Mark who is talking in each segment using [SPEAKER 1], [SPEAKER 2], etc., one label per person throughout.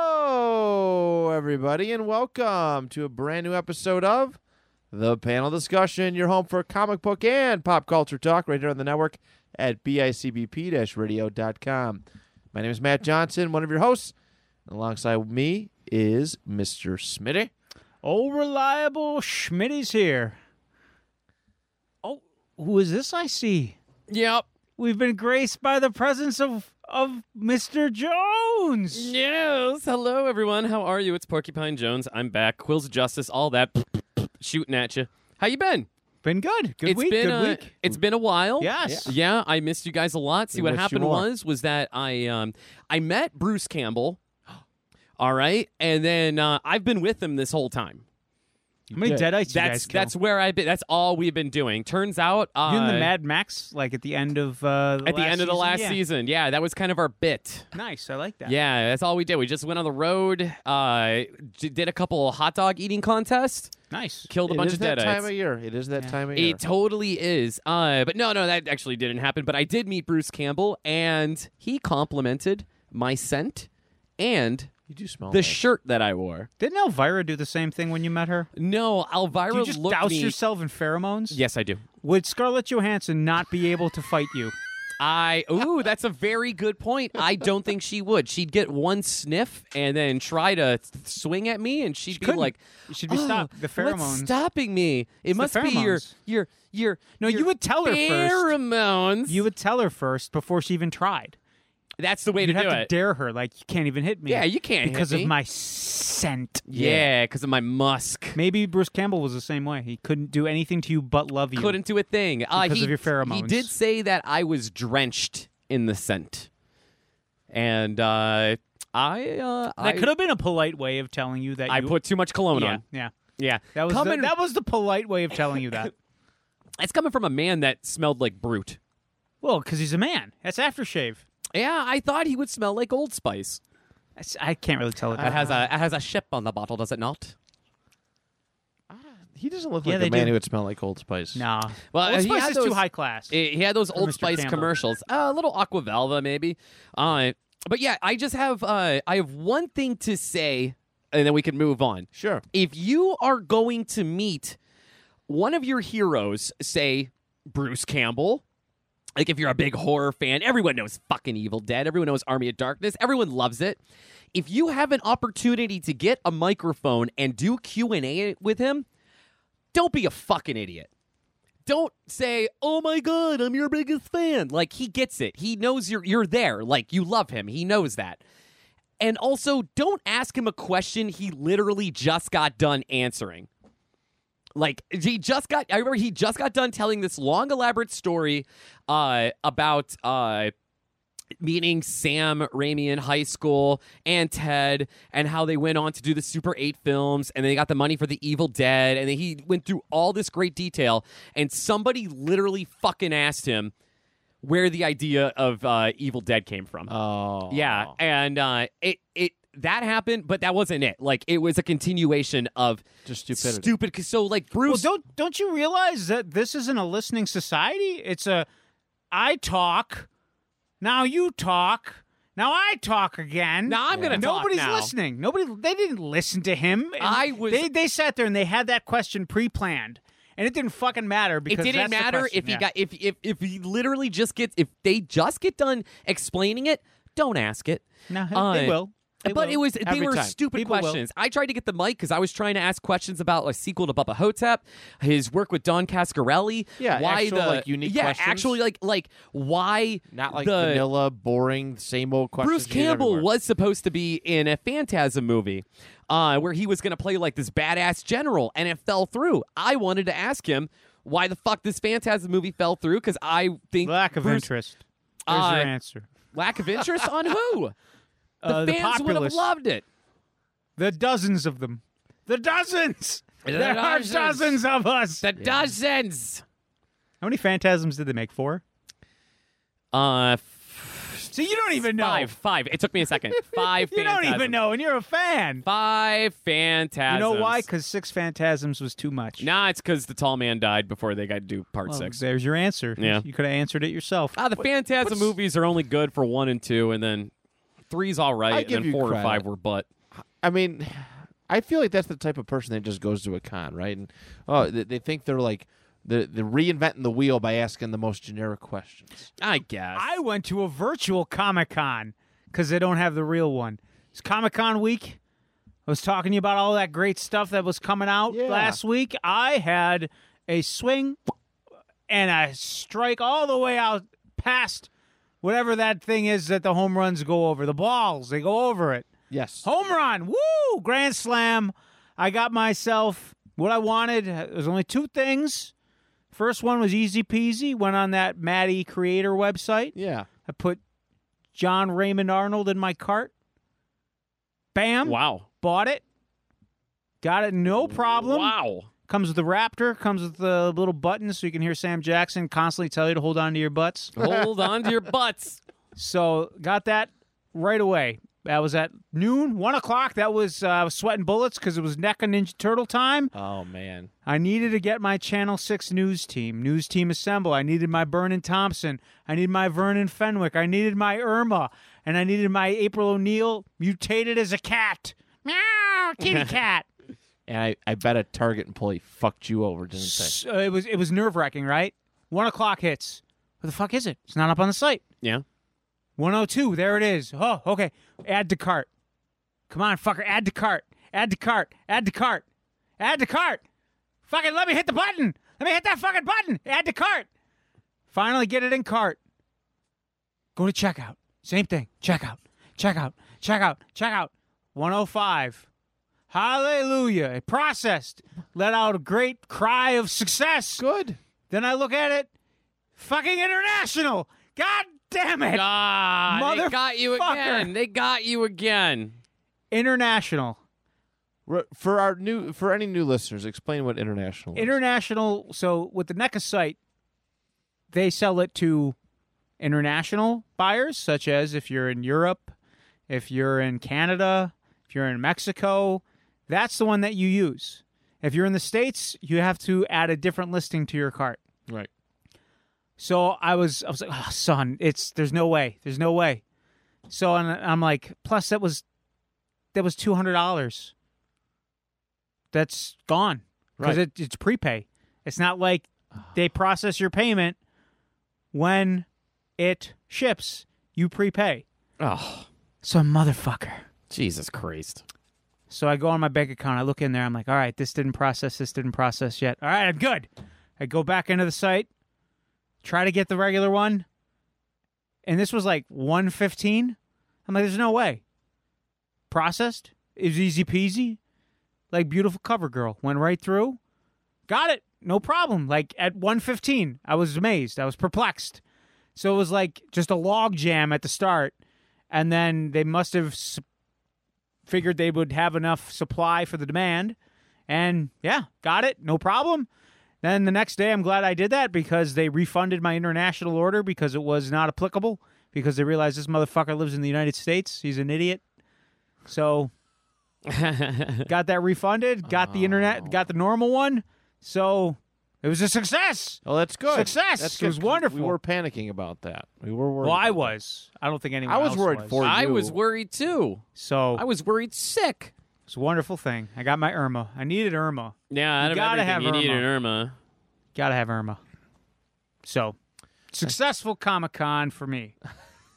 [SPEAKER 1] Hello, everybody, and welcome to a brand new episode of The Panel Discussion, your home for comic book and pop culture talk right here on the network at bicbp radio.com. My name is Matt Johnson, one of your hosts. And alongside me is Mr. Smitty.
[SPEAKER 2] Old Oh, reliable Schmitty's here. Oh, who is this I see?
[SPEAKER 3] Yep.
[SPEAKER 2] We've been graced by the presence of of Mr. Jones.
[SPEAKER 3] Yes. Hello, everyone. How are you? It's Porcupine Jones. I'm back. Quills of Justice. All that shooting at you. How you been?
[SPEAKER 2] Been good. Good
[SPEAKER 3] It's
[SPEAKER 2] week.
[SPEAKER 3] been
[SPEAKER 2] good
[SPEAKER 3] uh,
[SPEAKER 2] week.
[SPEAKER 3] It's been a while.
[SPEAKER 2] Yes.
[SPEAKER 3] Yeah. I missed you guys a lot. See
[SPEAKER 1] We
[SPEAKER 3] what
[SPEAKER 1] missed you
[SPEAKER 3] happened
[SPEAKER 1] more.
[SPEAKER 3] was was that I um I met Bruce Campbell. All right, and then uh, I've been with him this whole time.
[SPEAKER 2] How many
[SPEAKER 1] Yeah.
[SPEAKER 2] deadites you guys
[SPEAKER 3] That's
[SPEAKER 2] kill?
[SPEAKER 3] that's where I've been. That's all we've been doing. Turns out, uh,
[SPEAKER 2] you and the Mad Max, like at the end of uh, the
[SPEAKER 3] at
[SPEAKER 2] last
[SPEAKER 3] the end of the
[SPEAKER 2] season?
[SPEAKER 3] last
[SPEAKER 2] Yeah.
[SPEAKER 3] season. Yeah, that was kind of our bit.
[SPEAKER 2] Nice. I like that.
[SPEAKER 3] Yeah, that's all we did. We just went on the road, uh, j- did a couple hot dog eating contests,
[SPEAKER 2] Nice.
[SPEAKER 3] killed a
[SPEAKER 1] It
[SPEAKER 3] bunch
[SPEAKER 1] is
[SPEAKER 3] of
[SPEAKER 1] that
[SPEAKER 3] deadites.
[SPEAKER 1] time of year. It is that time of year.
[SPEAKER 3] It totally is. Uh, but no, no, that actually didn't happen. But I did meet Bruce Campbell, and he complimented my scent and
[SPEAKER 1] you do smell
[SPEAKER 3] the
[SPEAKER 1] nice.
[SPEAKER 3] shirt that I wore.
[SPEAKER 2] Didn't Elvira do the same thing when you met her?
[SPEAKER 3] No, Elvira
[SPEAKER 2] Do you just
[SPEAKER 3] looked
[SPEAKER 2] douse
[SPEAKER 3] me.
[SPEAKER 2] yourself in pheromones?
[SPEAKER 3] Yes, I do.
[SPEAKER 2] Would Scarlett Johansson not be able to fight you?
[SPEAKER 3] I ooh, that's a very good point. I don't think she would. She'd get one sniff and then try to th- swing at me, and she'd be
[SPEAKER 2] couldn't.
[SPEAKER 3] like,
[SPEAKER 2] You should be
[SPEAKER 3] "Oh,
[SPEAKER 2] stopped. The
[SPEAKER 3] What's
[SPEAKER 2] pheromones.
[SPEAKER 3] stopping me?
[SPEAKER 2] the
[SPEAKER 3] It must be your
[SPEAKER 2] pheromones.
[SPEAKER 3] your your.
[SPEAKER 2] No,
[SPEAKER 3] your
[SPEAKER 2] you would tell her first.
[SPEAKER 3] Pheromones.
[SPEAKER 2] You would tell her first before she even tried.
[SPEAKER 3] That's the way
[SPEAKER 2] You'd
[SPEAKER 3] to do
[SPEAKER 2] have to
[SPEAKER 3] it.
[SPEAKER 2] dare her, like you can't even hit me.
[SPEAKER 3] Yeah, you can't hit
[SPEAKER 2] because
[SPEAKER 3] me.
[SPEAKER 2] of my scent.
[SPEAKER 3] yeah, because of my musk.
[SPEAKER 2] Maybe Bruce Campbell was the same way. He couldn't do anything to you but love you.
[SPEAKER 3] Couldn't do a thing uh,
[SPEAKER 2] Because
[SPEAKER 3] he,
[SPEAKER 2] of your
[SPEAKER 3] He
[SPEAKER 2] pheromones.
[SPEAKER 3] did say that I was drenched in the scent, and uh, I uh, I,
[SPEAKER 2] That could have been a polite way of telling you that
[SPEAKER 3] I
[SPEAKER 2] you,
[SPEAKER 3] put too much cologne
[SPEAKER 2] yeah,
[SPEAKER 3] on.
[SPEAKER 2] yeah.
[SPEAKER 3] Yeah,
[SPEAKER 2] That was the,
[SPEAKER 3] coming.
[SPEAKER 2] that was the polite way of telling you that.
[SPEAKER 3] It's coming from a man that smelled like brute.
[SPEAKER 2] well, because he's a man. That's aftershave.
[SPEAKER 3] Yeah, I thought he would smell like Old Spice.
[SPEAKER 2] That's- I can't really tell it.
[SPEAKER 3] It has a it has a ship on the bottle, does it not?
[SPEAKER 1] He doesn't look
[SPEAKER 2] Yeah,
[SPEAKER 1] like
[SPEAKER 2] they
[SPEAKER 1] a man
[SPEAKER 2] do.
[SPEAKER 1] who would smell like Old Spice.
[SPEAKER 2] no.
[SPEAKER 3] Well,
[SPEAKER 2] Old
[SPEAKER 3] he
[SPEAKER 2] Spice
[SPEAKER 3] had
[SPEAKER 2] is too
[SPEAKER 3] those-
[SPEAKER 2] high class.
[SPEAKER 3] Eh, he had those Old
[SPEAKER 2] Mr.
[SPEAKER 3] Spice
[SPEAKER 2] Campbell.
[SPEAKER 3] commercials. Uh, a little Aquavelva, maybe. Uh, but yeah, I just have uh, I have one thing to say, and then we can move on.
[SPEAKER 1] Sure.
[SPEAKER 3] If you are going to meet one of your heroes, say Bruce Campbell, like if you're a big horror fan, everyone knows fucking Evil Dead, everyone knows Army of Darkness, everyone loves it. If you have an opportunity to get a microphone and do Q&A with him, don't be a fucking idiot. Don't say, "Oh my god, I'm your biggest fan." Like he gets it. He knows you're you're there. Like you love him. He knows that. And also, don't ask him a question he literally just got done answering. Like he just got I remember he just got done telling this long elaborate story uh about uh meeting Sam Raimi in high school and Ted and how they went on to do the Super 8 films and they got the money for The Evil Dead and then he went through all this great detail and somebody literally fucking asked him where the idea of uh, Evil Dead came from.
[SPEAKER 1] Oh.
[SPEAKER 3] Yeah, and uh, it it that happened, but that wasn't it. Like it was a continuation of
[SPEAKER 1] Just stupidity.
[SPEAKER 3] Stupid. 'cause So like
[SPEAKER 2] Well,
[SPEAKER 3] Bruce.
[SPEAKER 2] don't don't you realize that this isn't a listening society? It's a I talk, now you talk, now I talk again.
[SPEAKER 3] Now I'm gonna talk
[SPEAKER 2] Nobody's
[SPEAKER 3] now.
[SPEAKER 2] listening. Nobody. They didn't listen to him. And
[SPEAKER 3] I was-
[SPEAKER 2] They they sat there and they had that question pre-planned, and it didn't fucking matter because
[SPEAKER 3] it
[SPEAKER 2] that's
[SPEAKER 3] didn't
[SPEAKER 2] the
[SPEAKER 3] matter
[SPEAKER 2] question,
[SPEAKER 3] if he
[SPEAKER 2] yeah.
[SPEAKER 3] got if if if he literally just gets if they just get done explaining it. Don't ask it.
[SPEAKER 2] No,
[SPEAKER 3] Uh,
[SPEAKER 2] they will. They
[SPEAKER 3] but
[SPEAKER 2] will.
[SPEAKER 3] it was they
[SPEAKER 1] Every
[SPEAKER 3] were
[SPEAKER 1] time.
[SPEAKER 3] stupid
[SPEAKER 2] People will.
[SPEAKER 3] questions. I tried to get the mic because I was trying to ask questions about a sequel to Bubba Hotep, his work with Don Cascarelli.
[SPEAKER 1] Yeah,
[SPEAKER 3] why
[SPEAKER 1] actual,
[SPEAKER 3] the
[SPEAKER 1] like, unique
[SPEAKER 3] yeah,
[SPEAKER 1] questions.
[SPEAKER 3] actually like like why
[SPEAKER 1] Not like
[SPEAKER 3] the
[SPEAKER 1] vanilla, boring, same old questions.
[SPEAKER 3] Bruce
[SPEAKER 1] you get
[SPEAKER 3] Campbell
[SPEAKER 1] everywhere.
[SPEAKER 3] was supposed to be in a Phantasm movie uh, where he was going to play like this badass general, and it fell through. I wanted to ask him, why the fuck this Phantasm movie fell through because I think
[SPEAKER 2] Lack of
[SPEAKER 3] Bruce-
[SPEAKER 2] interest. There's
[SPEAKER 3] Uh,
[SPEAKER 2] your answer.
[SPEAKER 3] Lack of interest on who? The
[SPEAKER 2] Uh, the
[SPEAKER 3] fans would have
[SPEAKER 2] populace.
[SPEAKER 3] loved it.
[SPEAKER 2] The dozens of them. The dozens.
[SPEAKER 3] The
[SPEAKER 2] there
[SPEAKER 3] dozens.
[SPEAKER 2] are dozens of us.
[SPEAKER 3] The dozens.
[SPEAKER 2] How many phantasms did they make? Four.
[SPEAKER 3] Uh,
[SPEAKER 2] See, you don't even know.
[SPEAKER 3] five, five. It took me a second. Five.
[SPEAKER 2] You don't even
[SPEAKER 3] phantasms.
[SPEAKER 2] know, and you're a fan.
[SPEAKER 3] Five phantasms.
[SPEAKER 2] You know why? Because six phantasms was too much.
[SPEAKER 3] Nah, it's because the tall man died before they got to do part
[SPEAKER 2] Well,
[SPEAKER 3] six.
[SPEAKER 2] There's your answer.
[SPEAKER 3] Yeah.
[SPEAKER 2] You could have answered it yourself.
[SPEAKER 3] Ah, the Phantasm
[SPEAKER 1] what's-
[SPEAKER 3] movies are only good for one and two, and then three's all right,
[SPEAKER 1] I
[SPEAKER 3] and
[SPEAKER 1] give
[SPEAKER 3] then
[SPEAKER 1] you
[SPEAKER 3] four and
[SPEAKER 1] credit.
[SPEAKER 3] five were butt.
[SPEAKER 1] I mean, I feel like that's the type of person that just goes to a con, right? And oh, they, they think they're like they're, they're reinventing the wheel by asking the most generic questions.
[SPEAKER 3] I guess.
[SPEAKER 2] I went to a virtual Comic Con because they don't have the real one. It's Comic Con week. I was talking to you about all that great stuff that was coming out
[SPEAKER 1] Yeah.
[SPEAKER 2] last week. I had a swing and a strike all the way out past whatever that thing is that the home runs go over. The balls, they go over it.
[SPEAKER 1] Yes.
[SPEAKER 2] Home run. Woo! Grand slam. I got myself what I wanted. There was only two things. First one was easy peasy. Went on that Maddie creator website.
[SPEAKER 1] Yeah.
[SPEAKER 2] I put John Raymond Arnold in my cart. Bam.
[SPEAKER 3] wow.
[SPEAKER 2] Bought it. Got it no problem.
[SPEAKER 3] Wow.
[SPEAKER 2] Comes with the Raptor, comes with the little buttons so you can hear Sam Jackson constantly tell you to hold on to your butts.
[SPEAKER 3] Hold on to your butts.
[SPEAKER 2] So got that right away. That was at noon, one o'clock. That was uh, I was sweating bullets because it was neck and Ninja Turtle time.
[SPEAKER 1] Oh man.
[SPEAKER 2] I needed to get my Channel Six news team, news team assemble. I needed my Vernon Thompson. I needed my Vernon Fenwick. I needed my Irma, and I needed my April O'Neil mutated as a cat. Meow, kitty cat.
[SPEAKER 1] And I, I bet a Target employee fucked you over, didn't they?
[SPEAKER 2] S- uh, it was it was nerve wracking, right? One o'clock hits. What the fuck is it? It's not up on the site.
[SPEAKER 3] Yeah.
[SPEAKER 2] 102. There it is. Oh, okay. Add to cart. Come on, fucker. Add to cart. Add to cart. Add to cart. Add to cart. Fucking let me hit the button. Let me hit that fucking button. Add to cart. Finally get it in cart. Go to checkout. Same thing. Checkout. Checkout. Checkout. Checkout. 105. Hallelujah. It processed. Let out a great cry of success.
[SPEAKER 1] Good.
[SPEAKER 2] Then I look at it. Fucking international. God damn it.
[SPEAKER 3] God, they
[SPEAKER 2] Motherfucker.
[SPEAKER 3] got you again. They got you again.
[SPEAKER 2] international
[SPEAKER 1] R- For our new for any new listeners, explain what international is.
[SPEAKER 2] international so with the NECA site they sell it to international buyers such as if you're in Europe if you're in Canada if you're in Mexico that's the one that you use if you're in the states you have to add a different listing to your cart
[SPEAKER 1] right.
[SPEAKER 2] so I was, I was like, oh, son, it's there's no way, there's no way. So and I'm like, plus that was, that was two hundred dollars. That's gone because
[SPEAKER 1] Right.
[SPEAKER 2] it, it's prepay. It's not like they process your payment when it ships. You prepay.
[SPEAKER 3] Oh,
[SPEAKER 2] So motherfucker.
[SPEAKER 3] Jesus Christ.
[SPEAKER 2] So I go on my bank account. I look in there. I'm like, all right, this didn't process. This didn't process yet. All right, I'm good. I go back into the site, try to get the regular one, and this was like 115. I'm like, there's no way. Processed is easy peasy. Like beautiful cover girl went right through, got it, no problem. Like at 115, I was amazed. I was perplexed. So it was like just a log jam at the start, and then they must have s- figured they would have enough supply for the demand. And yeah, got it. No problem. Then the next day, I'm glad I did that because they refunded my international order because it was not applicable because they realized this motherfucker lives in the United States. He's an idiot. So got that refunded, got the
[SPEAKER 1] Oh.
[SPEAKER 2] internet, got the normal one. So it was a success.
[SPEAKER 1] Oh, that's good.
[SPEAKER 2] Success!
[SPEAKER 1] That's
[SPEAKER 2] It
[SPEAKER 1] good.
[SPEAKER 2] was wonderful.
[SPEAKER 1] We were panicking about that. We were worried.
[SPEAKER 2] Well, I
[SPEAKER 1] about that.
[SPEAKER 2] was. I don't think anyone
[SPEAKER 1] I was
[SPEAKER 2] else
[SPEAKER 1] worried for
[SPEAKER 3] I
[SPEAKER 1] you.
[SPEAKER 3] was worried too.
[SPEAKER 2] So
[SPEAKER 3] I was worried sick.
[SPEAKER 2] it's a wonderful thing. I got my Irma. I needed Irma.
[SPEAKER 3] Yeah, out
[SPEAKER 2] You
[SPEAKER 3] of
[SPEAKER 2] gotta
[SPEAKER 3] everything,
[SPEAKER 2] have
[SPEAKER 3] you needed
[SPEAKER 2] Irma.
[SPEAKER 3] Irma.
[SPEAKER 2] Gotta have Irma. So, successful Comic Con for me.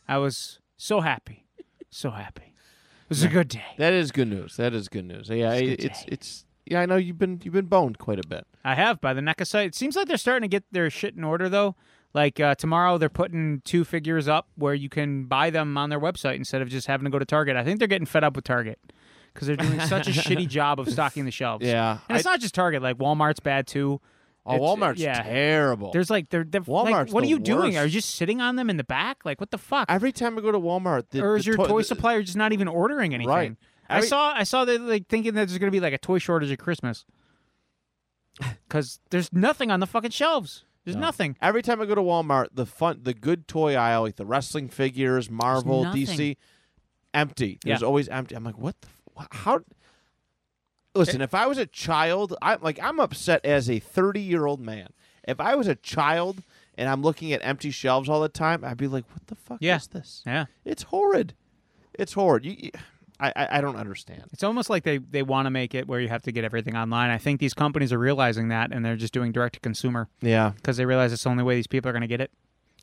[SPEAKER 2] I was so happy. So happy. It was a good day.
[SPEAKER 1] That is good news. That is good news. Yeah,
[SPEAKER 2] It's a good
[SPEAKER 1] it's it's,
[SPEAKER 2] day.
[SPEAKER 1] yeah. I know you've been you've been boned quite a bit.
[SPEAKER 2] I have by the NECA site. It seems like they're starting to get their shit in order, though. Like uh, tomorrow, they're putting two figures up where you can buy them on their website instead of just having to go to Target. I think they're getting fed up with Target because they're doing such a shitty job of stocking the shelves.
[SPEAKER 1] Yeah,
[SPEAKER 2] And it's
[SPEAKER 1] I-
[SPEAKER 2] not just Target, like Walmart's bad too.
[SPEAKER 1] Oh,
[SPEAKER 2] It's-
[SPEAKER 1] Walmart's
[SPEAKER 2] yeah.
[SPEAKER 1] terrible.
[SPEAKER 2] There's like they're, they're like,
[SPEAKER 1] Walmart's
[SPEAKER 2] what are
[SPEAKER 1] the
[SPEAKER 2] you doing? Are you
[SPEAKER 1] worst.
[SPEAKER 2] just sitting on them in the back? Like what the fuck?
[SPEAKER 1] Every time I go to Walmart, the,
[SPEAKER 2] or is
[SPEAKER 1] the
[SPEAKER 2] your
[SPEAKER 1] toy-
[SPEAKER 2] toy
[SPEAKER 1] the-
[SPEAKER 2] supplier just not even ordering anything?
[SPEAKER 1] Right.
[SPEAKER 2] I,
[SPEAKER 1] Every-
[SPEAKER 2] saw I saw that like thinking that there's gonna be like a toy shortage at Christmas because there's nothing on the fucking shelves. There's
[SPEAKER 1] No.
[SPEAKER 2] nothing.
[SPEAKER 1] Every time I go to Walmart, the fun, the good toy aisle, like the wrestling figures, Marvel,
[SPEAKER 2] nothing.
[SPEAKER 1] DC, empty. There's
[SPEAKER 2] Yeah.
[SPEAKER 1] always empty. I'm like, what? The, f- wh- how?
[SPEAKER 2] Eh.
[SPEAKER 1] Listen, if I was a child, I'm like, I'm upset as a 30 year old man. If I was a child and I'm looking at empty shelves all the time, I'd be like, what the fuck
[SPEAKER 2] Yeah.
[SPEAKER 1] is this?
[SPEAKER 2] Yeah,
[SPEAKER 1] It's horrid. It's horrid. You, you- I, I, I don't understand.
[SPEAKER 2] it's almost like they they want to make it where you have to get everything online. I think these companies are realizing that and they're just doing direct to consumer
[SPEAKER 1] Yeah.
[SPEAKER 2] because they realize it's the only way these people are gonna get it.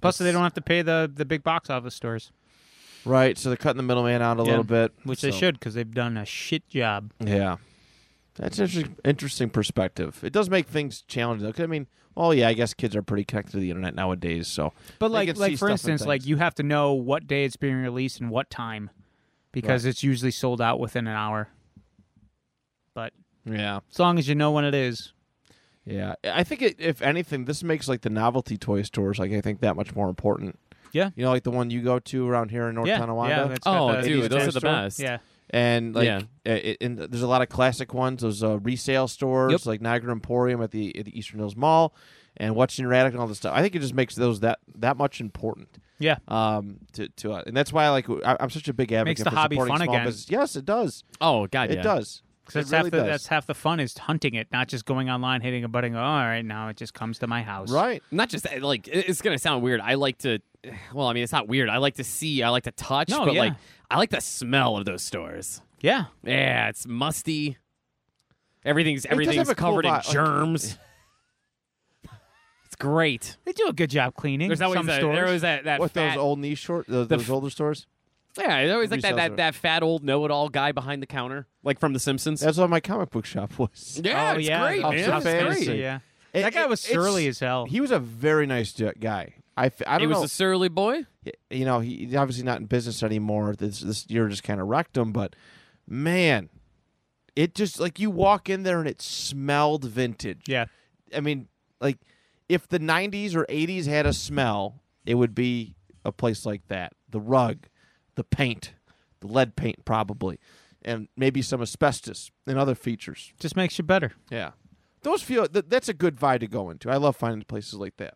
[SPEAKER 2] Plus, they
[SPEAKER 1] It's-
[SPEAKER 2] don't have to pay the the big box office stores,
[SPEAKER 1] Right. So they're cutting the middleman out a
[SPEAKER 2] Yeah.
[SPEAKER 1] little bit,
[SPEAKER 2] which they
[SPEAKER 1] so-
[SPEAKER 2] should because they've done a shit job.
[SPEAKER 1] Yeah. That's an interesting, interesting perspective. It does make things challenging, though. 'cause, I mean, well, yeah, I guess kids are pretty connected to the internet nowadays, so
[SPEAKER 2] But
[SPEAKER 1] They
[SPEAKER 2] like,
[SPEAKER 1] can see
[SPEAKER 2] like
[SPEAKER 1] stuff
[SPEAKER 2] for
[SPEAKER 1] and
[SPEAKER 2] instance, like
[SPEAKER 1] things.
[SPEAKER 2] you have to know what day it's being released and what time, because it's usually sold out within an hour. But
[SPEAKER 1] yeah,
[SPEAKER 2] as long as you know when it is,
[SPEAKER 1] yeah. I think it, if anything, this makes like the novelty toy stores like I think that much more important.
[SPEAKER 2] Yeah.
[SPEAKER 1] you know, like the one you go to around here in North
[SPEAKER 2] yeah,
[SPEAKER 1] Tonawanda,
[SPEAKER 2] yeah, that's got
[SPEAKER 3] Oh,
[SPEAKER 2] the-
[SPEAKER 3] dude,
[SPEAKER 2] the
[SPEAKER 3] those are
[SPEAKER 2] toy
[SPEAKER 3] the
[SPEAKER 2] store.
[SPEAKER 3] best.
[SPEAKER 2] Yeah,
[SPEAKER 1] and like
[SPEAKER 3] Yeah.
[SPEAKER 1] uh, it, and there's a lot of classic ones. Those uh, resale stores
[SPEAKER 3] Yep.
[SPEAKER 1] like Niagara Emporium at the at the Eastern Hills Mall, and What's in Your Attic and all this stuff. I think it just makes those that that much important.
[SPEAKER 2] yeah,
[SPEAKER 1] um to to uh, and that's why like I, I'm such a big advocate
[SPEAKER 2] the
[SPEAKER 1] for
[SPEAKER 2] hobby
[SPEAKER 1] supporting
[SPEAKER 2] fun
[SPEAKER 1] small
[SPEAKER 2] again.
[SPEAKER 1] business. Yes, it does.
[SPEAKER 3] Oh god,
[SPEAKER 1] It
[SPEAKER 3] yeah.
[SPEAKER 1] does.
[SPEAKER 2] 'Cause
[SPEAKER 1] It
[SPEAKER 2] that's
[SPEAKER 1] really
[SPEAKER 2] half the
[SPEAKER 1] does.
[SPEAKER 2] that's half the fun is hunting it, not just going online, hitting a button, and go, all right, now it just comes to my house.
[SPEAKER 1] right.
[SPEAKER 3] Not just that, like it- it's gonna sound weird. I like to. Well, I mean, it's not weird. I like to see. I like to touch.
[SPEAKER 2] No,
[SPEAKER 3] but
[SPEAKER 2] yeah.
[SPEAKER 3] like, I like the smell of those stores.
[SPEAKER 2] Yeah,
[SPEAKER 3] Yeah, it's musty. Everything's
[SPEAKER 1] does have
[SPEAKER 3] everything's
[SPEAKER 1] a cool
[SPEAKER 3] covered in
[SPEAKER 1] vi- like-
[SPEAKER 3] germs. it's great.
[SPEAKER 2] they do a good job cleaning.
[SPEAKER 3] There's always
[SPEAKER 2] some
[SPEAKER 3] that,
[SPEAKER 2] stores.
[SPEAKER 3] there was that that
[SPEAKER 1] What
[SPEAKER 3] fat,
[SPEAKER 1] those old niche short those,
[SPEAKER 3] the
[SPEAKER 1] those
[SPEAKER 3] f-
[SPEAKER 1] older stores?
[SPEAKER 3] yeah, there's always like that,
[SPEAKER 1] Resales are-
[SPEAKER 3] that that fat old know-it-all guy behind the counter, like from The Simpsons.
[SPEAKER 1] That's what my comic book shop was.
[SPEAKER 3] yeah,
[SPEAKER 2] oh,
[SPEAKER 3] it's
[SPEAKER 2] yeah,
[SPEAKER 3] great,
[SPEAKER 1] Ups
[SPEAKER 3] man.
[SPEAKER 1] and
[SPEAKER 3] It's great.
[SPEAKER 1] fantasy.
[SPEAKER 2] Yeah,
[SPEAKER 1] It-
[SPEAKER 2] that guy
[SPEAKER 1] it-
[SPEAKER 2] was
[SPEAKER 1] it's-
[SPEAKER 2] surly as hell.
[SPEAKER 1] He was a very nice ju- guy. I, f- I
[SPEAKER 3] He
[SPEAKER 1] don't
[SPEAKER 3] was
[SPEAKER 1] know.
[SPEAKER 3] a surly boy.
[SPEAKER 1] you know, he, he's obviously not in business anymore. This this year just kind of wrecked him. But man, it just like you walk in there and it smelled vintage.
[SPEAKER 2] yeah,
[SPEAKER 1] I mean, like if the '90s or '80s had a smell, it would be a place like that. The rug, the paint, the lead paint, probably, and maybe some asbestos and other features.
[SPEAKER 2] just makes you better.
[SPEAKER 1] Yeah, those feel th- that's a good vibe to go into. I love finding places like that.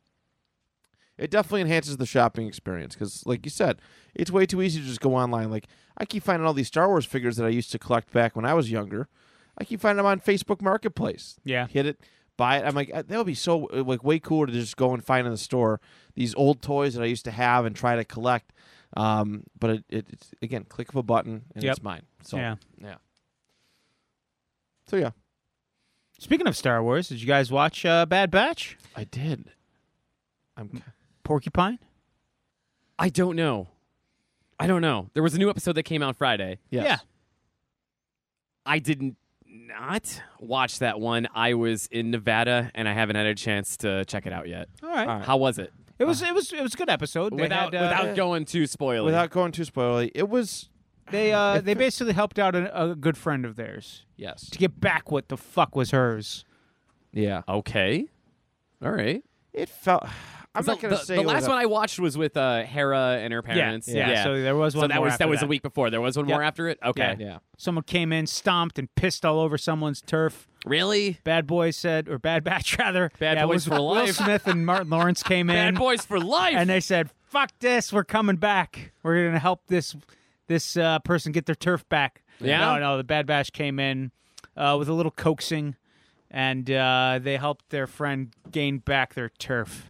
[SPEAKER 1] It definitely enhances the shopping experience because, like you said, it's way too easy to just go online. Like I keep finding all these Star Wars figures that I used to collect back when I was younger. I keep finding them on Facebook Marketplace
[SPEAKER 2] Yeah,
[SPEAKER 1] hit it, buy it. I'm like, that would be so uh, like way cooler to just go and find in the store these old toys that I used to have and try to collect. Um, but it, it it's, again, click of a button and
[SPEAKER 2] Yep.
[SPEAKER 1] it's mine. So
[SPEAKER 2] yeah.
[SPEAKER 1] so yeah,
[SPEAKER 2] Speaking of Star Wars, did you guys watch uh, Bad Batch?
[SPEAKER 1] I did. I'm ki-
[SPEAKER 2] Porcupine?
[SPEAKER 3] I don't know. I don't know. There was a new episode that came out Friday.
[SPEAKER 1] yes.
[SPEAKER 2] Yeah.
[SPEAKER 3] I didn't not watch that one. I was in Nevada and I haven't had a chance to check it out yet.
[SPEAKER 2] All right.
[SPEAKER 1] All right.
[SPEAKER 3] How was it?
[SPEAKER 2] It
[SPEAKER 1] uh.
[SPEAKER 2] was it was it was a good episode. They
[SPEAKER 3] without
[SPEAKER 2] had, uh,
[SPEAKER 3] without going too spoily.
[SPEAKER 1] Without going too spoily, it was
[SPEAKER 2] they uh, they basically helped out a, a good friend of theirs
[SPEAKER 1] yes.
[SPEAKER 2] to get back what the fuck was hers.
[SPEAKER 1] Yeah.
[SPEAKER 3] okay. All right.
[SPEAKER 1] It felt. I'm
[SPEAKER 3] So
[SPEAKER 1] not gonna
[SPEAKER 3] the,
[SPEAKER 1] say
[SPEAKER 3] the
[SPEAKER 1] it was
[SPEAKER 3] last
[SPEAKER 1] a-
[SPEAKER 3] one I watched was with uh, Hera and her parents.
[SPEAKER 2] Yeah, So there was
[SPEAKER 3] So
[SPEAKER 2] one.
[SPEAKER 3] that
[SPEAKER 2] more
[SPEAKER 3] was
[SPEAKER 2] after
[SPEAKER 3] that was a week before. There was one
[SPEAKER 2] Yep.
[SPEAKER 3] more after it. Okay.
[SPEAKER 1] Yeah.
[SPEAKER 2] Someone came in, stomped, and pissed all over someone's turf.
[SPEAKER 3] Really?
[SPEAKER 2] Bad boys said, or Bad Batch rather.
[SPEAKER 3] Bad
[SPEAKER 2] yeah, it
[SPEAKER 3] boys
[SPEAKER 2] was
[SPEAKER 3] for
[SPEAKER 2] Will
[SPEAKER 3] life.
[SPEAKER 2] Smith and Martin Lawrence came in,
[SPEAKER 3] Bad boys for life.
[SPEAKER 2] and they said, "Fuck this, we're coming back. We're gonna help this this uh, person get their turf back."
[SPEAKER 3] Yeah?
[SPEAKER 2] No, no. The Bad Batch came in uh, with a little coaxing, and uh, they helped their friend gain back their turf.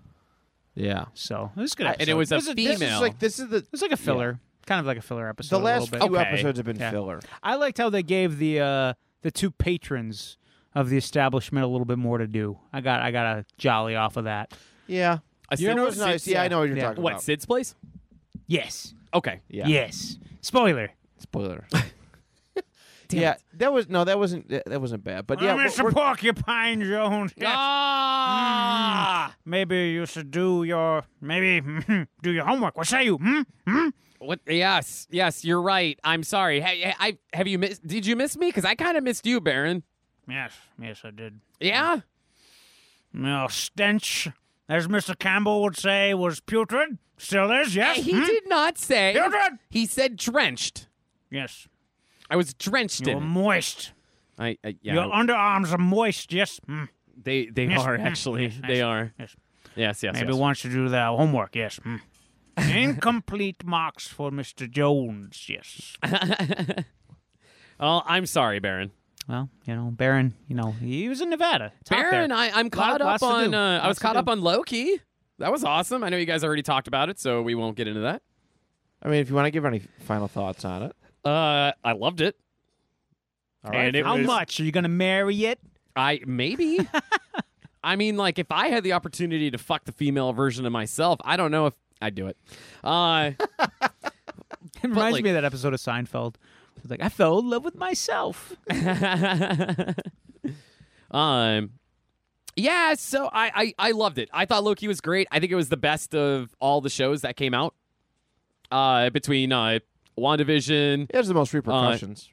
[SPEAKER 1] Yeah.
[SPEAKER 2] So it was a good.
[SPEAKER 1] I-
[SPEAKER 2] Episode.
[SPEAKER 3] and it was a
[SPEAKER 2] it
[SPEAKER 1] This is
[SPEAKER 3] female.
[SPEAKER 1] like this is the
[SPEAKER 2] was like a filler, kind of like a filler episode.
[SPEAKER 1] the
[SPEAKER 2] a little
[SPEAKER 1] last
[SPEAKER 2] bit.
[SPEAKER 1] few
[SPEAKER 3] Okay.
[SPEAKER 1] episodes have been
[SPEAKER 2] Yeah.
[SPEAKER 1] filler.
[SPEAKER 2] I liked how they gave the uh, the two patrons of the establishment a little bit more to do. I got I got a jolly off of that.
[SPEAKER 1] Yeah.
[SPEAKER 3] I
[SPEAKER 1] You
[SPEAKER 3] said-
[SPEAKER 1] know what's
[SPEAKER 3] Sid's-
[SPEAKER 1] nice? Yeah, I know what you're
[SPEAKER 2] Yeah.
[SPEAKER 1] talking
[SPEAKER 3] What
[SPEAKER 1] about.
[SPEAKER 3] Sid's place?
[SPEAKER 2] Yes.
[SPEAKER 3] Okay.
[SPEAKER 1] Yeah.
[SPEAKER 2] Yes. Spoiler.
[SPEAKER 1] Spoiler.
[SPEAKER 2] Damn
[SPEAKER 1] yeah,
[SPEAKER 2] it.
[SPEAKER 1] that was no, that wasn't that that wasn't bad. But yeah,
[SPEAKER 2] I'm
[SPEAKER 1] we're-
[SPEAKER 2] Mr.
[SPEAKER 1] we're-
[SPEAKER 2] Porcupine Jones.
[SPEAKER 3] Ah!
[SPEAKER 2] Maybe you should do your maybe hmm, do your homework. What say you? Hmm? Hmm?
[SPEAKER 3] What? Yes, yes, you're right. I'm sorry. Hey, I have you missed? Did you miss me? Because I kind of missed you, Baron.
[SPEAKER 2] Yes. Yes, I did.
[SPEAKER 3] Yeah.
[SPEAKER 2] No stench, as Mr. Campbell would say, was putrid. Still is, yes.
[SPEAKER 3] He
[SPEAKER 2] Hmm?
[SPEAKER 3] did not say.
[SPEAKER 2] Putrid.
[SPEAKER 3] He said drenched.
[SPEAKER 2] Yes.
[SPEAKER 3] I was drenched
[SPEAKER 2] You're
[SPEAKER 3] in. it.
[SPEAKER 2] moist.
[SPEAKER 3] I, I yeah.
[SPEAKER 2] Your underarms are moist. Yes. Hmm.
[SPEAKER 3] they they
[SPEAKER 2] Yes,
[SPEAKER 3] are
[SPEAKER 2] mm,
[SPEAKER 3] actually.
[SPEAKER 2] yes,
[SPEAKER 3] they
[SPEAKER 2] yes,
[SPEAKER 3] are.
[SPEAKER 2] yes.
[SPEAKER 3] Yes, yes.
[SPEAKER 2] Maybe
[SPEAKER 3] yes.
[SPEAKER 2] wants to do their homework. Yes. Hmm. Incomplete marks for Mr. Jones. Yes.
[SPEAKER 3] Oh, I'm sorry, Baron.
[SPEAKER 2] Well, you know, Baron. You know, he was in Nevada. It's out there.
[SPEAKER 3] Baron, I, I'm caught
[SPEAKER 2] lots
[SPEAKER 3] up
[SPEAKER 2] to do.
[SPEAKER 3] on. Uh, I was
[SPEAKER 2] Lots to
[SPEAKER 3] caught
[SPEAKER 2] do.
[SPEAKER 3] up on Loki. That was awesome. I know you guys already talked about it, so we won't get into that.
[SPEAKER 1] I mean, if you want to give any final thoughts on it,
[SPEAKER 3] Uh, I loved it.
[SPEAKER 1] all right.
[SPEAKER 3] And it
[SPEAKER 2] How
[SPEAKER 3] was-
[SPEAKER 2] much are you gonna marry it?
[SPEAKER 3] I maybe. I mean, like if I had the opportunity to fuck the female version of myself, I don't know if I'd do it. Uh,
[SPEAKER 2] It reminds
[SPEAKER 3] like-
[SPEAKER 2] me of that episode of Seinfeld. It's like I fell in love with myself.
[SPEAKER 3] um, yeah. So I, I I loved it. I thought Loki was great. I think it was the best of all the shows that came out. Uh, between uh, WandaVision,
[SPEAKER 1] Here's the most repercussions.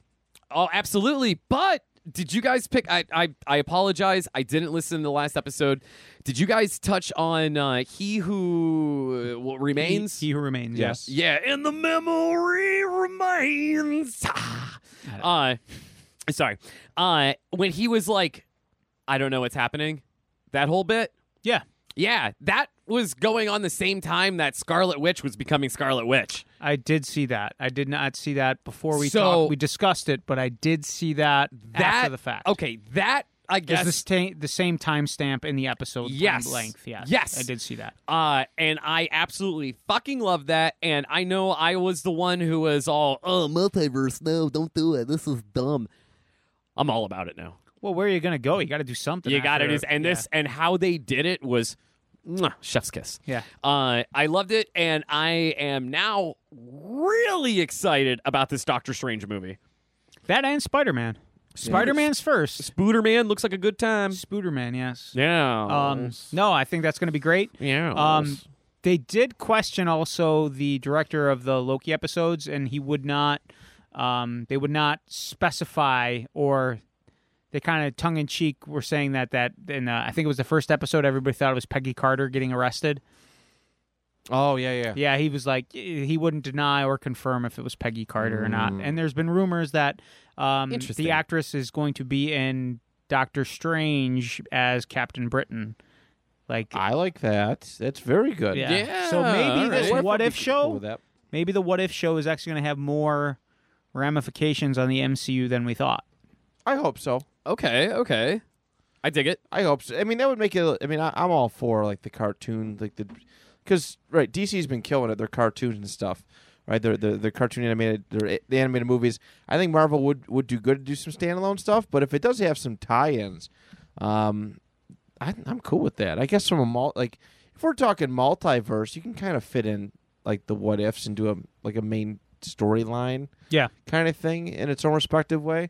[SPEAKER 3] Oh, absolutely. But did you guys pick? I, I, I apologize. I didn't listen to the last episode. Did you guys touch on uh, he who uh, what remains?
[SPEAKER 2] He, he who remains.
[SPEAKER 1] yes.
[SPEAKER 3] yeah, and the memory remains. Ah. Uh, sorry. Uh, when he was like, I don't know what's happening. That whole bit.
[SPEAKER 2] Yeah.
[SPEAKER 3] Yeah, that was going on the same time that Scarlet Witch was becoming Scarlet Witch.
[SPEAKER 2] I did see that. I did not see that before we
[SPEAKER 3] So-
[SPEAKER 2] talked. We discussed it, but I did see that,
[SPEAKER 3] That
[SPEAKER 2] after the fact.
[SPEAKER 3] Okay, that I
[SPEAKER 2] Is
[SPEAKER 3] guess
[SPEAKER 2] the, sta- the same timestamp in the episode time
[SPEAKER 3] Yes.
[SPEAKER 2] length? Yes.
[SPEAKER 3] Yes.
[SPEAKER 2] I did see that.
[SPEAKER 3] Uh, and I absolutely fucking love that. And I know I was the one who was all, oh, multiverse, no, don't do it. This is dumb. I'm all about it now.
[SPEAKER 2] Well, where are you going to go? You got to do something.
[SPEAKER 3] You got
[SPEAKER 2] after-
[SPEAKER 3] it. Is and this and how they did it was mwah, chef's kiss.
[SPEAKER 2] Yeah.
[SPEAKER 3] Uh, I loved it, and I am now really excited about this Doctor Strange movie.
[SPEAKER 2] yeah. That and Spider Man. Spider Man's first.
[SPEAKER 3] Spooderman looks like a good time.
[SPEAKER 2] Spider Man, yes.
[SPEAKER 3] Yeah.
[SPEAKER 2] Um, no, I think that's going to be great.
[SPEAKER 3] yeah.
[SPEAKER 2] Um, they did question also the director of the Loki episodes, and he would not. Um, they would not specify, or they kind of tongue in cheek were saying that that in uh, I think it was the first episode, everybody thought it was Peggy Carter getting arrested.
[SPEAKER 1] Oh yeah, yeah.
[SPEAKER 2] Uh, Yeah, he was like eh, he wouldn't deny or confirm if it was Peggy Carter or
[SPEAKER 1] Mm.
[SPEAKER 2] not. And there's been rumors that um,
[SPEAKER 3] Interesting.
[SPEAKER 2] the actress is going to be in Doctor Strange as Captain Britain. Like
[SPEAKER 1] I like that. That's very good.
[SPEAKER 2] Yeah. So maybe this-
[SPEAKER 3] all
[SPEAKER 1] What if
[SPEAKER 2] What
[SPEAKER 1] would
[SPEAKER 2] If
[SPEAKER 1] be
[SPEAKER 2] show?
[SPEAKER 1] cool with that?
[SPEAKER 2] maybe the what if show is actually going to have more ramifications on the MCU than we thought.
[SPEAKER 1] I hope so.
[SPEAKER 3] Okay. Okay. I dig it.
[SPEAKER 1] I hope so. I mean, that would make it. I mean, I, I'm all for like the cartoon, like the, because right, DC's been killing it. Their cartoons and stuff, right? Their the the cartoon animated, their the animated movies. I think Marvel would would do good to do some standalone stuff, but if it does have some tie-ins, um, I, I'm cool with that. I guess from a mul- like if we're talking multiverse, you can kind of fit in like the what ifs and do a like a main storyline
[SPEAKER 2] Yeah.
[SPEAKER 1] kind of thing in its own respective way.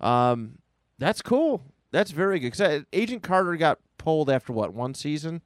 [SPEAKER 1] Um, that's cool. That's very good. 'Cause, uh, Agent Carter got pulled after what one season,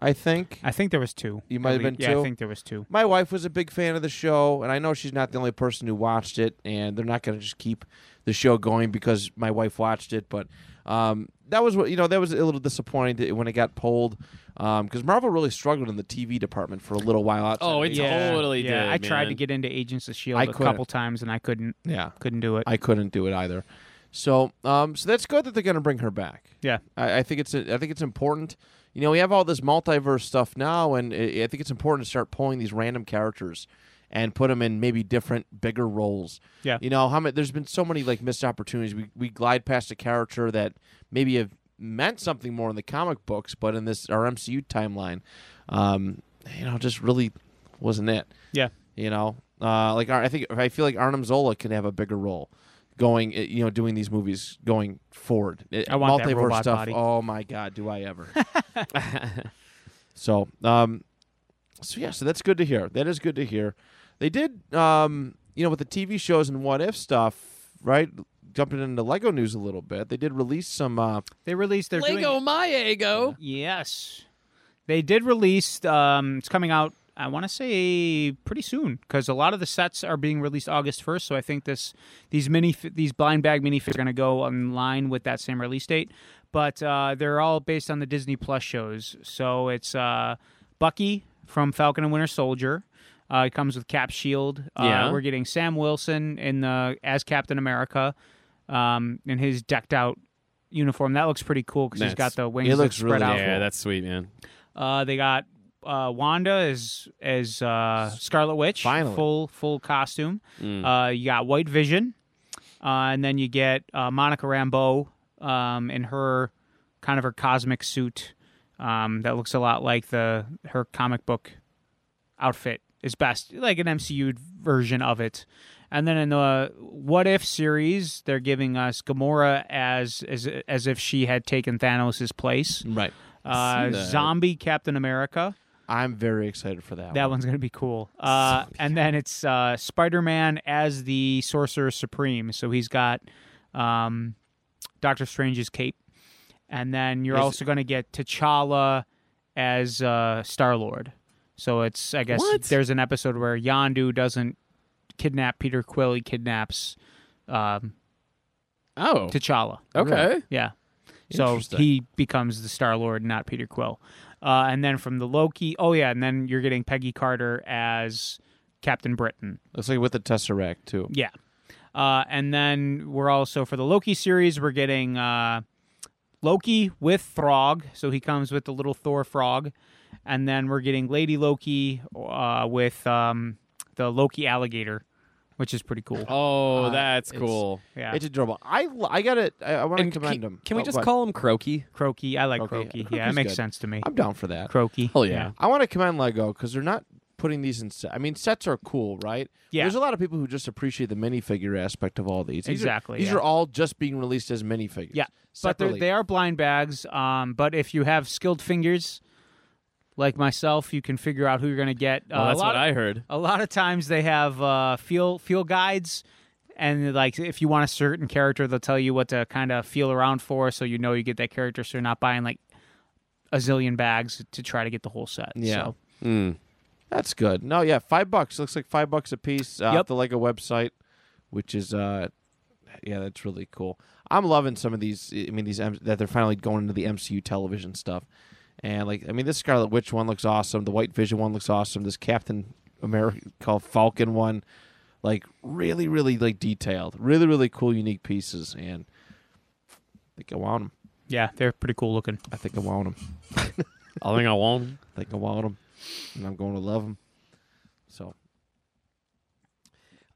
[SPEAKER 1] I think.
[SPEAKER 2] I think there was two.
[SPEAKER 1] You might
[SPEAKER 2] I
[SPEAKER 1] have been
[SPEAKER 2] believe- yeah,
[SPEAKER 1] two.
[SPEAKER 2] I think there was two.
[SPEAKER 1] My wife was a big fan of the show, and I know she's not the only person who watched it. And they're not going to just keep the show going because my wife watched it. But um, that was what you know. That was a little disappointing that- when it got pulled because Marvel really struggled in the TV department for a little while. outside
[SPEAKER 3] Oh,
[SPEAKER 1] of
[SPEAKER 3] it
[SPEAKER 1] Agent-
[SPEAKER 2] yeah,
[SPEAKER 3] totally
[SPEAKER 2] yeah.
[SPEAKER 3] did,
[SPEAKER 2] I tried to
[SPEAKER 3] man.
[SPEAKER 2] get into Agents of Shield
[SPEAKER 1] I
[SPEAKER 2] E a
[SPEAKER 1] couldn't.
[SPEAKER 2] couple times and I couldn't
[SPEAKER 1] yeah.
[SPEAKER 2] couldn't do it.
[SPEAKER 1] I couldn't do it either. So, um, so that's good that they're going to bring her back.
[SPEAKER 2] yeah.
[SPEAKER 1] I, I think it's I think it's important. You know, we have all this multiverse stuff now, and I I think it's important to start pulling these random characters and put them in maybe different, bigger roles.
[SPEAKER 2] Yeah.
[SPEAKER 1] You know how many? There's been so many like missed opportunities. We we glide past a character that maybe have meant something more in the comic books, but in this our MCU timeline, um, you know, just really wasn't it.
[SPEAKER 2] Yeah.
[SPEAKER 1] You know, uh, like I I think I feel like Arnim Zola could have a bigger role, going uh, you know doing these movies going forward. It-
[SPEAKER 2] I want that
[SPEAKER 1] multiverse
[SPEAKER 2] robot
[SPEAKER 1] stuff.
[SPEAKER 2] body.
[SPEAKER 1] Oh my god, do I ever? so, um, so yeah, so that's good to hear. That is good to hear. They did, um, you know, with the TV shows and what if stuff, right? Jumping into Lego news a little bit, they did release some. Uh,
[SPEAKER 2] They released their
[SPEAKER 3] Lego my ego.
[SPEAKER 2] Yes. They did release um it's coming out I want to say pretty soon cuz a lot of the sets are being released August 1st, so I think this these mini these blind bag minifigs are going to go online with that same release date. but uh, they're all based on the Disney Plus shows. So it's uh, Bucky from Falcon and Winter Soldier. Uh, it comes with Cap Shield. Uh,
[SPEAKER 3] Yeah.
[SPEAKER 2] we're getting Sam Wilson in the as Captain America, um, in his decked out uniform. That looks pretty cool because he's got
[SPEAKER 3] That's-
[SPEAKER 2] the wings.
[SPEAKER 1] it
[SPEAKER 2] that
[SPEAKER 1] looks
[SPEAKER 2] spread
[SPEAKER 1] really
[SPEAKER 2] out.
[SPEAKER 1] cool.
[SPEAKER 3] that's sweet, man.
[SPEAKER 2] Uh, they got uh, Wanda as as uh, Scarlet Witch,
[SPEAKER 1] Finally.
[SPEAKER 2] full full costume.
[SPEAKER 3] Mm.
[SPEAKER 2] Uh, you got White Vision, uh, and then you get uh, Monica Rambeau um, in her kind of her cosmic suit um, that looks a lot like the her comic book outfit is best, like an MCU version of it. And then in the What If series, they're giving us Gamora as as as if she had taken Thanos' place.
[SPEAKER 1] Right.
[SPEAKER 2] Uh,
[SPEAKER 3] seen that.
[SPEAKER 2] zombie Captain America.
[SPEAKER 1] I'm very excited for that.
[SPEAKER 3] Oh.
[SPEAKER 2] That
[SPEAKER 1] one.
[SPEAKER 2] one's gonna be cool. Uh, and then it's uh, Spider Man as the Sorcerer Supreme. So he's got um, Doctor Strange's cape, and then you're
[SPEAKER 1] Is-
[SPEAKER 2] also gonna get T'Challa as uh, Star Lord. So it's I guess
[SPEAKER 3] What?
[SPEAKER 2] there's an episode where Yondu doesn't kidnap Peter Quill. He kidnaps um,
[SPEAKER 3] Oh,
[SPEAKER 2] T'Challa.
[SPEAKER 3] okay.
[SPEAKER 2] Yeah. So
[SPEAKER 1] Interesting.
[SPEAKER 2] he becomes the Star Lord, not Peter Quill. Uh, and then from the Loki, oh yeah, and then you're getting Peggy Carter as Captain Britain.
[SPEAKER 1] Looks like with the Tesseract too.
[SPEAKER 2] Yeah. Uh, and then we're also for the Loki series, we're getting uh, Loki with Throg, so he comes with the little Thor frog, and then we're getting Lady Loki uh, with um, the Loki alligator, which is pretty cool.
[SPEAKER 3] Oh,
[SPEAKER 1] Uh,
[SPEAKER 3] that's
[SPEAKER 1] it's-
[SPEAKER 3] cool.
[SPEAKER 2] Yeah,
[SPEAKER 1] It's adorable. I lo- I got it. I, I want to
[SPEAKER 3] And
[SPEAKER 1] commend
[SPEAKER 3] can,
[SPEAKER 1] him.
[SPEAKER 3] Can we
[SPEAKER 1] Oh,
[SPEAKER 3] just
[SPEAKER 1] what?
[SPEAKER 3] call him Croaky?
[SPEAKER 2] Croaky. I like
[SPEAKER 1] Croaky.
[SPEAKER 2] Croaky. Yeah,
[SPEAKER 1] Croaky's
[SPEAKER 2] it makes
[SPEAKER 1] good.
[SPEAKER 2] sense to me.
[SPEAKER 1] I'm Oh, down for that.
[SPEAKER 2] Croaky.
[SPEAKER 3] Hell yeah.
[SPEAKER 1] I want to commend Lego because they're not putting these in. Set. I mean, sets are cool, right?
[SPEAKER 2] Yeah.
[SPEAKER 1] There's a lot of people who just appreciate the minifigure aspect of all these. These are-
[SPEAKER 2] Exactly,
[SPEAKER 1] these
[SPEAKER 2] yeah.
[SPEAKER 1] are all just being released as minifigures.
[SPEAKER 2] Yeah. but they're,
[SPEAKER 1] Separately.
[SPEAKER 2] they are blind bags. Um, but if you have skilled fingers, like myself, you can figure out who you're going to get.
[SPEAKER 3] Well,
[SPEAKER 2] Uh, a
[SPEAKER 3] Oh, that's
[SPEAKER 2] lot
[SPEAKER 3] what
[SPEAKER 2] of,
[SPEAKER 3] I heard.
[SPEAKER 2] A lot of times they have uh, feel feel guides, and like if you want a certain character, they'll tell you what to kind of feel around for, so you know you get that character. So you're not buying like a zillion bags to try to get the whole set.
[SPEAKER 1] Yeah.
[SPEAKER 2] So,
[SPEAKER 1] That's good. No, yeah, five bucks. Looks like five bucks a piece uh, off
[SPEAKER 2] Yep.
[SPEAKER 1] the Lego website, which is uh, yeah, that's really cool. I'm loving some of these. I mean, these M- that they're finally going into the MCU television stuff, and like, I mean, this Scarlet Witch one looks awesome. The White Vision one looks awesome. This Captain America called Falcon one, like really, really like detailed, really, really cool, unique pieces, and I think I want them.
[SPEAKER 2] yeah, they're pretty cool looking.
[SPEAKER 1] I think I want them.
[SPEAKER 3] I think I won't.
[SPEAKER 1] I think I want them, and I'm going to love them. So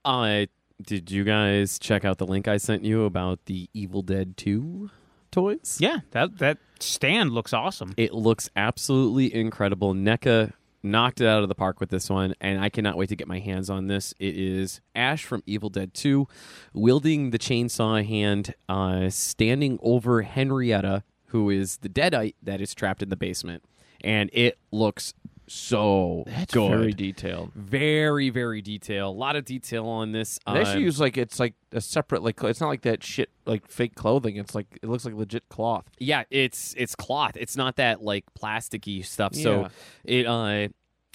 [SPEAKER 3] Uh, did you guys check out the link I sent you about the Evil Dead 2 toys?
[SPEAKER 2] Yeah, that that stand looks awesome.
[SPEAKER 3] It looks absolutely incredible. NECA knocked it out of the park with this one, and I cannot wait to get my hands on this. It is Ash from Evil Dead 2 wielding the chainsaw hand, uh, standing over Henrietta, who is the deadite that is trapped in the basement. And it looks so
[SPEAKER 1] that's
[SPEAKER 3] good.
[SPEAKER 1] very detailed.
[SPEAKER 3] very, very detail. A lot of detail on this.
[SPEAKER 1] They actually
[SPEAKER 3] um,
[SPEAKER 1] use like it's like a separate like cl- it's not like that shit like fake clothing. It's like it looks like legit cloth.
[SPEAKER 3] Yeah, it's it's cloth. It's not that like plasticky stuff. So it uh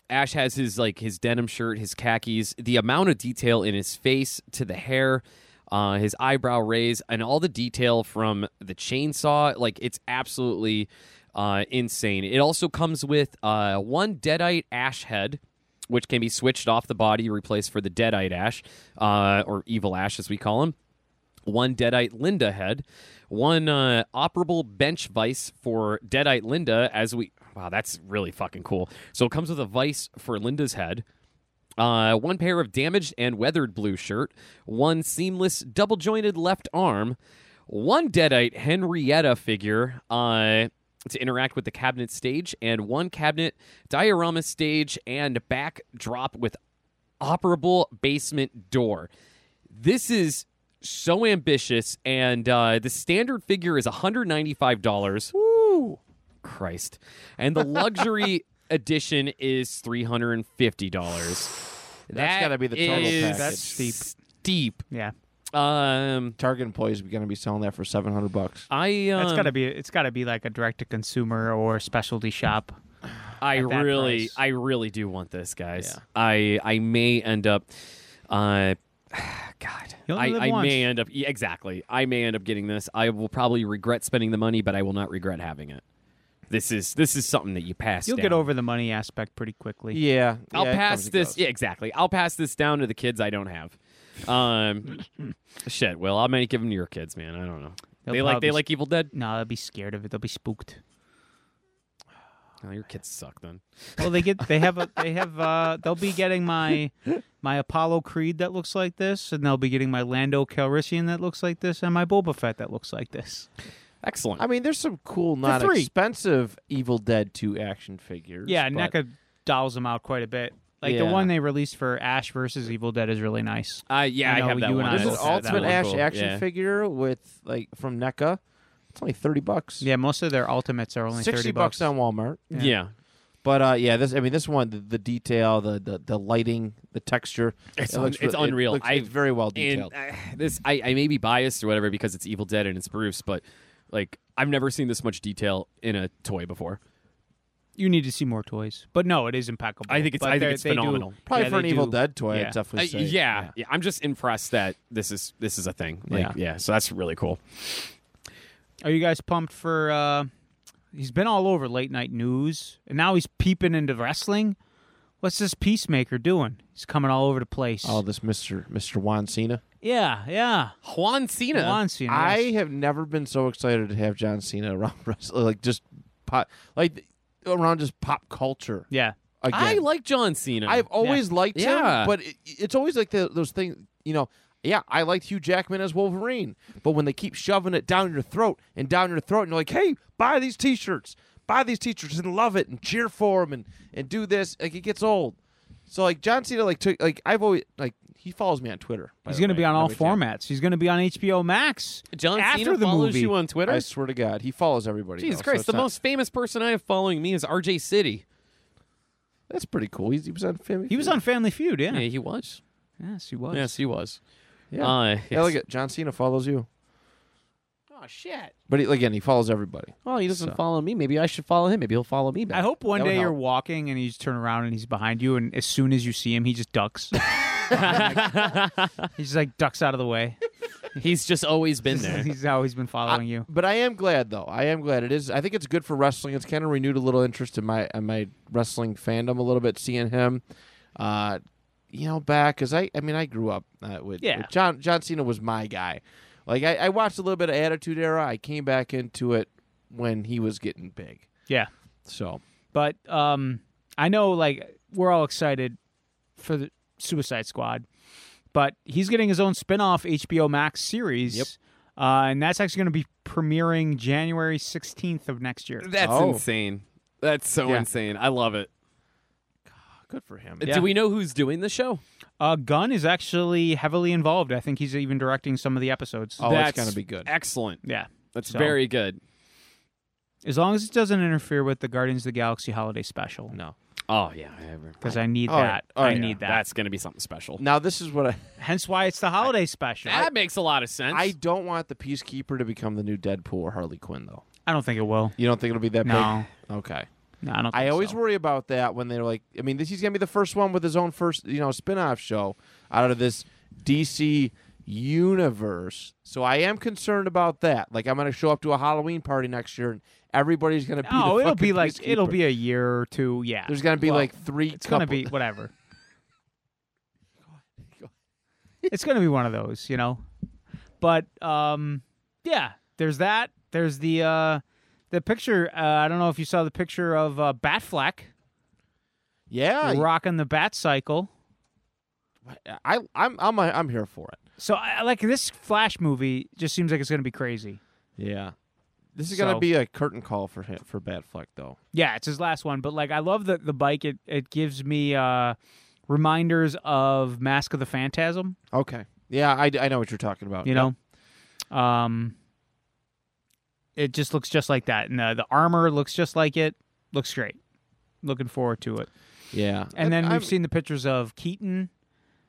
[SPEAKER 3] Ash has his like his denim shirt, his khakis, the amount of detail in his face to the hair, uh his eyebrow raise and all the detail from the chainsaw, like it's absolutely uh insane. It also comes with uh one deadite ash head which can be switched off the body, replaced for the Deadite Ash, uh, or Evil Ash as we call him one Deadite Linda head, one uh, operable bench vice for Deadite Linda. As we wow, that's really fucking cool. So it comes with a vice for Linda's head. Uh, one pair of damaged and weathered blue shirt, one seamless double jointed left arm, one deadite Henrietta figure uh, to interact with the cabinet stage, and one cabinet diorama stage and backdrop with operable basement door. This is so ambitious, and uh, the standard figure is $195. Woo! Christ. And the luxury edition is $350. That
[SPEAKER 1] gotta be the total
[SPEAKER 3] is
[SPEAKER 1] package.
[SPEAKER 2] That's steep.
[SPEAKER 3] Steep.
[SPEAKER 2] Yeah,
[SPEAKER 3] Um,
[SPEAKER 1] Target employees are going to be selling that for seven hundred bucks.
[SPEAKER 3] I um,
[SPEAKER 2] that's gotta be it's gotta be like a direct to consumer or specialty shop.
[SPEAKER 3] I
[SPEAKER 2] at that
[SPEAKER 3] really,
[SPEAKER 2] price.
[SPEAKER 3] I really do want this, guys. I I may end up. Uh, God,
[SPEAKER 2] You only
[SPEAKER 3] I,
[SPEAKER 2] live
[SPEAKER 3] I
[SPEAKER 2] once.
[SPEAKER 3] may end up yeah, exactly. I may end up getting this. I will probably regret spending the money, but I will not regret having it. This is this is something that you pass.
[SPEAKER 2] You'll get
[SPEAKER 3] down.
[SPEAKER 2] over the money aspect pretty quickly.
[SPEAKER 1] Yeah,
[SPEAKER 3] I'll
[SPEAKER 1] yeah, it comes
[SPEAKER 3] pass
[SPEAKER 1] and
[SPEAKER 3] this.
[SPEAKER 1] goes.
[SPEAKER 3] Yeah, exactly. I'll pass this down to the kids I don't have. Um, shit. Well, I might give them to your kids, man. I don't know.
[SPEAKER 2] They'll
[SPEAKER 3] they like they
[SPEAKER 2] probably-
[SPEAKER 3] like Evil Dead.
[SPEAKER 2] No, they'll be scared of it. They'll be spooked.
[SPEAKER 3] Oh, your kids suck then.
[SPEAKER 2] Well, they get they have a they have uh they'll be getting my my Apollo Creed that looks like this, and they'll be getting my Lando Calrissian that looks like this, and my Boba Fett that looks like this.
[SPEAKER 3] Excellent.
[SPEAKER 1] I mean, there's some cool, not
[SPEAKER 2] free.
[SPEAKER 1] expensive Evil Dead 2 action figures.
[SPEAKER 2] Yeah,
[SPEAKER 1] but-
[SPEAKER 2] NECA dolls them out quite a bit. Like
[SPEAKER 1] Yeah.
[SPEAKER 2] the one they released for Ash versus Evil Dead is really nice.
[SPEAKER 3] I Uh, yeah,
[SPEAKER 2] I
[SPEAKER 3] I,
[SPEAKER 2] know
[SPEAKER 3] have that
[SPEAKER 2] you and
[SPEAKER 3] one.
[SPEAKER 2] I
[SPEAKER 1] There's an
[SPEAKER 2] both had that
[SPEAKER 1] Ultimate
[SPEAKER 2] one.
[SPEAKER 1] Ash action
[SPEAKER 3] Yeah.
[SPEAKER 1] figure with like from NECA. It's only thirty bucks.
[SPEAKER 2] Yeah, most of their ultimates are only
[SPEAKER 1] sixty
[SPEAKER 2] thirty
[SPEAKER 1] bucks on Walmart.
[SPEAKER 3] Yeah.
[SPEAKER 1] But uh, yeah, this I mean, this one, the, the detail, the, the the lighting, the texture,
[SPEAKER 3] It's
[SPEAKER 1] it
[SPEAKER 3] un-
[SPEAKER 1] looks
[SPEAKER 3] it's
[SPEAKER 1] re- it
[SPEAKER 3] unreal.
[SPEAKER 1] looks-
[SPEAKER 3] I-
[SPEAKER 1] it's very well
[SPEAKER 3] And
[SPEAKER 1] detailed.
[SPEAKER 3] uh, this I, I may be biased or whatever because it's Evil Dead and it's Bruce, but like I've never seen this much detail in a toy before.
[SPEAKER 2] You need to see more toys, but no, it is impeccable.
[SPEAKER 3] I think it's-
[SPEAKER 2] But
[SPEAKER 3] I think
[SPEAKER 2] they're-
[SPEAKER 3] it's
[SPEAKER 2] they do-
[SPEAKER 3] phenomenal.
[SPEAKER 1] Probably
[SPEAKER 2] yeah,
[SPEAKER 1] for an
[SPEAKER 2] they
[SPEAKER 1] Evil
[SPEAKER 2] do-
[SPEAKER 1] Dead toy,
[SPEAKER 2] yeah.
[SPEAKER 1] I'd definitely
[SPEAKER 3] Uh,
[SPEAKER 1] say.
[SPEAKER 3] yeah, yeah, I'm just impressed that this is this is a thing. Like,
[SPEAKER 2] Yeah.
[SPEAKER 3] yeah, So that's really cool.
[SPEAKER 2] Are you guys pumped for? uh He's been all over late night news, and now he's peeping into wrestling. What's this peacemaker doing? He's coming all over the place.
[SPEAKER 1] Oh, this Mister Mister Juan Cena.
[SPEAKER 2] yeah, yeah.
[SPEAKER 3] Juan Cena.
[SPEAKER 2] Juan Cena,
[SPEAKER 1] I
[SPEAKER 2] yes.
[SPEAKER 1] have never been so excited to have John Cena around wrestling, like just pop, like around just pop culture
[SPEAKER 2] yeah.
[SPEAKER 1] again.
[SPEAKER 3] I like John Cena.
[SPEAKER 1] I've always liked
[SPEAKER 3] Yeah.
[SPEAKER 1] him, but it, it's always like the, those things, you know. Yeah, I liked Hugh Jackman as Wolverine, but when they keep shoving it down your throat and down your throat, and you're like, "Hey, buy these T-shirts, buy these T-shirts, and love it, and cheer for him, and and do this," like it gets old. So like John Cena, like took like I've always like he follows me on Twitter. by
[SPEAKER 2] He's
[SPEAKER 1] the
[SPEAKER 2] going to
[SPEAKER 1] way.
[SPEAKER 2] be on all
[SPEAKER 1] Nobody can.
[SPEAKER 2] formats. He's going to be on HBO Max.
[SPEAKER 3] John
[SPEAKER 2] after
[SPEAKER 3] Cena
[SPEAKER 2] the
[SPEAKER 3] follows
[SPEAKER 2] movie.
[SPEAKER 3] you on Twitter.
[SPEAKER 1] I swear to God, he follows everybody. though,
[SPEAKER 3] Jesus
[SPEAKER 1] so
[SPEAKER 3] Christ,
[SPEAKER 1] it's
[SPEAKER 3] the
[SPEAKER 1] not-
[SPEAKER 3] most famous person I have following me is RJ City.
[SPEAKER 1] That's pretty cool. He's, he was on Family.
[SPEAKER 2] He was
[SPEAKER 1] Feud.
[SPEAKER 2] on Family Feud. Yeah.
[SPEAKER 3] he was.
[SPEAKER 2] Yes, he was.
[SPEAKER 3] Yes, he was.
[SPEAKER 1] Yeah.
[SPEAKER 3] Uh,
[SPEAKER 1] yeah, look at John Cena follows you,
[SPEAKER 3] oh shit.
[SPEAKER 1] but he, again, he follows everybody.
[SPEAKER 3] Well, he doesn't
[SPEAKER 1] So-
[SPEAKER 3] follow me. Maybe I should follow him. Maybe he'll follow me back.
[SPEAKER 2] I hope one
[SPEAKER 1] That would
[SPEAKER 2] day you're
[SPEAKER 1] help.
[SPEAKER 2] walking and you just turn around and he's behind you, and as soon as you see him, he just ducks. he just like ducks out of the way.
[SPEAKER 3] He's just always been there.
[SPEAKER 2] he's always been following you.
[SPEAKER 1] But I am glad though. I am glad it is. I think it's good for wrestling. It's kind of renewed a little interest in my in my wrestling fandom a little bit. Seeing him, uh, you know, back because I I mean I grew up uh, with,
[SPEAKER 2] Yeah.
[SPEAKER 1] with John John Cena was my guy. Like I, I watched a little bit of Attitude Era. I came back into it when he was getting big.
[SPEAKER 2] Yeah.
[SPEAKER 1] So
[SPEAKER 2] But um, I know like we're all excited for the Suicide Squad, but he's getting his own spin-off HBO Max series.
[SPEAKER 1] Yep.
[SPEAKER 2] Uh, and that's actually going to be premiering January 16th of next year.
[SPEAKER 3] That's
[SPEAKER 1] Oh.
[SPEAKER 3] insane. That's so
[SPEAKER 1] Yeah.
[SPEAKER 3] insane. I love it.
[SPEAKER 1] good for him.
[SPEAKER 2] Yeah.
[SPEAKER 3] Uh, Do we know who's doing the show?
[SPEAKER 2] Uh, Gunn is actually heavily involved. I think he's even directing some of the episodes.
[SPEAKER 1] Oh,
[SPEAKER 3] That's
[SPEAKER 1] it's gonna be good.
[SPEAKER 3] Excellent.
[SPEAKER 2] Yeah.
[SPEAKER 3] That's
[SPEAKER 2] So-
[SPEAKER 3] very good.
[SPEAKER 2] As long as it doesn't interfere with the Guardians of the Galaxy holiday special.
[SPEAKER 1] No.
[SPEAKER 3] Oh yeah, I ever.
[SPEAKER 2] Because I need
[SPEAKER 1] Oh,
[SPEAKER 2] that.
[SPEAKER 1] yeah. Oh,
[SPEAKER 2] I
[SPEAKER 1] yeah.
[SPEAKER 2] need that.
[SPEAKER 3] That's gonna be something special.
[SPEAKER 1] Now this is what I
[SPEAKER 2] Hence why it's the holiday special.
[SPEAKER 3] That makes a lot of sense.
[SPEAKER 1] I don't want the Peacekeeper to become the new Deadpool or Harley Quinn though.
[SPEAKER 2] I don't think it will.
[SPEAKER 1] You don't think it'll be that
[SPEAKER 2] No.
[SPEAKER 1] big? Okay.
[SPEAKER 2] No, I don't.
[SPEAKER 1] I
[SPEAKER 2] think
[SPEAKER 1] always
[SPEAKER 2] so.
[SPEAKER 1] worry about that when they're like, I mean, this, he's gonna be the first one with his own first, you know, spin-off show out of this DC universe. So I am concerned about that. Like, I'm gonna show up to a Halloween party next year, and everybody's gonna be.
[SPEAKER 2] Oh,
[SPEAKER 1] the
[SPEAKER 2] it'll
[SPEAKER 1] fucking
[SPEAKER 2] be like it'll
[SPEAKER 1] Peacekeeper.
[SPEAKER 2] be a year or two. Yeah,
[SPEAKER 1] There's gonna be
[SPEAKER 2] Well,
[SPEAKER 1] like three.
[SPEAKER 2] it's gonna
[SPEAKER 1] couple-
[SPEAKER 2] be whatever. it's gonna be one of those, you know. But um, yeah, there's that. There's the uh, the picture. Uh, I don't know if you saw the picture of uh, Batfleck
[SPEAKER 1] Yeah,
[SPEAKER 2] rocking the bat cycle.
[SPEAKER 1] I, I'm, I'm, I'm here for it.
[SPEAKER 2] So I, like this Flash movie just seems like it's gonna be crazy.
[SPEAKER 1] Yeah. This is gonna
[SPEAKER 2] So-
[SPEAKER 1] be a curtain call for him for Batfleck though.
[SPEAKER 2] Yeah, it's his last one, but like I love the the bike. It it gives me uh reminders of Mask of the Phantasm.
[SPEAKER 1] Okay. Yeah, I, I know what you're talking about.
[SPEAKER 2] you
[SPEAKER 1] Uh, Yep.
[SPEAKER 2] know um it just looks just like that and uh, the, the armor looks just like it looks great looking forward to it
[SPEAKER 1] Yeah.
[SPEAKER 2] and then
[SPEAKER 1] I'm-
[SPEAKER 2] we've seen the pictures of keaton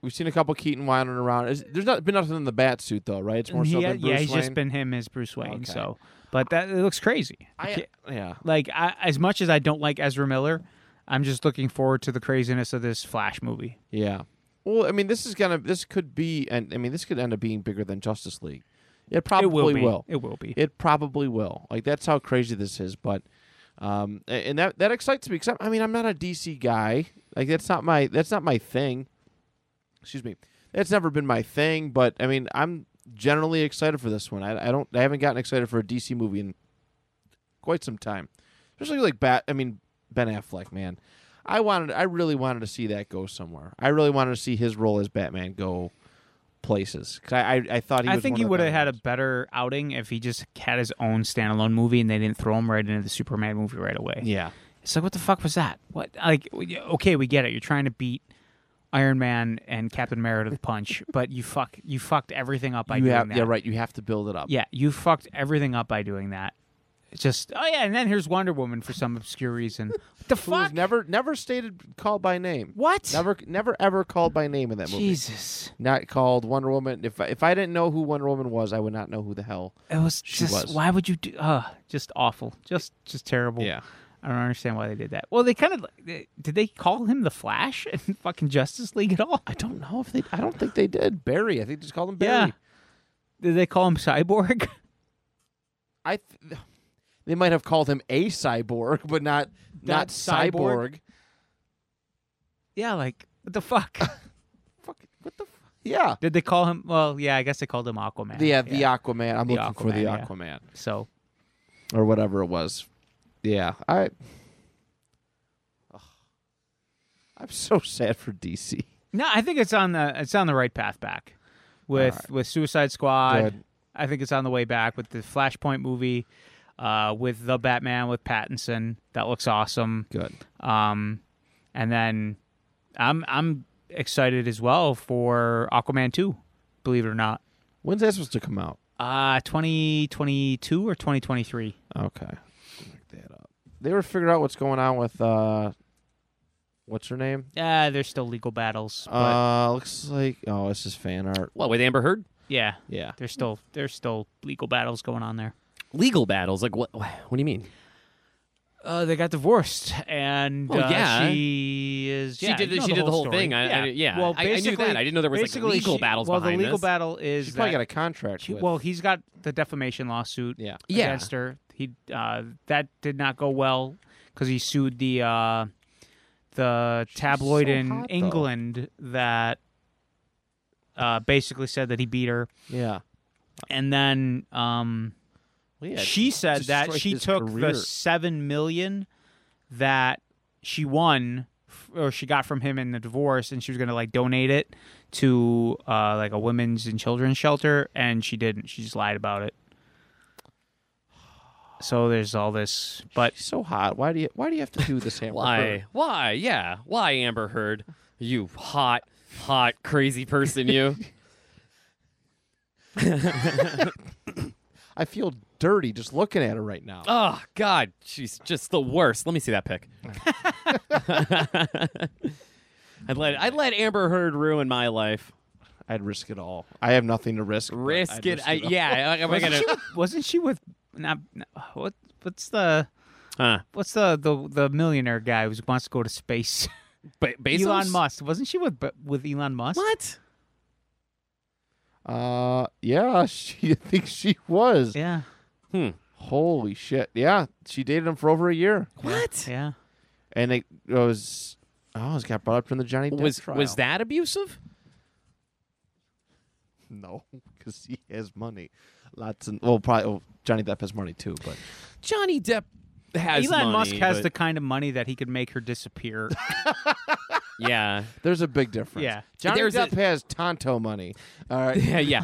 [SPEAKER 1] We've seen a couple Keaton wandering around. Is, there's not been nothing in the bat suit though, right? It's more
[SPEAKER 2] He-
[SPEAKER 1] so
[SPEAKER 2] yeah,
[SPEAKER 1] than Bruce
[SPEAKER 2] he's
[SPEAKER 1] Wayne.
[SPEAKER 2] just been him as bruce wayne
[SPEAKER 1] Okay.
[SPEAKER 2] so but that it looks crazy
[SPEAKER 1] I-
[SPEAKER 2] can't-
[SPEAKER 1] yeah.
[SPEAKER 2] like I, as much as i don't like ezra miller i'm just looking forward to the craziness of this flash movie
[SPEAKER 1] Yeah. Well, I mean, this is gonna. This could be, and I mean, this could end up being bigger than Justice League. It probably
[SPEAKER 2] it will be.
[SPEAKER 1] will.
[SPEAKER 2] It will be.
[SPEAKER 1] It probably will. Like that's how crazy this is. But um, a- and that that excites me because I mean I'm not a DC guy. Like that's not my that's not my thing. Excuse me. That's never been my thing. But I mean I'm generally excited for this one. I, I don't I haven't gotten excited for a DC movie in quite some time. Especially like Bat. I mean Ben Affleck, man. I wanted I really wanted to see that go somewhere. I really wanted to see his role as Batman go places. 'Cause I, I I thought he.
[SPEAKER 2] I
[SPEAKER 1] was
[SPEAKER 2] think
[SPEAKER 1] one
[SPEAKER 2] he
[SPEAKER 1] of the
[SPEAKER 2] would have
[SPEAKER 1] better
[SPEAKER 2] had a
[SPEAKER 1] ones.
[SPEAKER 2] better outing if he just had his own standalone movie and they didn't throw him right into the Superman movie right away.
[SPEAKER 1] Yeah.
[SPEAKER 2] It's like, what the fuck was that? What? Like, okay, we get it. You're trying to beat Iron Man and Captain America to the punch, but you fuck, you fucked everything up by
[SPEAKER 1] you
[SPEAKER 2] doing
[SPEAKER 1] have,
[SPEAKER 2] that.
[SPEAKER 1] Yeah, right. You have to build it up.
[SPEAKER 2] Yeah, you fucked everything up by doing that. It's just, oh yeah, and then here's Wonder Woman for some obscure reason. What the
[SPEAKER 1] Who was
[SPEAKER 2] fuck?
[SPEAKER 1] never never stated called by name.
[SPEAKER 2] What?
[SPEAKER 1] Never never ever called by name in that movie.
[SPEAKER 2] Jesus,
[SPEAKER 1] Not called Wonder Woman. If I, if I didn't know who Wonder Woman was, I would not know who the hell.
[SPEAKER 2] it was
[SPEAKER 1] She
[SPEAKER 2] just.
[SPEAKER 1] was.
[SPEAKER 2] Why would you do? Uh, just awful. Just, just terrible. I don't understand why they did that. Well, they kind of did. They call him the Flash in fucking Justice League at all?
[SPEAKER 1] I don't know if they. I don't think they did Barry. I think they just called him Barry.
[SPEAKER 2] Did they call him Cyborg?
[SPEAKER 1] I. Th- they might have called him a cyborg, but not not,
[SPEAKER 2] Not cyborg.
[SPEAKER 1] cyborg.
[SPEAKER 2] yeah, like what the fuck?
[SPEAKER 1] Fuck. What the? F- yeah.
[SPEAKER 2] did they call him? Well, yeah, I guess they called him Aquaman.
[SPEAKER 1] The yeah, the Aquaman. I'm
[SPEAKER 2] The
[SPEAKER 1] looking for the
[SPEAKER 2] Aquaman, yeah.
[SPEAKER 1] Aquaman
[SPEAKER 2] so
[SPEAKER 1] or whatever it was. Yeah. I. Ugh. I'm so sad for DC.
[SPEAKER 2] no, I think it's on the it's on the right path back with
[SPEAKER 1] All right.
[SPEAKER 2] with Suicide Squad.
[SPEAKER 1] Good.
[SPEAKER 2] I think it's on the way back with the Flashpoint movie, uh, with the Batman with Pattinson. That looks awesome.
[SPEAKER 1] Good.
[SPEAKER 2] Um, and then I'm I'm excited as well for Aquaman two. Believe it or not,
[SPEAKER 1] When's that supposed to come out?
[SPEAKER 2] uh, twenty twenty two or twenty twenty three.
[SPEAKER 1] Okay. Look that up. They were figuring out what's going on with uh what's her name?
[SPEAKER 3] Uh,
[SPEAKER 2] Yeah, there's still legal battles, but
[SPEAKER 1] uh looks like oh, this is fan art.
[SPEAKER 3] What with Amber Heard?
[SPEAKER 2] yeah,
[SPEAKER 1] Yeah.
[SPEAKER 2] there's still there's still legal battles going on there.
[SPEAKER 3] Legal battles? Like what? What do you mean?
[SPEAKER 2] Uh, they got divorced, and
[SPEAKER 3] Well,
[SPEAKER 2] uh,
[SPEAKER 3] Oh, yeah.
[SPEAKER 2] she is.
[SPEAKER 3] She
[SPEAKER 2] yeah,
[SPEAKER 3] did.
[SPEAKER 2] you know
[SPEAKER 3] she
[SPEAKER 2] the
[SPEAKER 3] did the whole
[SPEAKER 2] story.
[SPEAKER 3] thing. I, I, yeah.
[SPEAKER 2] Well,
[SPEAKER 3] I, I knew
[SPEAKER 2] basically-
[SPEAKER 3] that. I didn't know there was like
[SPEAKER 2] basically
[SPEAKER 3] legal
[SPEAKER 2] she-
[SPEAKER 3] battles
[SPEAKER 2] Well,
[SPEAKER 3] behind
[SPEAKER 2] the legal
[SPEAKER 3] this.
[SPEAKER 2] battle is
[SPEAKER 1] She's probably
[SPEAKER 2] that
[SPEAKER 1] got a contract
[SPEAKER 2] she-
[SPEAKER 1] with
[SPEAKER 2] well, he's got the defamation lawsuit.
[SPEAKER 1] Yeah.
[SPEAKER 3] Yeah.
[SPEAKER 2] against her. He uh, that did not go well because he sued the uh, the tabloid
[SPEAKER 1] so
[SPEAKER 2] in
[SPEAKER 1] hot, though.
[SPEAKER 2] England that uh, basically said that he beat her,
[SPEAKER 1] Yeah.
[SPEAKER 2] and then um,
[SPEAKER 1] Well, yeah,
[SPEAKER 2] she said that
[SPEAKER 1] destroyed
[SPEAKER 2] she
[SPEAKER 1] his
[SPEAKER 2] took
[SPEAKER 1] career.
[SPEAKER 2] the seven million that she won f- or she got from him in the divorce and she was going to like donate it to uh like a women's and children's shelter and she didn't she just lied about it so there's all this but
[SPEAKER 1] She's so hot. Why do you why do you have to do this Amber Heard?
[SPEAKER 3] Why? Why? Yeah. Why Amber Heard? You hot, hot, crazy person. You.
[SPEAKER 1] I feel dirty just looking at her right now.
[SPEAKER 3] oh God, she's just the worst. Let me see that pic. I'd let I'd let Amber Heard ruin my life.
[SPEAKER 1] I'd risk it all. I have nothing to risk. but
[SPEAKER 3] Risk
[SPEAKER 1] I'd
[SPEAKER 3] it. I,
[SPEAKER 1] all.
[SPEAKER 3] yeah. Am I
[SPEAKER 2] wasn't
[SPEAKER 3] gonna?
[SPEAKER 2] she with, wasn't she with not, not- what what's the
[SPEAKER 3] Huh.
[SPEAKER 2] what's the, the the millionaire guy who wants to go to space
[SPEAKER 3] Ba- Bezos?
[SPEAKER 2] Elon Musk wasn't she with with Elon Musk
[SPEAKER 3] What?
[SPEAKER 1] Uh yeah, she I think she was.
[SPEAKER 2] yeah
[SPEAKER 3] Hmm.
[SPEAKER 1] Holy shit. Yeah, she dated him for over a year.
[SPEAKER 3] What?
[SPEAKER 2] yeah
[SPEAKER 1] and it was oh, it got brought up during the Johnny Depp
[SPEAKER 3] Was
[SPEAKER 1] trial.
[SPEAKER 3] was that abusive?
[SPEAKER 1] no? Because he has money, lots and well, probably well, Johnny Depp has money too, but
[SPEAKER 3] Johnny Depp has
[SPEAKER 2] Elon
[SPEAKER 3] money,
[SPEAKER 2] Musk has the
[SPEAKER 3] but-
[SPEAKER 2] kind of money that he could make her disappear.
[SPEAKER 3] yeah
[SPEAKER 1] there's a big difference.
[SPEAKER 2] Yeah.
[SPEAKER 1] Johnny
[SPEAKER 3] There's a-
[SPEAKER 1] Depp has Tonto money. All right,
[SPEAKER 3] yeah yeah.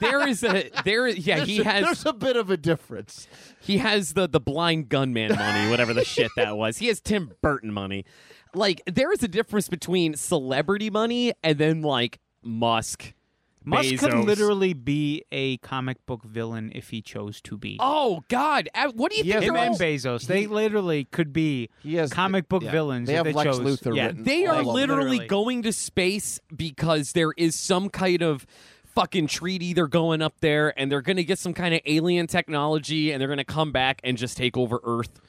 [SPEAKER 3] there is a there is yeah
[SPEAKER 1] there's
[SPEAKER 3] he
[SPEAKER 1] a,
[SPEAKER 3] has
[SPEAKER 1] there's a bit of a difference.
[SPEAKER 3] he has the the blind gunman money whatever the shit that was he has Tim Burton money like there is a difference between celebrity money and then like Musk
[SPEAKER 2] Musk could
[SPEAKER 3] Bezos.
[SPEAKER 2] literally be a comic book villain if he chose to be.
[SPEAKER 3] oh God Uh, what do you
[SPEAKER 1] He
[SPEAKER 3] think
[SPEAKER 1] has
[SPEAKER 2] Him
[SPEAKER 3] they're
[SPEAKER 1] no-
[SPEAKER 2] and
[SPEAKER 3] all-
[SPEAKER 2] Bezos, they literally could be
[SPEAKER 1] He has
[SPEAKER 2] comic book
[SPEAKER 1] yeah.
[SPEAKER 2] villains.
[SPEAKER 1] They have
[SPEAKER 2] if they
[SPEAKER 1] Lex
[SPEAKER 2] chose.
[SPEAKER 1] Luthor
[SPEAKER 2] yeah.
[SPEAKER 1] written.
[SPEAKER 3] They
[SPEAKER 1] all
[SPEAKER 3] are
[SPEAKER 1] over.
[SPEAKER 3] literally,
[SPEAKER 2] Literally.
[SPEAKER 3] going to space because there is some kind of fucking treaty they're going up there and they're going to get some kind of alien technology and they're going to come back and just take over Earth.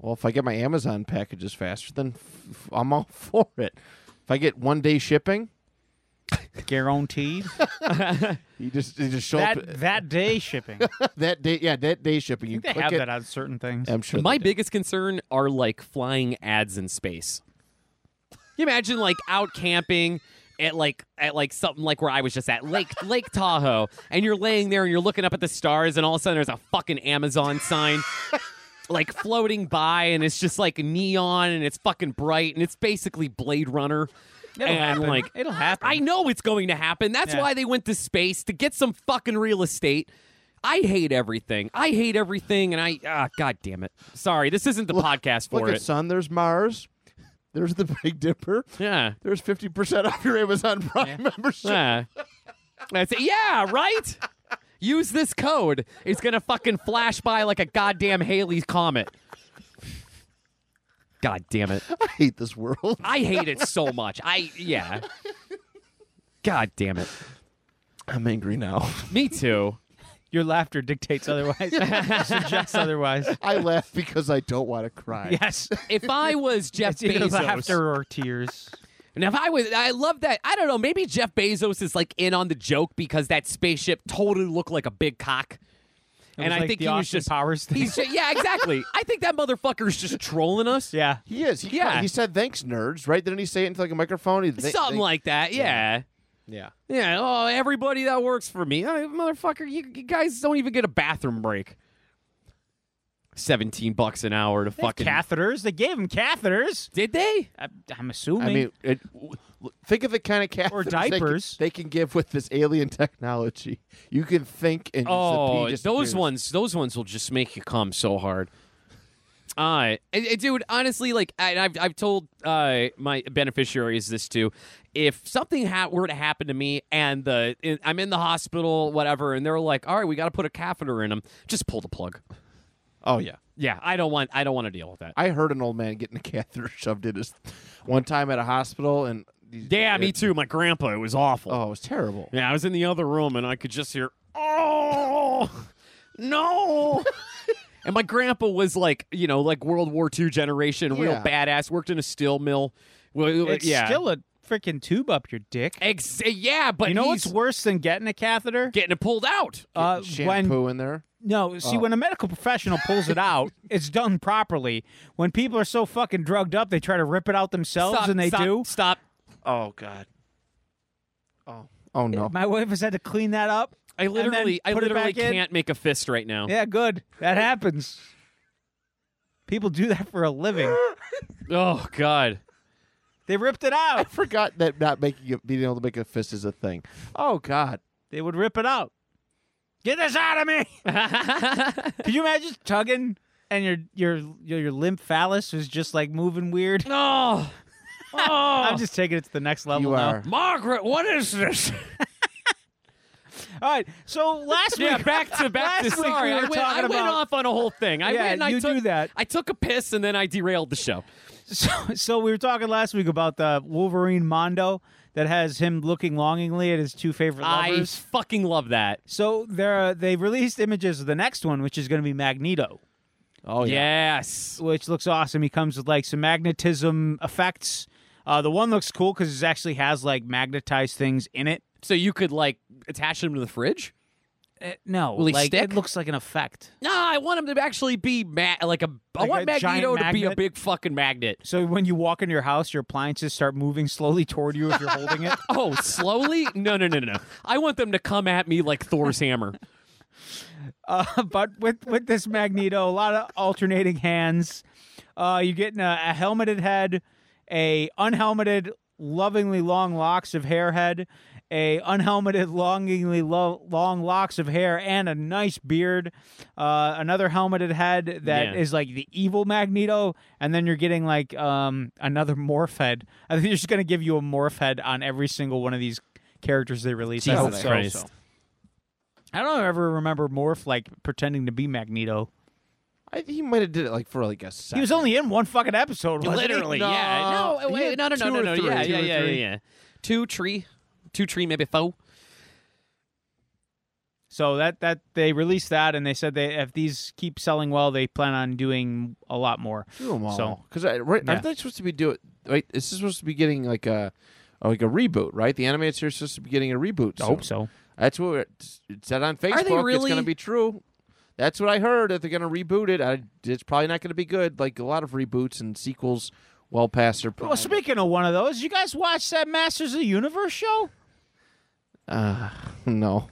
[SPEAKER 1] Well, if I get my Amazon packages faster, then f- f- I'm all for it. If I get one day shipping,
[SPEAKER 2] Guaranteed.
[SPEAKER 1] you just you just show up
[SPEAKER 2] that that day shipping. I
[SPEAKER 1] that day. Yeah, that day shipping. You
[SPEAKER 2] think they
[SPEAKER 1] click
[SPEAKER 2] have
[SPEAKER 1] it.
[SPEAKER 2] that on certain things.
[SPEAKER 1] I'm sure.
[SPEAKER 3] My
[SPEAKER 1] they do.
[SPEAKER 3] biggest concern are like flying ads in space. You imagine like out camping at like at like something like where I was just at Lake Lake Tahoe, and you're laying there and you're looking up at the stars, and all of a sudden there's a fucking Amazon sign. Like floating by, and it's just like neon, and it's fucking bright, and it's basically Blade Runner. and
[SPEAKER 2] happen.
[SPEAKER 3] like,
[SPEAKER 2] It'll happen.
[SPEAKER 3] I know it's going to happen. That's
[SPEAKER 2] Yeah.
[SPEAKER 3] why they went to space to get some fucking real estate. I hate everything. I hate everything, and I ah, god damn it. Sorry, this isn't the podcast for
[SPEAKER 1] Look at
[SPEAKER 3] it.
[SPEAKER 1] sun. There's Mars. There's the Big Dipper.
[SPEAKER 3] Yeah,
[SPEAKER 1] There's fifty percent off your Amazon Prime membership.
[SPEAKER 3] yeah. I say, yeah, right. Use this code. It's gonna fucking flash by like a goddamn Haley's comet. God damn it.
[SPEAKER 1] I hate this world.
[SPEAKER 3] I hate it so much. I yeah. God damn it.
[SPEAKER 1] I'm angry now.
[SPEAKER 3] Me too.
[SPEAKER 2] Your laughter dictates otherwise. suggests otherwise.
[SPEAKER 1] I laugh because I don't want to cry.
[SPEAKER 2] Yes.
[SPEAKER 3] If I was Jeff
[SPEAKER 2] It's either
[SPEAKER 3] Bezos,
[SPEAKER 2] laughter or tears.
[SPEAKER 3] And if I was, I love that. I don't know. Maybe Jeff Bezos is like in on the joke because that spaceship totally looked like a big cock.
[SPEAKER 2] It
[SPEAKER 3] and
[SPEAKER 2] was
[SPEAKER 3] I
[SPEAKER 2] like
[SPEAKER 3] think
[SPEAKER 2] the
[SPEAKER 3] he was
[SPEAKER 2] Austin
[SPEAKER 3] just
[SPEAKER 2] Powers thing.
[SPEAKER 3] He's ju- yeah, exactly. I think that motherfucker's just trolling us.
[SPEAKER 2] yeah.
[SPEAKER 1] He is. He
[SPEAKER 3] Yeah.
[SPEAKER 1] He said thanks, nerds. Right? Didn't he say it into like a microphone? He, th-
[SPEAKER 3] something
[SPEAKER 1] thank-
[SPEAKER 3] like that. Yeah.
[SPEAKER 1] Yeah.
[SPEAKER 3] yeah, Oh, everybody that works for me, oh, motherfucker, you, you guys don't even get a bathroom break. Seventeen bucks an hour to
[SPEAKER 2] They have
[SPEAKER 3] fucking.
[SPEAKER 2] catheters. They gave him catheters.
[SPEAKER 3] Did they?
[SPEAKER 2] I, I'm assuming.
[SPEAKER 1] I mean, it, w- think of the kind of catheters
[SPEAKER 2] Or
[SPEAKER 1] they can-
[SPEAKER 2] diapers.
[SPEAKER 1] they can, give with this alien technology. You can think and
[SPEAKER 3] Oh,
[SPEAKER 1] just the pee
[SPEAKER 3] those
[SPEAKER 1] disappears.
[SPEAKER 3] ones, those ones will just make you come so hard. Uh, and- and dude, honestly, like I, I've I've told uh, my beneficiaries this too. If something ha- were to happen to me and the and I'm in the hospital, whatever, and they're like, "All right, we got to put a catheter in them," just pull the plug.
[SPEAKER 1] Oh yeah.
[SPEAKER 3] Yeah, I don't want I don't want to deal with that.
[SPEAKER 1] I heard an old man getting a catheter shoved in his one time at a hospital, and
[SPEAKER 3] yeah, me
[SPEAKER 1] it-
[SPEAKER 3] too. My grandpa, it was awful.
[SPEAKER 1] Oh, it was terrible.
[SPEAKER 3] Yeah, I was in the other room and I could just hear, oh, no. and my grandpa was like, you know, like World War II generation, real
[SPEAKER 1] Yeah.
[SPEAKER 3] badass, worked in a steel mill. Well, it-
[SPEAKER 2] it's
[SPEAKER 3] yeah.
[SPEAKER 2] still a freaking tube up your dick.
[SPEAKER 3] Ex- yeah, but
[SPEAKER 2] you know
[SPEAKER 3] he's
[SPEAKER 2] what's worse than getting a catheter?
[SPEAKER 3] getting it pulled out.
[SPEAKER 2] uh, when
[SPEAKER 1] Shampoo in there.
[SPEAKER 2] No,
[SPEAKER 3] Oh.
[SPEAKER 2] see, when a medical professional pulls it out, it's done properly. When people are so fucking drugged up, they try to rip it out themselves,
[SPEAKER 3] Stop,
[SPEAKER 2] and they
[SPEAKER 3] stop,
[SPEAKER 2] do.
[SPEAKER 3] Stop.
[SPEAKER 1] Oh God. Oh. Oh no.
[SPEAKER 2] My wife has had to clean that up.
[SPEAKER 3] I
[SPEAKER 2] then
[SPEAKER 3] literally, I
[SPEAKER 2] put it
[SPEAKER 3] literally
[SPEAKER 2] back in.
[SPEAKER 3] can't make a fist right now.
[SPEAKER 2] Yeah, good. That happens. People do that for a living.
[SPEAKER 3] Oh God.
[SPEAKER 2] They ripped it
[SPEAKER 1] I
[SPEAKER 2] out.
[SPEAKER 1] forgot that not making a, being able to make a fist is a thing. Oh God.
[SPEAKER 2] They would rip it out. Get this out of me! Could you imagine tugging and your your your, your limp phallus is just like moving weird?
[SPEAKER 3] no. Oh,
[SPEAKER 2] I'm just taking it to the next level
[SPEAKER 1] You
[SPEAKER 2] now.
[SPEAKER 1] are.
[SPEAKER 3] Margaret, what is this?
[SPEAKER 2] All right. So last
[SPEAKER 3] Yeah,
[SPEAKER 2] week,
[SPEAKER 3] back to back to
[SPEAKER 2] last week
[SPEAKER 3] sorry.
[SPEAKER 2] we
[SPEAKER 3] I
[SPEAKER 2] were
[SPEAKER 3] went, I
[SPEAKER 2] talking
[SPEAKER 3] went
[SPEAKER 2] about.
[SPEAKER 3] off on a whole thing. I
[SPEAKER 2] Yeah,
[SPEAKER 3] went and I
[SPEAKER 2] you
[SPEAKER 3] took,
[SPEAKER 2] do that.
[SPEAKER 3] I took a piss and then I derailed the show.
[SPEAKER 2] So, so we were talking last week about the Wolverine Mondo that has him looking longingly at his two favorite
[SPEAKER 3] I
[SPEAKER 2] lovers.
[SPEAKER 3] fucking love that.
[SPEAKER 2] So there, are, they released images of the next one, which is going to be Magneto,
[SPEAKER 1] Oh
[SPEAKER 3] Yes.
[SPEAKER 2] which looks awesome. He comes with like some magnetism effects. Uh, the one looks cool because it actually has like magnetized things in it.
[SPEAKER 3] So you could like attach him to the fridge?
[SPEAKER 2] Uh, no,
[SPEAKER 3] Will he
[SPEAKER 2] like
[SPEAKER 3] stick?
[SPEAKER 2] it looks like an effect.
[SPEAKER 3] No, I want him to actually be ma- like a. I
[SPEAKER 2] Like
[SPEAKER 3] want
[SPEAKER 2] a giant
[SPEAKER 3] Magneto to be a
[SPEAKER 2] magnet?
[SPEAKER 3] big fucking magnet.
[SPEAKER 2] So when you walk into your house, your appliances start moving slowly toward you if you're holding it.
[SPEAKER 3] Oh, slowly? no, no, no, no, no. I want them to come at me like Thor's hammer.
[SPEAKER 2] Uh, but with with this Magneto, a lot of alternating hands. Uh, you're getting a, a helmeted head, a unhelmeted, lovingly long locks of hair head, a unhelmeted, longingly lo- long locks of hair, and a nice beard. Uh, another helmeted head that is
[SPEAKER 3] Yeah.
[SPEAKER 2] like the evil Magneto, and then you're getting like um, another morph head. I think they're just gonna give you a morph head on every single one of these characters they release. I hope
[SPEAKER 3] Jesus
[SPEAKER 2] so.
[SPEAKER 3] Christ.
[SPEAKER 2] I don't ever remember Morph like pretending to be Magneto.
[SPEAKER 1] I, he might have did it like for like a second.
[SPEAKER 2] He was only in one fucking episode. wasn't he?
[SPEAKER 3] Literally,
[SPEAKER 1] No.
[SPEAKER 3] yeah. No,
[SPEAKER 1] He had
[SPEAKER 3] wait, no, no, no,
[SPEAKER 1] two
[SPEAKER 3] no,
[SPEAKER 1] or
[SPEAKER 3] no.
[SPEAKER 1] three.
[SPEAKER 3] Yeah,
[SPEAKER 1] Two
[SPEAKER 3] yeah,
[SPEAKER 1] or
[SPEAKER 3] yeah, yeah,
[SPEAKER 1] three.
[SPEAKER 3] yeah. Two tree, two tree, maybe four.
[SPEAKER 2] So that that they released that, and they said they if these keep selling well, they plan on doing a lot more.
[SPEAKER 1] do them all.
[SPEAKER 2] So-
[SPEAKER 1] because right,
[SPEAKER 2] Yeah.
[SPEAKER 1] aren't they supposed to be do wait, this is supposed to be getting like a like a reboot, right? The animated series is supposed to be getting a reboot.
[SPEAKER 2] I
[SPEAKER 1] soon.
[SPEAKER 2] hope so.
[SPEAKER 1] That's what it it said on Facebook. It's
[SPEAKER 3] really-
[SPEAKER 1] going to be true. That's what I heard. That they're going to reboot it. I, it's probably not going to be good. Like a lot of reboots and sequels, well past their prime.
[SPEAKER 2] Well, speaking of one of those, you guys watch that Masters of the Universe show?
[SPEAKER 1] uh, no,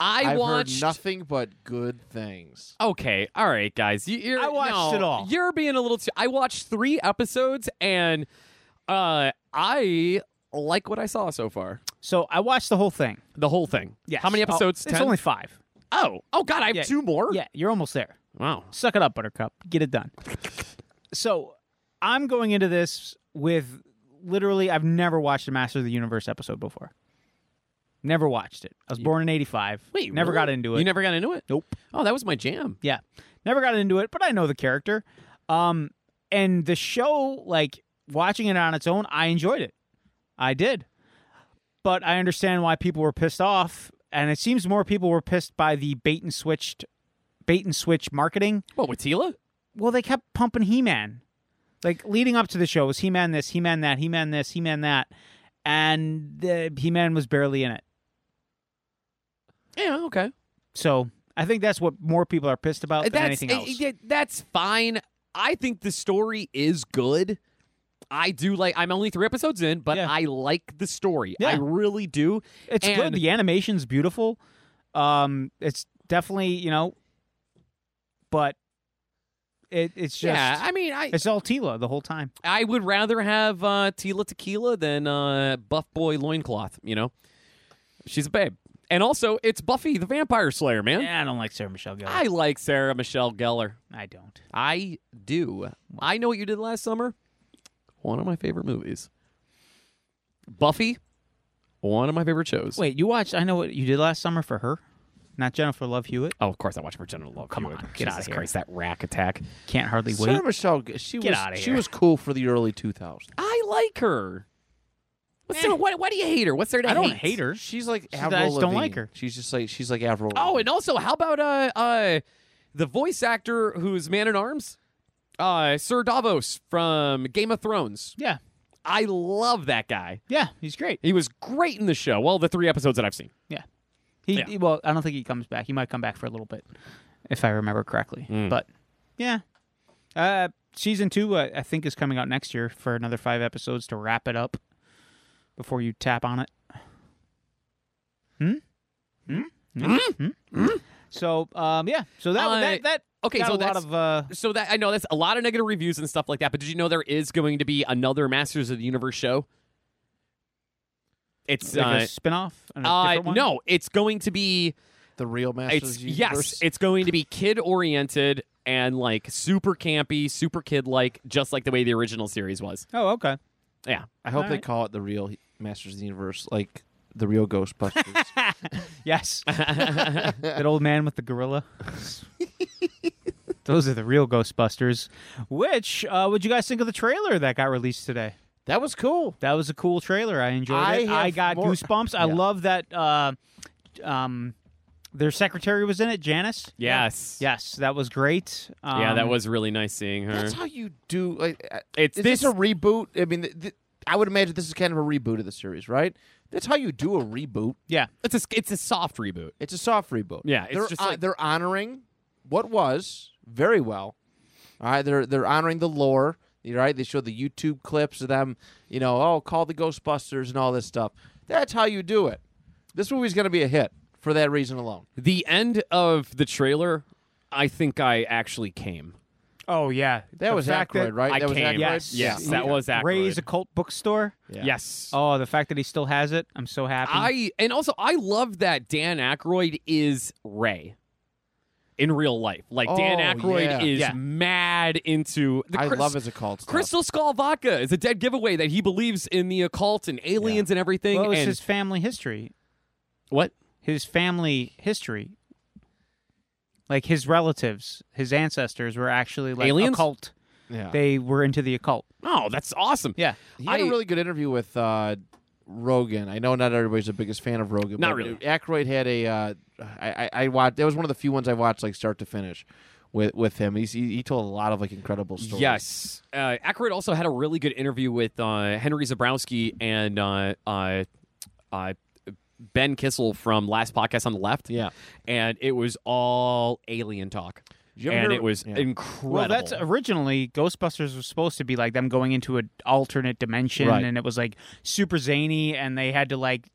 [SPEAKER 3] I
[SPEAKER 1] have
[SPEAKER 3] watched.
[SPEAKER 1] heard nothing but good things.
[SPEAKER 3] Okay, all right, guys. You, you're,
[SPEAKER 2] I watched
[SPEAKER 3] no,
[SPEAKER 2] it all.
[SPEAKER 3] You're being a little too. I watched three episodes, and uh, I like what I saw so far.
[SPEAKER 2] So I watched the whole thing.
[SPEAKER 3] The whole thing.
[SPEAKER 2] Yes.
[SPEAKER 3] How many
[SPEAKER 2] Oh,
[SPEAKER 3] episodes?
[SPEAKER 2] it's
[SPEAKER 3] Ten?
[SPEAKER 2] only five.
[SPEAKER 3] Oh, oh God! I have
[SPEAKER 2] Yeah.
[SPEAKER 3] two more.
[SPEAKER 2] Yeah, you're almost there.
[SPEAKER 3] Wow.
[SPEAKER 2] Suck it up, Buttercup. Get it done. so I'm going into this with literally, I've never watched a Master of the Universe episode before. Never watched it. I was born in '85.
[SPEAKER 3] Wait.
[SPEAKER 2] never
[SPEAKER 3] really?
[SPEAKER 2] got into it.
[SPEAKER 3] You never got into it.
[SPEAKER 2] Nope.
[SPEAKER 3] Oh, that was my jam.
[SPEAKER 2] Yeah. Never got into it, but I know the character. Um and the show like watching it on its own, I enjoyed it. I did. But I understand why people were pissed off and it seems more people were pissed by the bait and switched bait and switch marketing.
[SPEAKER 3] What with Tila?
[SPEAKER 2] Well, they kept pumping He-Man. Like leading up to the show was He-Man this, He-Man that, He-Man this, He-Man that. And uh, He-Man was barely in it.
[SPEAKER 3] Yeah. Okay.
[SPEAKER 2] So, I think that's what more people are pissed about than
[SPEAKER 3] that's,
[SPEAKER 2] anything
[SPEAKER 3] uh,
[SPEAKER 2] else.
[SPEAKER 3] yeah, that's fine. I think the story is good. I do like. I'm only three episodes in, but
[SPEAKER 2] Yeah.
[SPEAKER 3] I like the story. I
[SPEAKER 2] Yeah.
[SPEAKER 3] really do.
[SPEAKER 2] It's good.
[SPEAKER 3] And-
[SPEAKER 2] The animation's beautiful. Um, it's definitely you know, but it it's just
[SPEAKER 3] yeah. I mean, I
[SPEAKER 2] it's all Tila the whole time.
[SPEAKER 3] I would rather have uh, Tila Tequila than uh, Buff Boy Loincloth, you know? She's a babe. And also, it's Buffy the Vampire Slayer, man.
[SPEAKER 2] Yeah, I don't like Sarah Michelle Gellar. I,
[SPEAKER 3] I like Sarah Michelle Gellar.
[SPEAKER 2] don't.
[SPEAKER 3] I do. I know what you did last summer. One of my favorite movies. Buffy, one of my favorite shows.
[SPEAKER 2] Wait, you watched? I know what you did last summer for her, not Jennifer Love Hewitt.
[SPEAKER 3] Oh, of course, I watch for General Love.
[SPEAKER 2] Come
[SPEAKER 3] Hewitt.
[SPEAKER 2] on, get outta
[SPEAKER 3] Jesus
[SPEAKER 2] here.
[SPEAKER 3] Christ, that rack attack.
[SPEAKER 2] Can't hardly wait.
[SPEAKER 1] Sarah Michelle, she
[SPEAKER 2] Get
[SPEAKER 1] was
[SPEAKER 2] outta
[SPEAKER 1] she
[SPEAKER 2] here.
[SPEAKER 1] was cool for the early 2000s.
[SPEAKER 3] I like her. What's
[SPEAKER 2] Eh.
[SPEAKER 3] there, why, why do you hate her? What's there to
[SPEAKER 2] I don't
[SPEAKER 3] hate?
[SPEAKER 2] hate her.
[SPEAKER 1] She's like
[SPEAKER 2] I
[SPEAKER 1] Avril
[SPEAKER 2] just don't
[SPEAKER 1] Lavigne.
[SPEAKER 2] like her.
[SPEAKER 1] She's just like she's like Avril.
[SPEAKER 3] Oh, and
[SPEAKER 1] Lavigne.
[SPEAKER 3] also, how about uh uh the voice actor who's man in arms? Uh Sir Davos from Game of Thrones.
[SPEAKER 2] Yeah,
[SPEAKER 3] I love that guy.
[SPEAKER 2] yeah, he's great.
[SPEAKER 3] He was great in the show. Well, the three episodes that I've seen.
[SPEAKER 2] He,
[SPEAKER 3] Yeah.
[SPEAKER 2] he- well, I don't think he comes back. He might come back for a little bit, if I remember correctly.
[SPEAKER 3] Mm.
[SPEAKER 2] But yeah, uh, season two uh, I think is coming out next year for another five episodes to wrap it up before you tap on it. Hmm. Hmm. Hmm. Hmm. So um, yeah, so that
[SPEAKER 3] Uh,
[SPEAKER 2] that that
[SPEAKER 3] okay,
[SPEAKER 2] got
[SPEAKER 3] so
[SPEAKER 2] a lot
[SPEAKER 3] that's-
[SPEAKER 2] of uh,
[SPEAKER 3] So that I know that's a lot of negative reviews and stuff like that. But did you know there is going to be another Masters of the Universe show? It's
[SPEAKER 2] like
[SPEAKER 3] uh,
[SPEAKER 2] a spinoff. And a
[SPEAKER 3] uh
[SPEAKER 2] different one?
[SPEAKER 3] no, it's going to be
[SPEAKER 1] the real Masters
[SPEAKER 3] it's
[SPEAKER 1] of the Universe.
[SPEAKER 3] yes, it's going to be kid oriented and like super campy, super kid like, just like the way the original series was.
[SPEAKER 2] Oh okay.
[SPEAKER 3] Yeah.
[SPEAKER 1] I hope they
[SPEAKER 2] Alright.
[SPEAKER 1] call it the real Masters of the Universe, like the real Ghostbusters.
[SPEAKER 2] Yes. that old man with the gorilla. Those are the real Ghostbusters. Which, uh, what'd you guys think of the trailer that got released today?
[SPEAKER 1] that was cool.
[SPEAKER 2] That was a cool trailer. I enjoyed
[SPEAKER 1] I
[SPEAKER 2] it. I
[SPEAKER 1] have
[SPEAKER 2] got
[SPEAKER 1] more-
[SPEAKER 2] goosebumps. I
[SPEAKER 1] Yeah.
[SPEAKER 2] love that. Uh, um, their secretary was in it, Janice.
[SPEAKER 3] Yes.
[SPEAKER 2] Yes, that was great. Um,
[SPEAKER 3] yeah, that was really nice seeing her.
[SPEAKER 1] That's how you do. Like, uh,
[SPEAKER 3] It's
[SPEAKER 1] is
[SPEAKER 3] this.
[SPEAKER 1] this a reboot? I mean, th- th- I would imagine this is kind of a reboot of the series, right? That's how you do a reboot.
[SPEAKER 2] Yeah,
[SPEAKER 3] it's a it's a soft reboot.
[SPEAKER 1] It's a soft reboot.
[SPEAKER 3] Yeah, it's
[SPEAKER 1] they're
[SPEAKER 3] just
[SPEAKER 1] hon-
[SPEAKER 3] like-
[SPEAKER 1] they're honoring what was very well. All right, they're they're honoring the lore. you Right, they show the YouTube clips of them. You know, oh, call the Ghostbusters and all this stuff. That's how you do it. This movie's going to be a hit for that reason alone.
[SPEAKER 3] The end of the trailer, I think I actually came.
[SPEAKER 2] Oh yeah,
[SPEAKER 1] That
[SPEAKER 2] The
[SPEAKER 1] was
[SPEAKER 2] fact
[SPEAKER 1] Aykroyd,
[SPEAKER 2] that-
[SPEAKER 1] right?
[SPEAKER 3] I
[SPEAKER 1] that
[SPEAKER 3] came.
[SPEAKER 1] was Aykroyd.
[SPEAKER 2] Yes,
[SPEAKER 3] Yes,
[SPEAKER 1] Yeah.
[SPEAKER 3] that was Aykroyd.
[SPEAKER 2] Ray's occult bookstore.
[SPEAKER 1] Yeah.
[SPEAKER 3] Yes.
[SPEAKER 2] Oh, the fact that he still has it, I'm so happy.
[SPEAKER 3] I and also I love that Dan Aykroyd is Ray in real life. Like Dan
[SPEAKER 1] Oh,
[SPEAKER 3] Aykroyd
[SPEAKER 1] yeah.
[SPEAKER 3] is
[SPEAKER 2] Yeah.
[SPEAKER 3] mad into the
[SPEAKER 1] I
[SPEAKER 3] Chris-
[SPEAKER 1] love his occult stuff.
[SPEAKER 3] Crystal Skull Vodka is a dead giveaway that he believes in the occult and aliens and everything.
[SPEAKER 2] well, it was
[SPEAKER 3] and
[SPEAKER 2] his family history.
[SPEAKER 3] what?
[SPEAKER 2] his family history. Like his relatives, his ancestors were actually like
[SPEAKER 3] Aliens?
[SPEAKER 2] occult.
[SPEAKER 1] Yeah.
[SPEAKER 2] They were into the occult.
[SPEAKER 3] Oh, that's awesome.
[SPEAKER 2] Yeah.
[SPEAKER 1] He had a
[SPEAKER 3] I-
[SPEAKER 1] really good interview with uh, Rogan. I know not everybody's the biggest fan of Rogan.
[SPEAKER 3] Not
[SPEAKER 1] but
[SPEAKER 3] really.
[SPEAKER 1] Aykroyd had a. Uh, I, I, I watched. That was one of the few ones I watched, like start to finish, with with him. He's, he he told a lot of like incredible stories.
[SPEAKER 3] Yes. Uh, Ackroyd also had a really good interview with uh, Henry Zabrowski and uh, uh, uh, Ben Kissel from Last Podcast on the Left.
[SPEAKER 1] Yeah.
[SPEAKER 3] And it was all alien talk.
[SPEAKER 1] Did you ever
[SPEAKER 3] and
[SPEAKER 1] hear-
[SPEAKER 3] it was
[SPEAKER 1] yeah.
[SPEAKER 3] incredible.
[SPEAKER 2] Well, that's originally Ghostbusters was supposed to be like them going into an alternate dimension,
[SPEAKER 1] Right.
[SPEAKER 2] and it was like super zany, and they had to like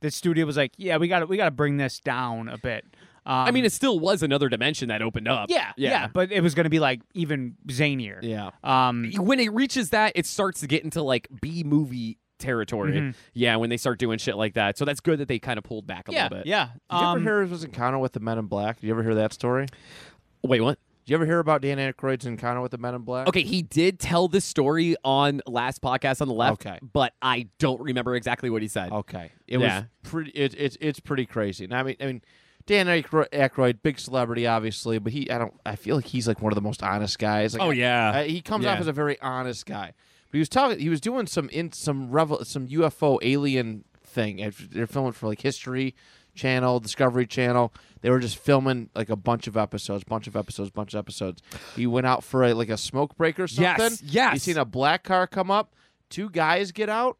[SPEAKER 2] the studio was like, yeah, we got to we got to bring this down a bit. Um,
[SPEAKER 3] I mean, it still was another dimension that opened up.
[SPEAKER 2] yeah, yeah, but it was going to be like even zanier.
[SPEAKER 1] Yeah.
[SPEAKER 2] Um,
[SPEAKER 3] When it reaches that, it starts to get into like B movie territory.
[SPEAKER 1] Mm-hmm.
[SPEAKER 2] Mhm.
[SPEAKER 3] Yeah, when they start doing shit like that. So that's good that they kind of pulled back a
[SPEAKER 2] yeah,
[SPEAKER 3] little bit.
[SPEAKER 2] yeah.
[SPEAKER 1] Did you
[SPEAKER 2] um,
[SPEAKER 1] ever hear of his encounter with the Men in Black? Did you ever hear that story? Did
[SPEAKER 3] Wait, what?
[SPEAKER 1] you ever hear about Dan Aykroyd's encounter with the Men in Black?
[SPEAKER 3] Okay, he did tell this story on last podcast on the left.
[SPEAKER 1] Okay.
[SPEAKER 3] But I don't remember exactly what he said.
[SPEAKER 1] Okay. It
[SPEAKER 3] Yeah.
[SPEAKER 1] was pretty. It's it's it's pretty crazy. And I mean, I mean, Dan Aykroyd, Aykroyd, big celebrity, obviously, but he, I don't, I feel like he's like one of the most honest guys. Like,
[SPEAKER 3] Oh, yeah.
[SPEAKER 1] I- Uh, he comes off
[SPEAKER 3] Yeah.
[SPEAKER 1] as a very honest guy. But he was talking. He was doing some in some revel some UFO alien thing. If They're filming for like History Channel, Discovery Channel. They were just filming like a bunch of episodes, bunch of episodes, bunch of episodes. He went out for a, like a smoke break or
[SPEAKER 3] Yes,
[SPEAKER 1] something.
[SPEAKER 3] yes.
[SPEAKER 1] He seen a black car come up. Two guys get out.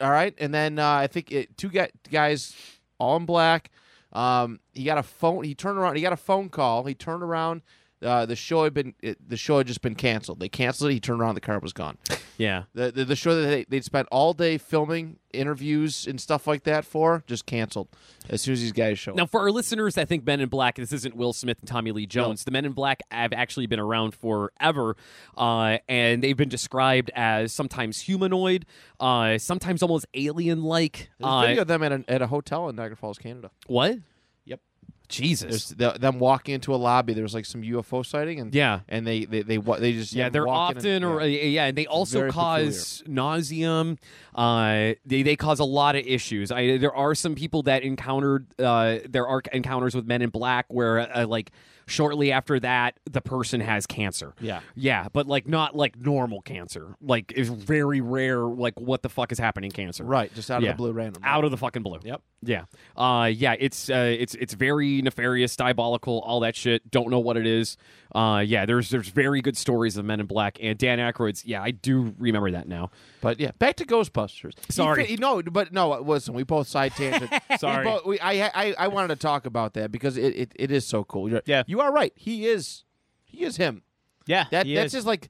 [SPEAKER 1] All right, and then uh, I think it, two gu- guys all in black. Um, he got a phone. He turned around. He got a phone call. He turned around. Uh, the show had been it, the show had just been canceled. They canceled it. He turned around. The car was gone.
[SPEAKER 3] Yeah.
[SPEAKER 1] The the, the show that they, they'd spent all day filming interviews and stuff like that for just canceled as soon as these guys show
[SPEAKER 3] Now,
[SPEAKER 1] up.
[SPEAKER 3] for our listeners, I think Men in Black, this isn't Will Smith and Tommy Lee Jones. The Men in Black have actually been around forever, uh, and they've been described as sometimes humanoid, uh, sometimes almost alien like.
[SPEAKER 1] There's a video
[SPEAKER 3] Uh,
[SPEAKER 1] of them at a, at a hotel in Niagara Falls, Canada.
[SPEAKER 3] what?
[SPEAKER 1] Yep. There's
[SPEAKER 3] Jesus.
[SPEAKER 1] the, them walking into a lobby. There was like some UFO sighting and
[SPEAKER 3] Yeah.
[SPEAKER 1] and they they they, wa- they just
[SPEAKER 3] Yeah, they're
[SPEAKER 1] walking
[SPEAKER 3] often,
[SPEAKER 1] and-
[SPEAKER 3] or, yeah. and they also
[SPEAKER 1] very
[SPEAKER 3] cause nauseum. Uh, they they cause a lot of issues. I there are some people that encountered uh, there are encounters with Men in Black where uh, like shortly after that the person has cancer.
[SPEAKER 1] yeah.
[SPEAKER 3] Yeah, but like not like normal cancer. Like it's very rare. Like what the fuck is happening? Cancer.
[SPEAKER 1] Right, just out
[SPEAKER 3] Yeah.
[SPEAKER 1] of the blue, random.
[SPEAKER 3] Out of the fucking blue.
[SPEAKER 1] Yep.
[SPEAKER 3] Yeah. Uh. Yeah. It's uh. It's it's very nefarious, diabolical, all that shit. Don't know what it is. Uh. Yeah. There's there's very good stories of Men in Black and Dan Aykroyd's. Yeah, I do remember that now.
[SPEAKER 1] But yeah, back to Ghostbusters. He
[SPEAKER 3] Sorry.
[SPEAKER 1] fi- no, but no, listen, we both side tangent.
[SPEAKER 3] Sorry.
[SPEAKER 1] We both, we, I, I I wanted to talk about that because it, it, it is so cool. You're-
[SPEAKER 2] Yeah.
[SPEAKER 1] you are right. He is, he is him.
[SPEAKER 2] yeah,
[SPEAKER 1] That
[SPEAKER 2] he
[SPEAKER 1] that's
[SPEAKER 2] is.
[SPEAKER 1] just like,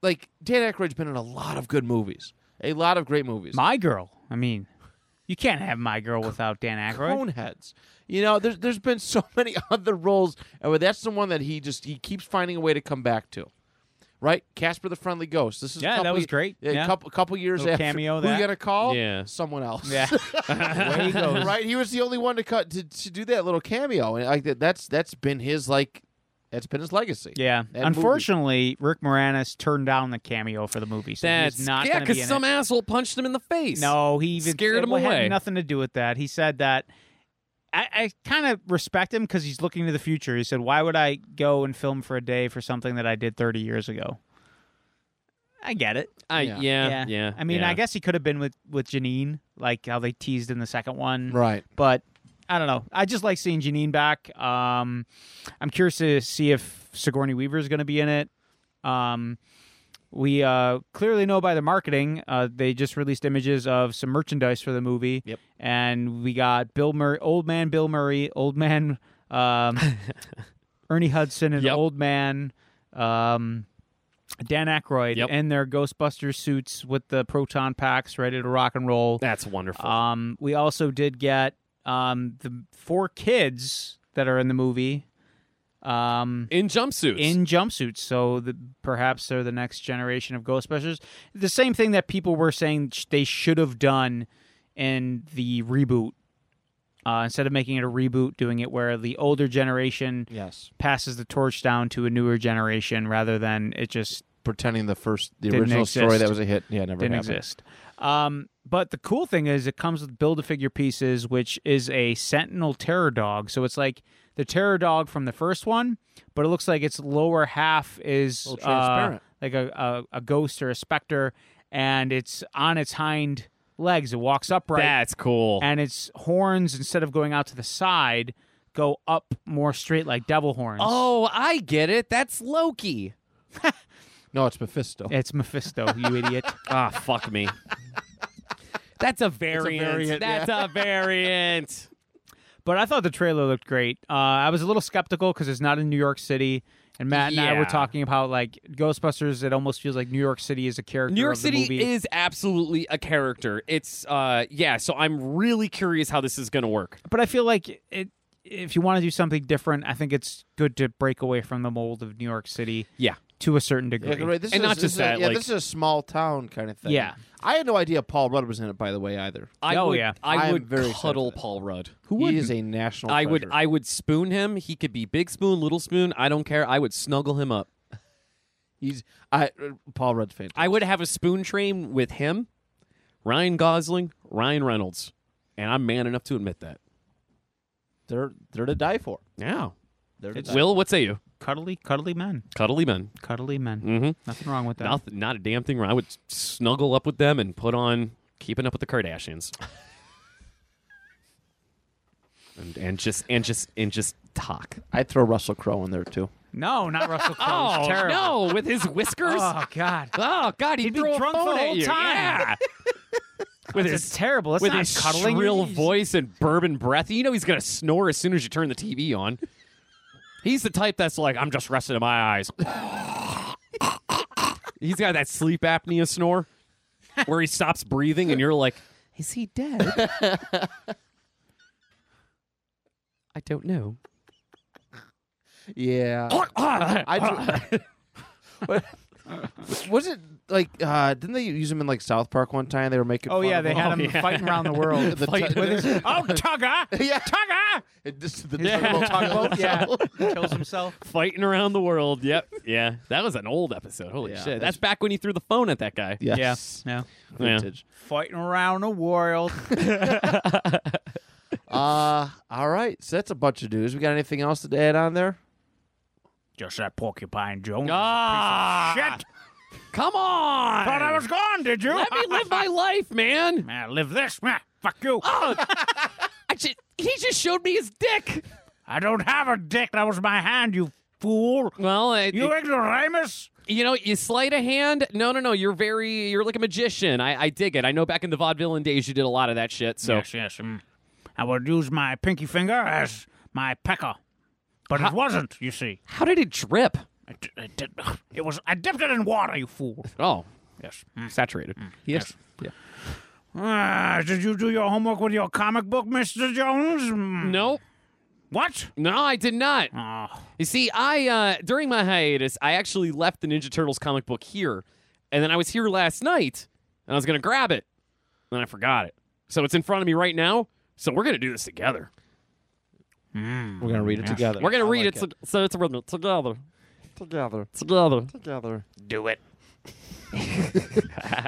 [SPEAKER 1] like Dan Aykroyd's been in a lot of good movies, a lot of great movies.
[SPEAKER 2] my girl. I mean, you can't have my girl without Dan Aykroyd.
[SPEAKER 1] Coneheads. You know, there's there's been so many other roles, and where that's the one that he just he keeps finding a way to come back to. Right, Casper the Friendly Ghost. This is a
[SPEAKER 2] Yeah, that
[SPEAKER 1] couple
[SPEAKER 2] was
[SPEAKER 1] ye-
[SPEAKER 2] great.
[SPEAKER 1] A
[SPEAKER 2] Yeah.
[SPEAKER 1] couple couple years
[SPEAKER 2] Little
[SPEAKER 1] after.
[SPEAKER 2] cameo
[SPEAKER 1] Who
[SPEAKER 2] that.
[SPEAKER 1] you gonna call?
[SPEAKER 3] Yeah.
[SPEAKER 1] someone else.
[SPEAKER 2] Yeah, Way he goes.
[SPEAKER 1] right. He was the only one to cut to, to do that little cameo, and like that, that's that's been his like that's been his legacy.
[SPEAKER 2] Yeah.
[SPEAKER 1] That
[SPEAKER 2] Unfortunately, Rick Moranis turned down the cameo for the movie, so he's not
[SPEAKER 3] yeah.
[SPEAKER 2] going to be in
[SPEAKER 3] some
[SPEAKER 2] it.
[SPEAKER 3] asshole punched him in the face.
[SPEAKER 2] No, he even
[SPEAKER 3] scared
[SPEAKER 2] it
[SPEAKER 3] him
[SPEAKER 2] had
[SPEAKER 3] away.
[SPEAKER 2] nothing to do with that. He said that. I, I kind of respect him because he's looking to the future. He said, "Why would I go and film for a day for something that I did 30 years ago?" I get it.
[SPEAKER 3] I, yeah. Yeah.
[SPEAKER 2] I mean,
[SPEAKER 3] yeah.
[SPEAKER 2] I guess he could have been with with Janine, like how they teased in the second one,
[SPEAKER 1] Right.
[SPEAKER 2] but I don't know. I just like seeing Janine back. Um, I'm curious to see if Sigourney Weaver is going to be in it. Um, we uh, clearly know by the marketing, uh, they just released images of some merchandise for the movie.
[SPEAKER 1] Yep.
[SPEAKER 2] And we got Bill Murray, old man Bill Murray, old man um, Ernie Hudson, and
[SPEAKER 3] Yep.
[SPEAKER 2] old man um, Dan Aykroyd
[SPEAKER 3] Yep.
[SPEAKER 2] in their Ghostbuster suits with the proton packs ready to rock and roll.
[SPEAKER 3] that's wonderful.
[SPEAKER 2] Um, we also did get um, the four kids that are in the movie um,
[SPEAKER 3] in jumpsuits.
[SPEAKER 2] in jumpsuits. So the, perhaps they're the next generation of Ghostbusters. The same thing that people were saying sh- they should have done in the reboot. Uh, instead of making it a reboot, doing it where the older generation
[SPEAKER 1] Yes.
[SPEAKER 2] passes the torch down to a newer generation rather than it just
[SPEAKER 1] Pretending the first the
[SPEAKER 2] Didn't
[SPEAKER 1] original story
[SPEAKER 2] exist.
[SPEAKER 1] that was a hit. Yeah, never
[SPEAKER 2] didn't
[SPEAKER 1] happened.
[SPEAKER 2] exist. Um, but the cool thing is it comes with build a figure pieces, which is a Sentinel Terror Dog. So it's like the Terror Dog from the first one, but it looks like its lower half is
[SPEAKER 1] little transparent.
[SPEAKER 2] uh, like a, a, a ghost or a specter, and it's on its hind legs. It walks upright,
[SPEAKER 3] That's cool.
[SPEAKER 2] and its horns instead of going out to the side go up more straight like devil horns.
[SPEAKER 3] Oh, I get it. That's Loki.
[SPEAKER 1] No, it's Mephisto.
[SPEAKER 2] It's Mephisto, you idiot.
[SPEAKER 3] Ah, fuck me. That's a variant.
[SPEAKER 1] variant,
[SPEAKER 3] That's a variant.
[SPEAKER 2] But I thought the trailer looked great. Uh, I was a little skeptical because it's not in New York City. And Matt and I
[SPEAKER 3] Yeah.
[SPEAKER 2] were talking about like Ghostbusters. It almost feels like New York City is a character.
[SPEAKER 3] New York
[SPEAKER 2] of the
[SPEAKER 3] City
[SPEAKER 2] movie.
[SPEAKER 3] is absolutely a character. It's uh yeah, so I'm really curious how this is going to work.
[SPEAKER 2] but I feel like it. If you want to do something different, I think it's good to break away from the mold of New York City
[SPEAKER 3] Yeah.
[SPEAKER 2] to a certain degree.
[SPEAKER 1] Yeah, right, this
[SPEAKER 3] And
[SPEAKER 1] is,
[SPEAKER 3] not
[SPEAKER 1] this
[SPEAKER 3] just
[SPEAKER 1] is
[SPEAKER 3] that,
[SPEAKER 1] A, yeah,
[SPEAKER 3] like-
[SPEAKER 1] this is a small town kind of thing.
[SPEAKER 2] Yeah.
[SPEAKER 1] I had no idea Paul Rudd was in it, by the way, either.
[SPEAKER 3] I
[SPEAKER 2] Oh,
[SPEAKER 3] would,
[SPEAKER 2] yeah.
[SPEAKER 3] I
[SPEAKER 1] I'm
[SPEAKER 3] would
[SPEAKER 1] very excited
[SPEAKER 3] cuddle
[SPEAKER 1] for this.
[SPEAKER 3] Paul Rudd. Who
[SPEAKER 1] He is a national.
[SPEAKER 3] I would
[SPEAKER 1] treasure.
[SPEAKER 3] I would spoon him. He could be big spoon, little spoon, I don't care. I would snuggle him up.
[SPEAKER 1] He's. I. uh, Paul Rudd's fantastic.
[SPEAKER 3] I would have a spoon train with him, Ryan Gosling, Ryan Reynolds, and I'm man enough to admit that.
[SPEAKER 1] They're they're to die for.
[SPEAKER 3] Yeah.
[SPEAKER 1] They're to die.
[SPEAKER 3] Will, what say you?
[SPEAKER 2] Cuddly, cuddly men,
[SPEAKER 3] Cuddly men.
[SPEAKER 2] cuddly men.
[SPEAKER 3] Mm-hmm.
[SPEAKER 2] Nothing wrong with that.
[SPEAKER 3] Not, not a damn thing where I would snuggle up with them and put on Keeping Up with the Kardashians. and, and just and just and just talk.
[SPEAKER 1] I'd throw Russell Crowe in there too.
[SPEAKER 2] No, not Russell Crowe. It's terrible.
[SPEAKER 3] Oh, no, with his whiskers.
[SPEAKER 2] Oh God.
[SPEAKER 3] oh God, he'd,
[SPEAKER 2] be
[SPEAKER 3] throw a
[SPEAKER 2] drunk the
[SPEAKER 3] phone at
[SPEAKER 2] whole
[SPEAKER 3] you.
[SPEAKER 2] time.
[SPEAKER 3] Yeah. with his
[SPEAKER 2] It's terrible. That's
[SPEAKER 3] with
[SPEAKER 2] not
[SPEAKER 3] his
[SPEAKER 2] cuddling.
[SPEAKER 3] shrill voice and bourbon breath. You know he's gonna snore as soon as you turn the TV on. He's the type that's like, I'm just resting in my eyes. he's got that sleep apnea snore where he stops breathing, and you're like, Is he dead? I don't know.
[SPEAKER 1] Yeah.
[SPEAKER 3] I
[SPEAKER 1] I. was it like? uh Didn't they use him in like South Park one time? They were making.
[SPEAKER 2] Oh
[SPEAKER 1] fun
[SPEAKER 2] yeah,
[SPEAKER 1] of
[SPEAKER 2] they
[SPEAKER 1] him.
[SPEAKER 2] had him
[SPEAKER 3] yeah.
[SPEAKER 2] fighting around the world.
[SPEAKER 1] The
[SPEAKER 2] Fight-
[SPEAKER 1] tu-
[SPEAKER 2] with his- oh Tugger!
[SPEAKER 1] Yeah.
[SPEAKER 2] Tugger!
[SPEAKER 1] It just- the
[SPEAKER 2] Yeah.
[SPEAKER 1] tugboat-
[SPEAKER 2] Tugboat, yeah.
[SPEAKER 1] tugboat.
[SPEAKER 2] Kills himself.
[SPEAKER 3] fighting around the world. Yep. Yeah. That was an old episode. Holy
[SPEAKER 1] Yeah.
[SPEAKER 3] shit. That's back when he threw the phone at that guy.
[SPEAKER 1] Yes.
[SPEAKER 2] Yeah.
[SPEAKER 3] Yeah.
[SPEAKER 1] Vintage.
[SPEAKER 2] Fighting around the world.
[SPEAKER 1] Uh, all right. So that's a bunch of news. We got anything else to add on there?
[SPEAKER 2] Just that porcupine Jones.
[SPEAKER 3] Ah. Come on.
[SPEAKER 2] gone, did you?
[SPEAKER 3] Let me live my life, man.
[SPEAKER 2] Man, live this. Man, fuck you.
[SPEAKER 3] Oh, I ju- he just showed me his dick.
[SPEAKER 2] I don't have a dick. That was my hand, you fool.
[SPEAKER 3] Well, I- you,
[SPEAKER 2] ignoramus.
[SPEAKER 3] know, you sleight a hand. No, no, no. You're very, you're like a magician. I, I dig it. I know back in the vaudevillain days, you did a lot of that shit. So
[SPEAKER 2] Yes, yes. mm. I would use my pinky finger
[SPEAKER 3] Ah.
[SPEAKER 2] as my pecker. But it wasn't, you see.
[SPEAKER 3] how did it drip?
[SPEAKER 2] It, it, did- it was. I dipped it in water, you fool.
[SPEAKER 3] Oh,
[SPEAKER 2] Yes. Mm.
[SPEAKER 3] saturated.
[SPEAKER 1] Yes.
[SPEAKER 2] Ah, did you do your homework with your comic book, Mr. Jones? Mm.
[SPEAKER 3] No,
[SPEAKER 2] What?
[SPEAKER 3] no, I did not.
[SPEAKER 2] Oh,
[SPEAKER 3] You see, I uh, during my hiatus, I actually left the Ninja Turtles comic book here, and then I was here last night, and I was gonna grab it, and then I forgot it. So it's in front of me right now. So we're gonna do this together.
[SPEAKER 1] We're gonna read it together.
[SPEAKER 3] We're gonna
[SPEAKER 1] I
[SPEAKER 3] read
[SPEAKER 1] like
[SPEAKER 3] it, so- so it's a rhythm. together,
[SPEAKER 1] together.
[SPEAKER 3] together.
[SPEAKER 1] Together.
[SPEAKER 2] do it.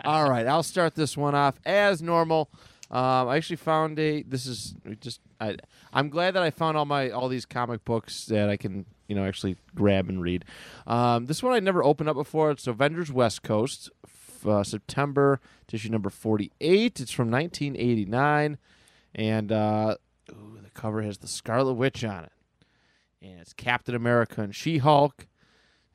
[SPEAKER 1] All right, I'll start this one off as normal. Um, I actually found a. This is we just. I, I'm glad that I found all my all these comic books that I can you know actually grab and read. Um, this one I never opened up before. It's Avengers West Coast, f- uh, September issue number 48. It's from 1989, and uh, ooh, the cover has the Scarlet Witch on it, and it's Captain America and She Hulk.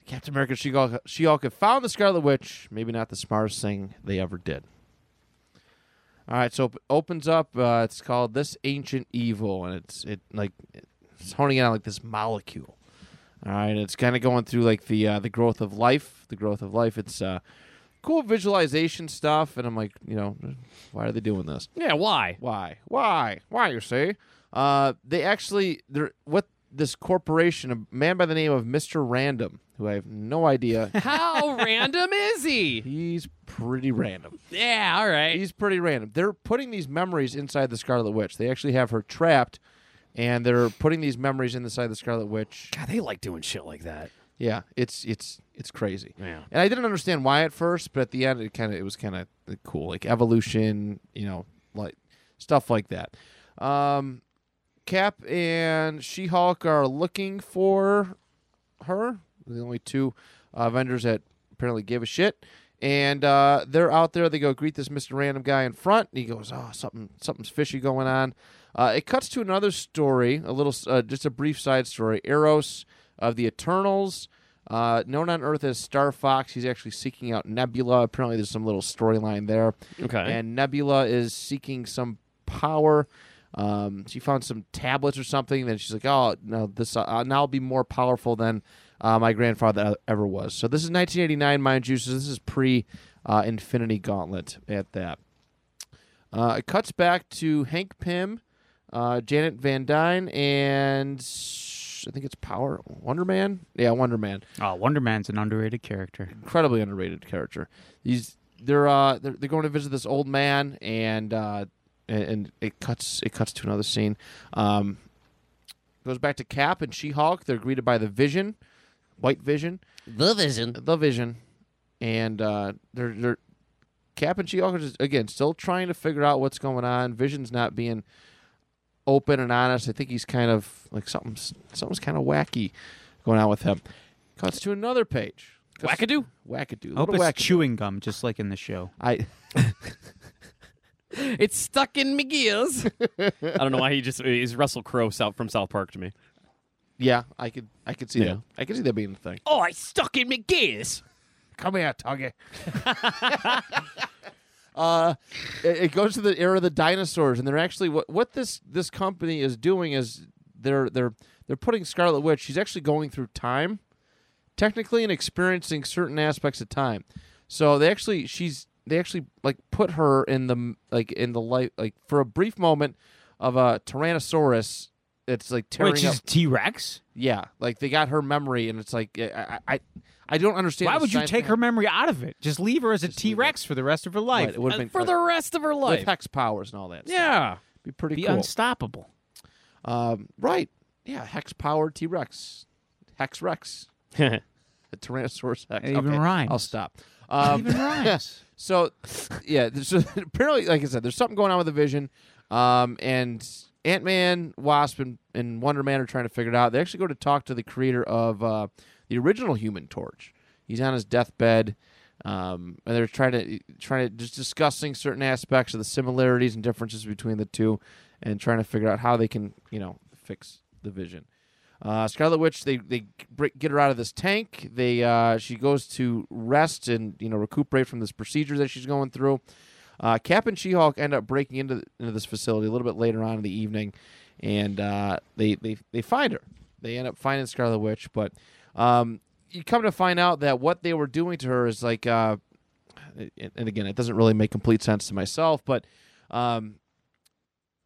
[SPEAKER 1] Captain America and She-Hulk, She-Hulk have found the Scarlet Witch. Maybe not the smartest thing they ever did. All right, so it opens up. Uh, it's called "This Ancient Evil," and it's it like it's honing in on like this molecule. All right, and it's kind of going through like the uh, the growth of life, the growth of life. It's uh, cool visualization stuff, and I'm like, you know, why are they doing this?
[SPEAKER 3] Yeah, why?
[SPEAKER 1] Why? Why? Why? You see? Uh, they actually they're what this corporation, a man by the name of Mister Random, who I have no idea.
[SPEAKER 3] How random is he?
[SPEAKER 1] He's pretty random.
[SPEAKER 3] Yeah, all right.
[SPEAKER 1] He's pretty random. They're putting these memories inside the Scarlet Witch. They actually have her trapped, and they're putting these memories inside the Scarlet Witch.
[SPEAKER 3] God, they like doing shit like that.
[SPEAKER 1] Yeah, it's it's it's crazy.
[SPEAKER 3] Yeah.
[SPEAKER 1] And I didn't understand why at first, but at the end, it kind of it was kind of cool, like evolution, you know, like stuff like that. Um, Cap and She Hulk are looking for her. The only two uh, vendors that apparently gave a shit, And uh, they're out there. They go greet this Mr. Random guy in front. And he goes, "Oh, something, something's fishy going on." Uh, it cuts to another story, a little, s- uh, just a brief side story. Eros of the Eternals, uh, known on Earth as Star Fox, he's actually seeking out Nebula. Apparently, there's some little storyline there
[SPEAKER 3] Okay.
[SPEAKER 1] and Nebula is seeking some power. Um, she found some tablets or something. Then she's like, "Oh, no, this uh, now I'll be more powerful than uh, my grandfather ever was." So this is 1989, mind you. So this is pre uh, Infinity Gauntlet. At that, uh, it cuts back to Hank Pym, uh, Janet Van Dyne, and I think it's Power Wonder Man. Yeah, Wonder Man
[SPEAKER 2] Oh, Wonder Man's an underrated character.
[SPEAKER 1] incredibly underrated character. He's they're uh they're, they're going to visit this old man and uh and, and it cuts it cuts to another scene. Um goes back to Cap and She-Hulk. They're greeted by the Vision, White Vision,
[SPEAKER 3] The Vision.
[SPEAKER 1] the Vision, and uh they're they're Cap and She-Hulk are just, again still trying to figure out what's going on. Vision's not being open and honest. I think he's kind of like something's something's kind of wacky going on with him. Cuts to another page. Cuts-
[SPEAKER 3] Wackadoo.
[SPEAKER 1] Wackadoo.
[SPEAKER 2] I hope
[SPEAKER 1] Little
[SPEAKER 2] it's
[SPEAKER 1] wackadoo.
[SPEAKER 2] chewing gum, just like in the show.
[SPEAKER 1] I
[SPEAKER 3] It's stuck in my gears. I don't know why he just is Russell Crowe South from South Park to me.
[SPEAKER 1] yeah, I could I could see
[SPEAKER 3] Yeah.
[SPEAKER 1] that. I could see that being a thing.
[SPEAKER 3] Oh, it's stuck in my gears.
[SPEAKER 1] Come here, Tuggy. uh, it, it goes to the era of the dinosaurs, and they're actually what what this this company is doing is they're they're they're putting Scarlet Witch. She's actually going through time, technically, and experiencing certain aspects of time. So they actually she's they actually like put her in the like in the light like for a brief moment of a Tyrannosaurus. that's like tearing
[SPEAKER 2] Which
[SPEAKER 1] up.
[SPEAKER 2] is T Rex?
[SPEAKER 1] Yeah, like they got her memory, and it's like I I, I don't understand.
[SPEAKER 2] Why
[SPEAKER 1] the
[SPEAKER 2] would you
[SPEAKER 1] science
[SPEAKER 2] take her
[SPEAKER 1] behind-
[SPEAKER 2] memory out of it? Just leave her as a
[SPEAKER 1] Just leave
[SPEAKER 2] T Rex for the rest of her
[SPEAKER 1] Right,
[SPEAKER 2] life.
[SPEAKER 1] it would have been
[SPEAKER 3] uh, For
[SPEAKER 1] like,
[SPEAKER 3] the rest of her
[SPEAKER 1] with
[SPEAKER 3] life.
[SPEAKER 1] hex powers and all that. stuff.
[SPEAKER 3] Yeah.
[SPEAKER 1] be pretty
[SPEAKER 2] Be
[SPEAKER 1] cool.
[SPEAKER 2] unstoppable.
[SPEAKER 1] um, right? Yeah, hex power T Rex, hex Rex, the Tyrannosaurus Hex.
[SPEAKER 2] It even
[SPEAKER 1] okay,
[SPEAKER 2] rhymes.
[SPEAKER 1] I'll stop. Um,
[SPEAKER 2] Even rhymes.
[SPEAKER 1] So, yeah, there's- so apparently, like I said, there's something going on with the Vision, um, and Ant Man, Wasp, and, and Wonder Man are trying to figure it out. They actually go to talk to the creator of uh, the original Human Torch. He's on his deathbed, um, and they're trying to trying to just discussing certain aspects of the similarities and differences between the two, and trying to figure out how they can, you know, fix the Vision. Uh, Scarlet Witch, they they br- get her out of this tank. They uh, she goes to rest and you know recuperate from this procedure that she's going through. Uh, Cap and She-Hulk end up breaking into into this facility a little bit later on in the evening, and uh, they they they find her. They end up finding Scarlet Witch, but um, you come to find out that what they were doing to her is like, uh, and and again, it doesn't really make complete sense to myself, but um,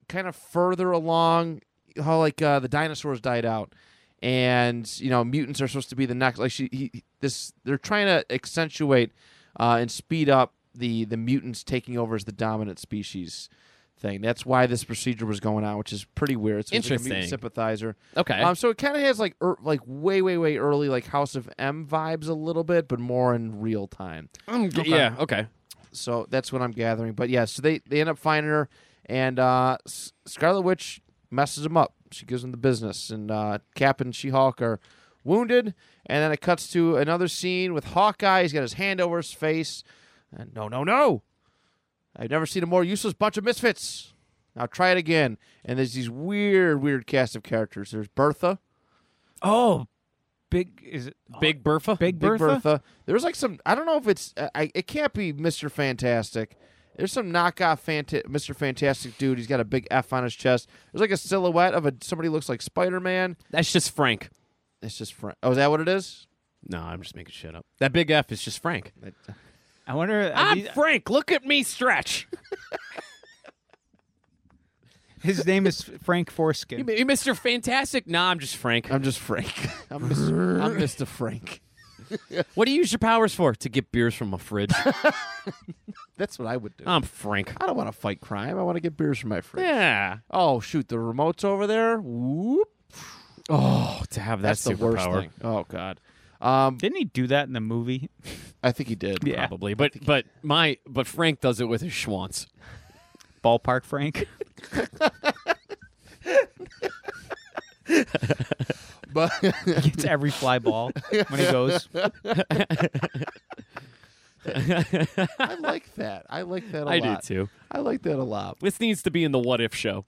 [SPEAKER 1] kind of further along, how like uh, the dinosaurs died out, and you know mutants are supposed to be the next. Like she, he, this, they're trying to accentuate uh, and speed up the the mutants taking over as the dominant species thing. That's why this procedure was going on, which is pretty weird. So it's Like a mutant
[SPEAKER 3] Interesting.
[SPEAKER 1] sympathizer.
[SPEAKER 3] Okay.
[SPEAKER 1] Um, so it kind of has like er, like way way way early like House of M vibes a little bit, but more in real time.
[SPEAKER 3] Yeah. Okay.
[SPEAKER 1] So that's what I'm gathering. But yeah, so they they end up finding her, and uh, S- Scarlet Witch messes him up. She gives him the business, and uh, Cap and She Hulk are wounded. And then it cuts to another scene with Hawkeye. He's got his hand over his face, and no, no, no! I've never seen a more useless bunch of misfits. Now try it again. And there's these weird, weird cast of characters. There's Bertha,
[SPEAKER 2] Oh, big is it
[SPEAKER 3] Big Bertha.
[SPEAKER 2] Oh, Big
[SPEAKER 1] Big
[SPEAKER 2] Bertha?
[SPEAKER 1] Bertha. There's like some. I don't know if it's. I- I, it can't be Mister Fantastic. There's some knockoff Fanta- Mister Fantastic dude. He's got a big F on his chest. There's like a silhouette of a somebody who looks like Spider Man.
[SPEAKER 3] That's just Frank.
[SPEAKER 1] It's just Frank. Oh, is that what it is?
[SPEAKER 3] No, I'm just making shit up. That big F is just Frank.
[SPEAKER 2] I wonder. are
[SPEAKER 3] I'm
[SPEAKER 2] these-
[SPEAKER 3] Frank. Look at me stretch.
[SPEAKER 2] his name is Frank
[SPEAKER 3] You
[SPEAKER 2] Foreskin.
[SPEAKER 3] may- you Mr. Fantastic? Nah, I'm just Frank.
[SPEAKER 1] I'm just Frank. I'm Mr. I'm Mr. Frank.
[SPEAKER 3] What do you use your powers for? To get beers from a fridge.
[SPEAKER 1] That's what I would do.
[SPEAKER 3] I'm Frank.
[SPEAKER 1] I don't want to fight crime. I want to get beers from my friend.
[SPEAKER 3] Oh. Yeah.
[SPEAKER 1] Oh shoot, the remote's over there. Whoop.
[SPEAKER 3] Oh, to have that
[SPEAKER 1] That's the worst
[SPEAKER 3] superpower.
[SPEAKER 1] thing. Oh god. Um,
[SPEAKER 2] Didn't he do that in the movie?
[SPEAKER 1] I think he did.
[SPEAKER 2] Yeah.
[SPEAKER 3] Probably, but but my but Frank does it with his schwanz.
[SPEAKER 2] Ballpark Frank.
[SPEAKER 1] But
[SPEAKER 2] Gets every fly ball when he goes.
[SPEAKER 1] it. I like that. I like that a
[SPEAKER 3] I do
[SPEAKER 1] lot.
[SPEAKER 3] too.
[SPEAKER 1] I like that a lot.
[SPEAKER 3] This needs to be in the what if show.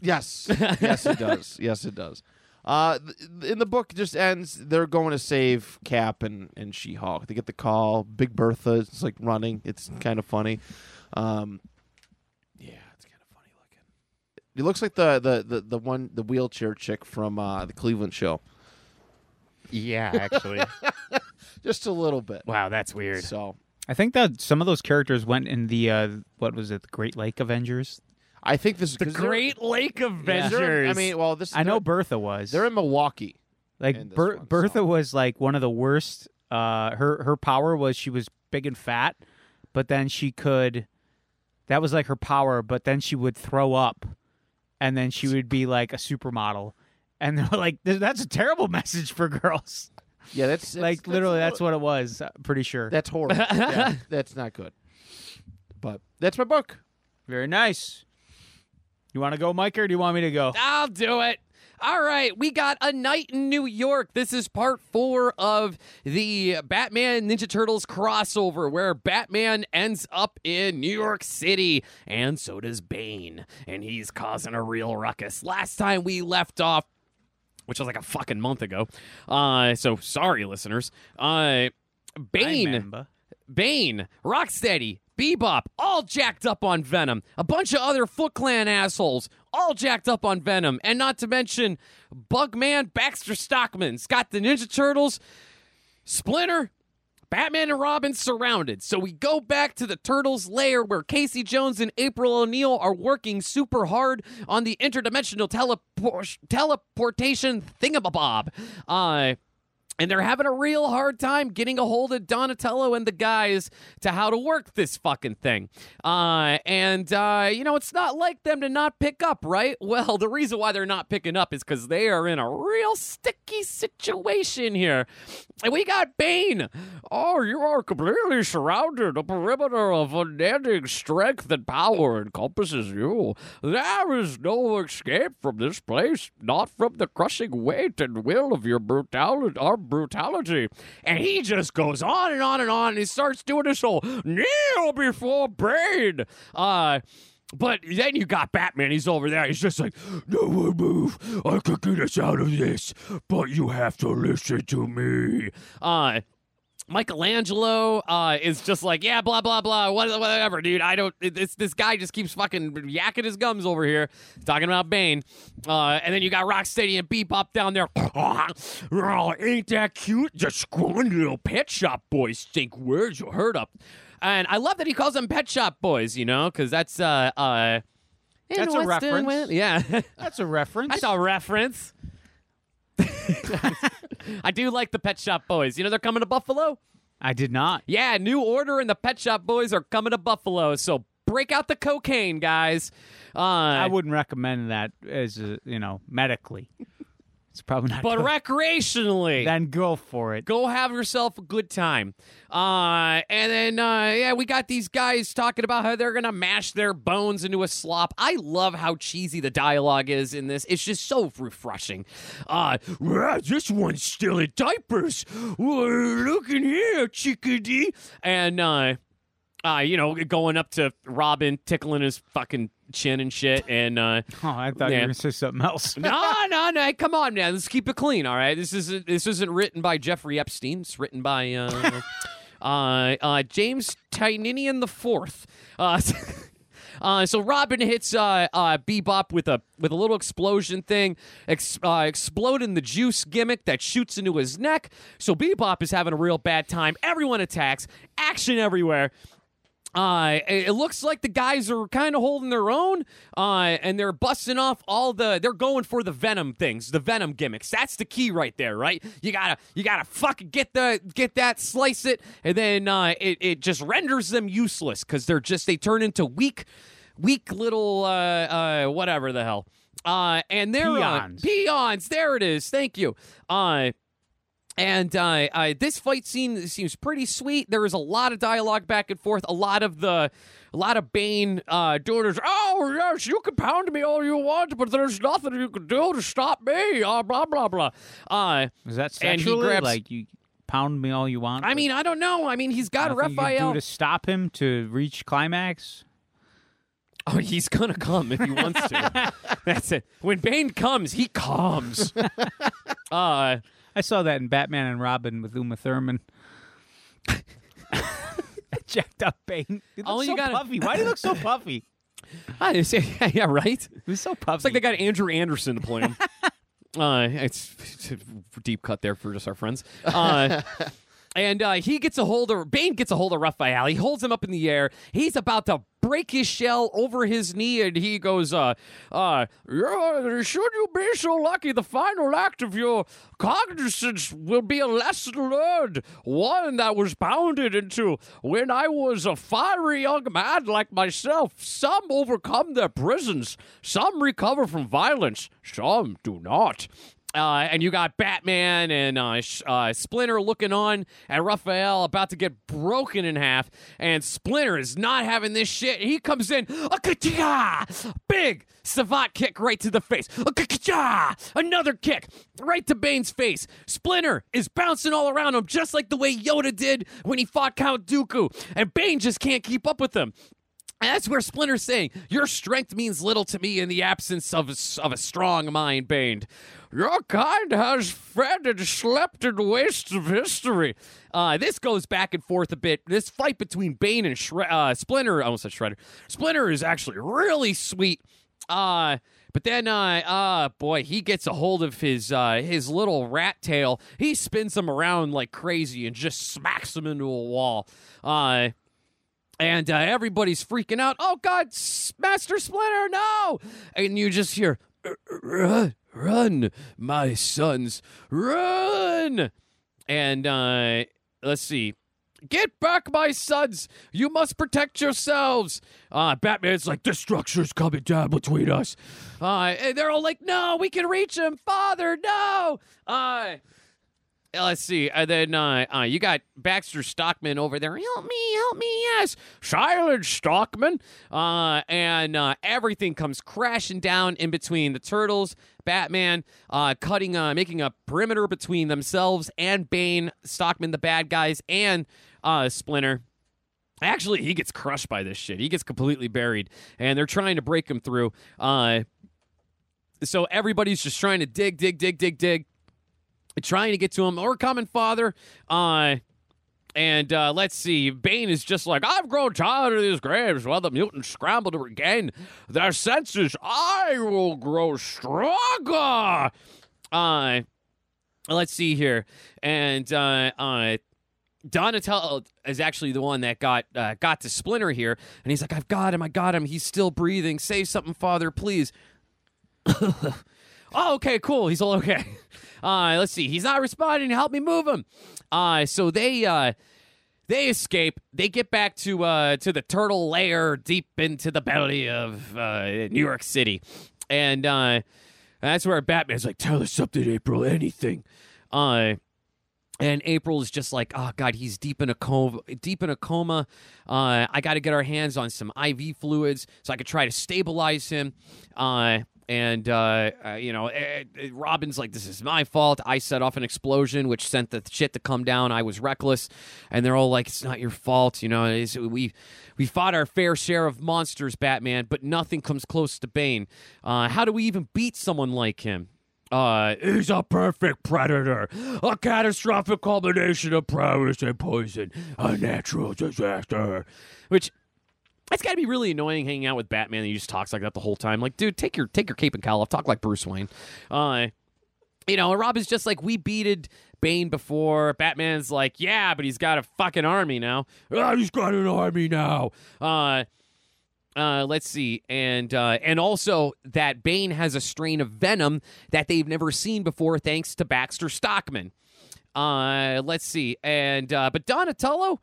[SPEAKER 1] Yes. Yes, it does. Yes, it does. Uh, th- th- in the book just ends. They're going to save Cap and, and She Hulk. They get the call. Big Bertha is like running. It's kind of funny. Um, yeah, it's kind of funny looking. It looks like the the, the, the one the wheelchair chick from uh, the Cleveland show.
[SPEAKER 2] Yeah, actually.
[SPEAKER 1] Just a little bit.
[SPEAKER 2] wow, that's weird.
[SPEAKER 1] So
[SPEAKER 2] I think that some of those characters went in the uh, what was it, the Great Lake Avengers?
[SPEAKER 1] I think this is
[SPEAKER 3] The
[SPEAKER 1] 'cause they're-
[SPEAKER 3] Great Lake
[SPEAKER 1] is there-
[SPEAKER 3] Avengers.
[SPEAKER 1] I mean, well, this
[SPEAKER 2] I know
[SPEAKER 1] they're,
[SPEAKER 2] Bertha was.
[SPEAKER 1] they're in Milwaukee. in
[SPEAKER 2] like
[SPEAKER 1] this
[SPEAKER 2] Ber-
[SPEAKER 1] one,
[SPEAKER 2] Bertha
[SPEAKER 1] so.
[SPEAKER 2] was like one of the worst. Uh, her her power was she was big and fat, but then she could. That was like her power, but then she would throw up, and then she would be like a supermodel, and they're like, "That's a terrible message for girls."
[SPEAKER 1] Yeah, that's, that's
[SPEAKER 2] like literally,
[SPEAKER 1] that's
[SPEAKER 2] that's what it was. I'm pretty sure.
[SPEAKER 1] That's horrible. Yeah, that's not good. But that's my book.
[SPEAKER 2] Very nice. You want to go, Mike, or do you want me to go?
[SPEAKER 3] I'll do it. All right, we got A Night in New York. This is part four of the Batman Ninja Turtles crossover, where Batman ends up in New York City, and so does Bane, and he's causing a real ruckus. Last time we left off, which was like a fucking month ago, uh, so sorry, listeners. Uh, Bane. Bane, Rocksteady, Bebop, all jacked up on Venom. A bunch of other Foot Clan assholes, all jacked up on Venom. And not to mention Bugman Baxter Stockman's got the Ninja Turtles, Splinter, Batman and Robin surrounded. So we go back to the Turtles' lair where Casey Jones and April O'Neil are working super hard on the interdimensional telepor- teleportation thingamabob. Uh, and they're having a real hard time getting a hold of Donatello and the guys to how to work this fucking thing. Uh, and, uh, you know, it's not like them to not pick up, right? Well, the reason why they're not picking up is because they are in a real sticky situation here. And we got Bane. Oh, you are completely surrounded. A perimeter of unending strength and power encompasses you. There is no escape from this place, not from the crushing weight and will of your brutality, our brutality. And he just goes on and on and on, and he starts doing this whole kneel before Bane. Uh, but then you got Batman. He's over there. He's just like, no one move. I could get us out of this, but you have to listen to me. Uh, Michelangelo uh, is just like, yeah, blah blah blah, what- whatever, dude. I don't. This this guy just keeps fucking yakking his gums over here, talking about Bane. Uh, and then you got Rocksteady and Bebop down there. Oh, ain't that cute? The scrawny little pet shop boys stink. Where's your herd up? And I love that he calls them pet shop boys. You know, because that's uh uh. in
[SPEAKER 2] That's a
[SPEAKER 3] Western
[SPEAKER 2] reference.
[SPEAKER 3] Wi- yeah.
[SPEAKER 2] That's a reference.
[SPEAKER 3] That's a reference. I do like the Pet Shop Boys. You know they're coming to Buffalo?
[SPEAKER 2] I did not.
[SPEAKER 3] Yeah, New Order and the Pet Shop Boys are coming to Buffalo. So break out the cocaine, guys. Uh,
[SPEAKER 2] I wouldn't recommend that as a, you know medically. It's probably not.
[SPEAKER 3] but
[SPEAKER 2] good.
[SPEAKER 3] recreationally.
[SPEAKER 2] then go for it.
[SPEAKER 3] Go have yourself a good time. Uh, and then, uh, yeah, we got these guys talking about how they're going to mash their bones into a slop. I love how cheesy the dialogue is in this. It's just so refreshing. Uh, "Well, this one's still in diapers. Well, look in here, chickadee. And, uh, uh, you know, going up to Robin, tickling his fucking chin and shit. And, uh,
[SPEAKER 2] Oh, I thought you
[SPEAKER 3] Yeah.
[SPEAKER 2] were gonna say something else.
[SPEAKER 3] no, no, no. Come on, man. Let's keep it clean. All right. This isn't. This isn't written by Jeffrey Epstein. It's written by uh, uh, uh, James Tyninian the Fourth. Uh, Uh, so Robin hits uh, uh, Bebop with a with a little explosion thing, ex- uh, exploding the juice gimmick that shoots into his neck. So Bebop is having a real bad time. Everyone attacks, action everywhere. Uh, it it looks like the guys are kind of holding their own, uh, and they're busting off all the. They're going for the venom things, the venom gimmicks. That's the key right there, right? You gotta, you gotta fucking get the, get that, slice it, and then uh, it it just renders them useless because they're just they turn into weak, weak little uh, uh, whatever the hell. Uh, and they're on
[SPEAKER 2] Peons.
[SPEAKER 3] peons. There it is. Thank you. Uh, and uh, uh, this fight scene seems pretty sweet. There is a lot of dialogue back and forth. A lot of the, a lot of Bane uh, doing his, oh yes, you can pound me all you want, but there's nothing you can do to stop me. Uh, blah blah blah. Uh,
[SPEAKER 2] Was that
[SPEAKER 3] And he
[SPEAKER 2] sexually?
[SPEAKER 3] grabs-
[SPEAKER 2] like you pound me all you want.
[SPEAKER 3] I mean, I don't know. I mean, he's got
[SPEAKER 2] nothing you can
[SPEAKER 3] Raphael.
[SPEAKER 2] do to stop him to reach climax.
[SPEAKER 3] Oh, he's gonna come if he wants to. That's it. When Bane comes, he comes. uh,
[SPEAKER 2] I saw that in Batman and Robin with Uma Thurman. Jacked up Bane. He looks
[SPEAKER 3] All you
[SPEAKER 2] so
[SPEAKER 3] gotta-
[SPEAKER 2] puffy. Why do you look so puffy?
[SPEAKER 3] I just- yeah, yeah, right.
[SPEAKER 2] He was so puffy.
[SPEAKER 3] It's like they got Andrew Anderson to play him. uh, it's, it's a deep cut there for just our friends. Uh, and uh, he gets a hold of Bane gets a hold of Raphael. He holds him up in the air. He's about to break his shell over his knee, and he goes, uh, uh, "Yeah, "Should you be so lucky, the final act of your cognizance will be a lesson learned, one that was bounded into when I was a fiery young man like myself. Some overcome their prisons, some recover from violence, some do not." Uh, and you got Batman and uh, Sh- uh, Splinter looking on at Raphael about to get broken in half. And Splinter is not having this shit. He comes in, "Akatia!" big savant kick right to the face. "Akatia!" Another kick right to Bane's face. Splinter is bouncing all around him, just like the way Yoda did when he fought Count Dooku. And Bane just can't keep up with him. And that's where Splinter's saying, Your strength means little to me in the absence of a, of a strong mind, Bane. Your kind has fed and slept in wastes of history. Uh, this goes back and forth a bit. This fight between Bane and Shre- uh, Splinter, I almost said Shredder. Splinter is actually really sweet. Uh, but then, uh, uh, boy, he gets a hold of his uh, his little rat tail. He spins him around like crazy and just smacks him into a wall. Uh, and uh, everybody's freaking out. Oh God, S- Master Splinter, no! And you just hear, "Run, run, my sons, run!" And uh, let's see, get back, my sons! You must protect yourselves. Uh, Batman's like, the structure's coming down between us. Uh, and they're all like, no, we can reach him, Father, no! Uh, uh, Let's see. And then uh, uh, you got Baxter Stockman over there. Help me, help me, yes. Silent Stockman. Uh, and uh, everything comes crashing down in between the turtles, Batman, uh, cutting, uh, making a perimeter between themselves and Bane, Stockman, the bad guys, and uh, Splinter. Actually, he gets crushed by this shit. He gets completely buried, and they're trying to break him through. Uh, so everybody's just trying to dig, dig, dig, dig, dig trying to get to him or coming father uh and uh, let's see, Bane is just like, I've grown tired of these graves while the mutants scramble to regain their senses. I will grow stronger. Uh, let's see here. And uh, uh, Donatello is actually the one that got uh, got to Splinter here. And he's like, I've got him. I got him. He's still breathing. Say something, Father, please. Oh, okay, cool. He's all okay. Uh, let's see. He's not responding. Help me move him. Uh, so they uh, they escape. They get back to uh, to the turtle lair deep into the belly of uh, New York City, and uh, that's where Batman's like, "Tell us something, April. Anything." Uh, and April is just like, oh god, he's deep in a coma. Deep in a coma. Uh, I got to get our hands on some IV fluids so I could try to stabilize him. Uh, and uh, uh, you know, eh, eh, Robin's like, this is my fault. I set off an explosion, which sent the shit to come down. I was reckless. And they're all like, it's not your fault. You know, it's, we we fought our fair share of monsters, Batman, but nothing comes close to Bane. Uh, how do we even beat someone like him? Uh, he's a perfect predator, a catastrophic combination of prowess and poison, a natural disaster. Which it's got to be really annoying hanging out with Batman and he just talks like that the whole time. Like, dude, take your take your cape and cowl off, talk like Bruce Wayne. Uh, you know, and Rob is just like, we beated Bane before. Batman's like, yeah, but he's got a fucking army now. "Ah, he's got an army now. Uh, uh, let's see, and uh, and also that Bane has a strain of venom that they've never seen before, thanks to Baxter Stockman. Uh, let's see, and uh, but Donatello,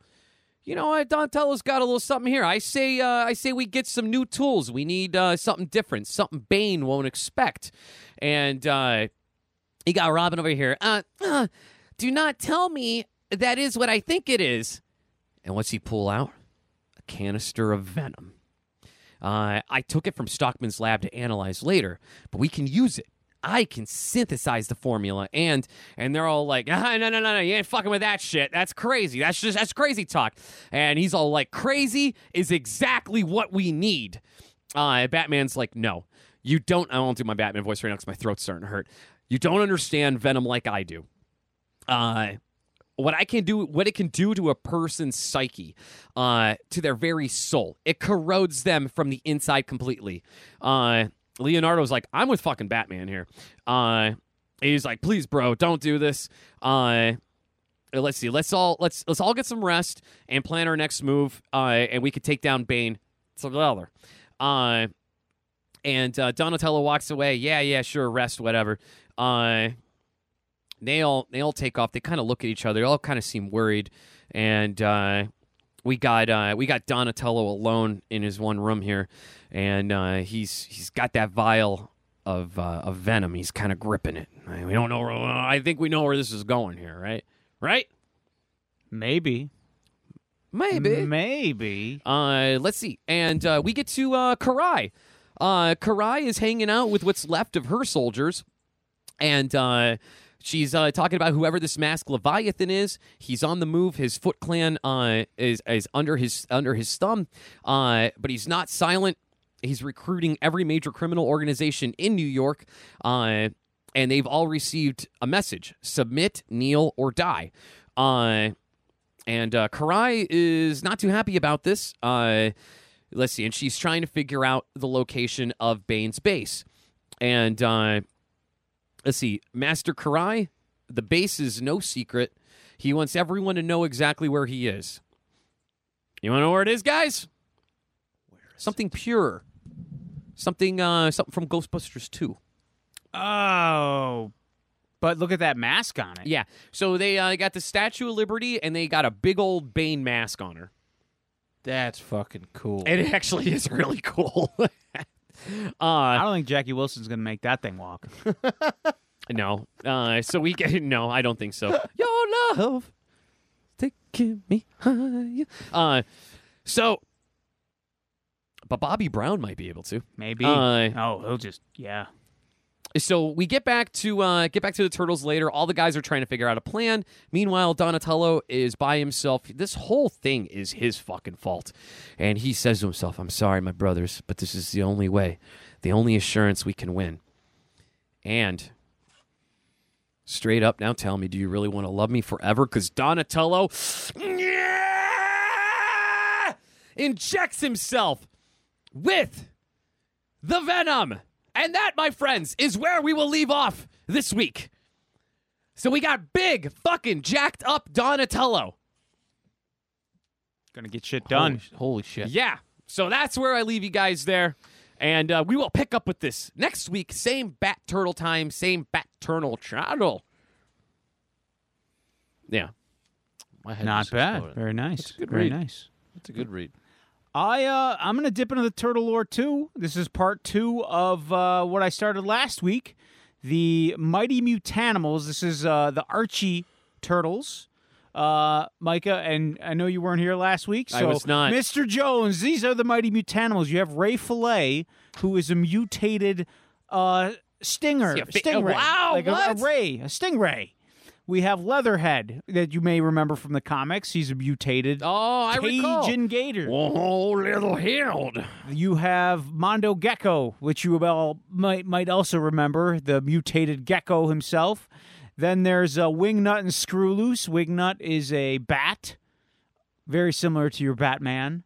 [SPEAKER 3] you know what? Donatello's got a little something here. I say, uh, I say we get some new tools. We need uh, something different, something Bane won't expect, and uh, he got Robin over here. Uh, uh, do not tell me that is what I think it is. And what's he pull out? A canister of venom. Uh, I took it from Stockman's lab to analyze later, but we can use it I can synthesize the formula. And and they're all like, ah, no, no, no, no, you ain't fucking with that shit. That's crazy. That's just that's crazy talk. And he's all like, crazy is exactly what we need. Uh, Batman's like, no, you don't. I won't do my Batman voice right now because my throat's starting to hurt. You don't understand Venom like I do. Uh, what I can do, what it can do to a person's psyche, uh, to their very soul. It corrodes them from the inside completely. Uh, Leonardo's like, I'm with fucking Batman here. Uh, he's like, please, bro, don't do this. Uh, let's see, let's all let's let's all get some rest and plan our next move. Uh, and we could take down Bane. It's another. Uh, and uh, Donatello walks away. Yeah, yeah, sure, rest, whatever. Uh, they all they all take off. They kind of look at each other. They all kind of seem worried, and uh, we got uh, we got Donatello alone in his one room here, and uh, he's he's got that vial of uh, of venom. He's kind of gripping it. I- We don't know. Where, I think we know where this is going here, right? Right?
[SPEAKER 2] Maybe. Maybe.
[SPEAKER 3] Uh, let's see. And uh, we get to uh, Karai. Uh, Karai is hanging out with what's left of her soldiers, and uh, she's uh, talking about whoever this masked Leviathan is. He's on the move. His Foot Clan uh, is is under his under his thumb, uh, but he's not silent. He's recruiting every major criminal organization in New York. Uh, and they've all received a message submit, kneel, or die. Uh, and uh, Karai is not too happy about this. Uh, let's see, and she's trying to figure out the location of Bane's base. And uh, let's see, Master Karai, the base is no secret. He wants everyone to know exactly where he is. You want to know where it is, guys? something pure, something, uh, something from Ghostbusters Two.
[SPEAKER 2] Oh. But look at that mask on it.
[SPEAKER 3] Yeah. So they uh, got the Statue of Liberty, and they got a big old Bane mask on her.
[SPEAKER 1] That's fucking cool.
[SPEAKER 3] And it actually is really cool.
[SPEAKER 2] I
[SPEAKER 3] uh
[SPEAKER 2] don't think Jackie Wilson's going to make that thing walk.
[SPEAKER 3] no. Uh so we get no, I don't think so. Your love is taking me higher. Uh so but Bobby Brown might be able to.
[SPEAKER 2] Maybe.
[SPEAKER 3] Uh,
[SPEAKER 2] oh, he'll just, yeah.
[SPEAKER 3] so we get back to uh, get back to the turtles later. All the guys are trying to figure out a plan. Meanwhile, Donatello is by himself. This whole thing is his fucking fault, and he says to himself, "I'm sorry, my brothers, but this is the only way, the only assurance we can win." And straight up, now tell me, do you really want to love me forever? Because Donatello injects himself with the Venom. And that, my friends, is where we will leave off this week. So we got big, fucking jacked up Donatello.
[SPEAKER 2] Going to get shit done.
[SPEAKER 1] Holy, holy shit.
[SPEAKER 3] Yeah. So that's where I leave you guys there. And uh, we will pick up with this next week. Same Bat Turtle time, same Bat Turtle channel. Yeah.
[SPEAKER 1] My head
[SPEAKER 2] Not
[SPEAKER 1] just
[SPEAKER 2] bad.
[SPEAKER 1] exploded.
[SPEAKER 2] Very nice.
[SPEAKER 1] good
[SPEAKER 2] Very
[SPEAKER 1] read.
[SPEAKER 2] nice.
[SPEAKER 1] That's a good read.
[SPEAKER 2] I uh, I'm gonna dip into the turtle lore too. This is part two of uh, what I started last week, the Mighty Mutanimals. This is uh, the Archie Turtles. Uh, Micah, and I know you weren't here last week. So
[SPEAKER 3] I was not.
[SPEAKER 2] Mr. Jones, these are the Mighty Mutanimals. You have Ray Fillet, who is a mutated uh, stinger,
[SPEAKER 3] Yeah, fi- oh,
[SPEAKER 2] stingray,
[SPEAKER 3] wow,
[SPEAKER 2] like a-
[SPEAKER 3] what?
[SPEAKER 2] a ray, a stingray. We have Leatherhead, that you may remember from the comics. He's a mutated
[SPEAKER 3] Oh, I recall.
[SPEAKER 2] Cajun gator.
[SPEAKER 3] Oh, little Harold.
[SPEAKER 2] You have Mondo Gecko, which you all might might also remember, the mutated gecko himself. Then there's uh, Wingnut and Screwloose. Wingnut is a bat, very similar to your Batman,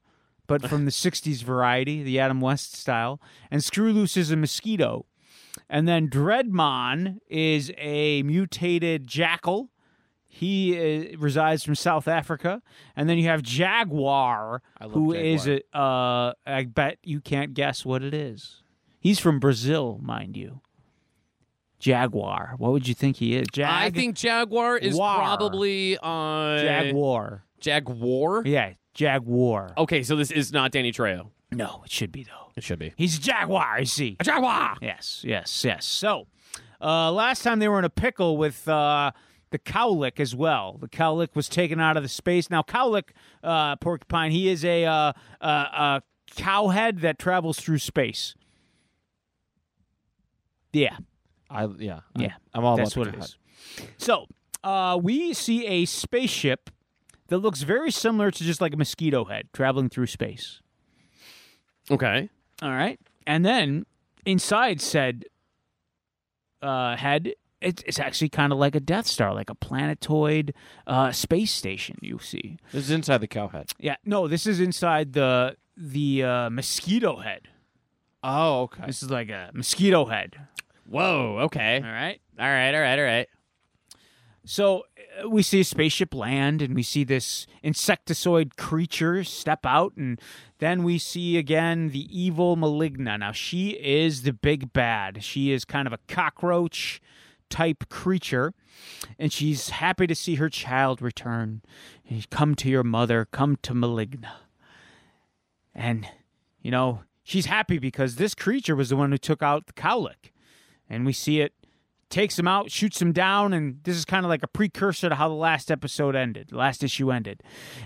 [SPEAKER 2] but from the '60s variety, the Adam West style. And Screwloose is a mosquito. And then Dreadmon is a mutated jackal. He uh, resides from South Africa. And then you have Jaguar,
[SPEAKER 1] love
[SPEAKER 2] who is
[SPEAKER 1] Jaguar.
[SPEAKER 2] a, uh, I bet you can't guess what it is. He's from Brazil, mind you. Jaguar. What would you think he is? Jag-
[SPEAKER 3] I think Jaguar is
[SPEAKER 2] War.
[SPEAKER 3] probably uh,
[SPEAKER 2] Jaguar.
[SPEAKER 3] Jaguar.
[SPEAKER 2] Yeah, Jaguar.
[SPEAKER 3] Okay, so this is not Danny Trejo.
[SPEAKER 2] No, it should be, though.
[SPEAKER 3] It should be.
[SPEAKER 2] He's a Jaguar, I see.
[SPEAKER 3] A Jaguar.
[SPEAKER 2] Yes, yes, yes. So, uh, last time they were in a pickle with uh, the cowlick as well. The cowlick was taken out of the space. Now, cowlick uh, porcupine, he is a uh, uh, uh, cowhead that travels through space. Yeah,
[SPEAKER 1] I yeah I-
[SPEAKER 2] Yeah,
[SPEAKER 1] I'm all
[SPEAKER 2] That's
[SPEAKER 1] about
[SPEAKER 2] what
[SPEAKER 1] the
[SPEAKER 2] it
[SPEAKER 1] cod.
[SPEAKER 2] is. So uh, we see a spaceship that looks very similar to just like a mosquito head traveling through space.
[SPEAKER 3] Okay.
[SPEAKER 2] All right, and then inside said uh, head, it, it's actually kind of like a Death Star, like a planetoid uh, space station. You see,
[SPEAKER 1] This is inside the cow head.
[SPEAKER 2] yeah, no, this is inside the the uh, mosquito head.
[SPEAKER 1] Oh, okay.
[SPEAKER 2] This is like a mosquito head.
[SPEAKER 3] Whoa. Okay.
[SPEAKER 2] All right.
[SPEAKER 3] All right. All right. All right.
[SPEAKER 2] So uh, we see a spaceship land and we see this insectoid creature step out and then we see again the evil Maligna. Now she is the big bad. She is kind of a cockroach type creature and she's happy to see her child return. Come to your mother, come to Maligna. And you know, she's happy because this creature was the one who took out the cowlick. And we see it takes him out, shoots him down, and this is kind of like a precursor to how the last episode ended, the last issue ended.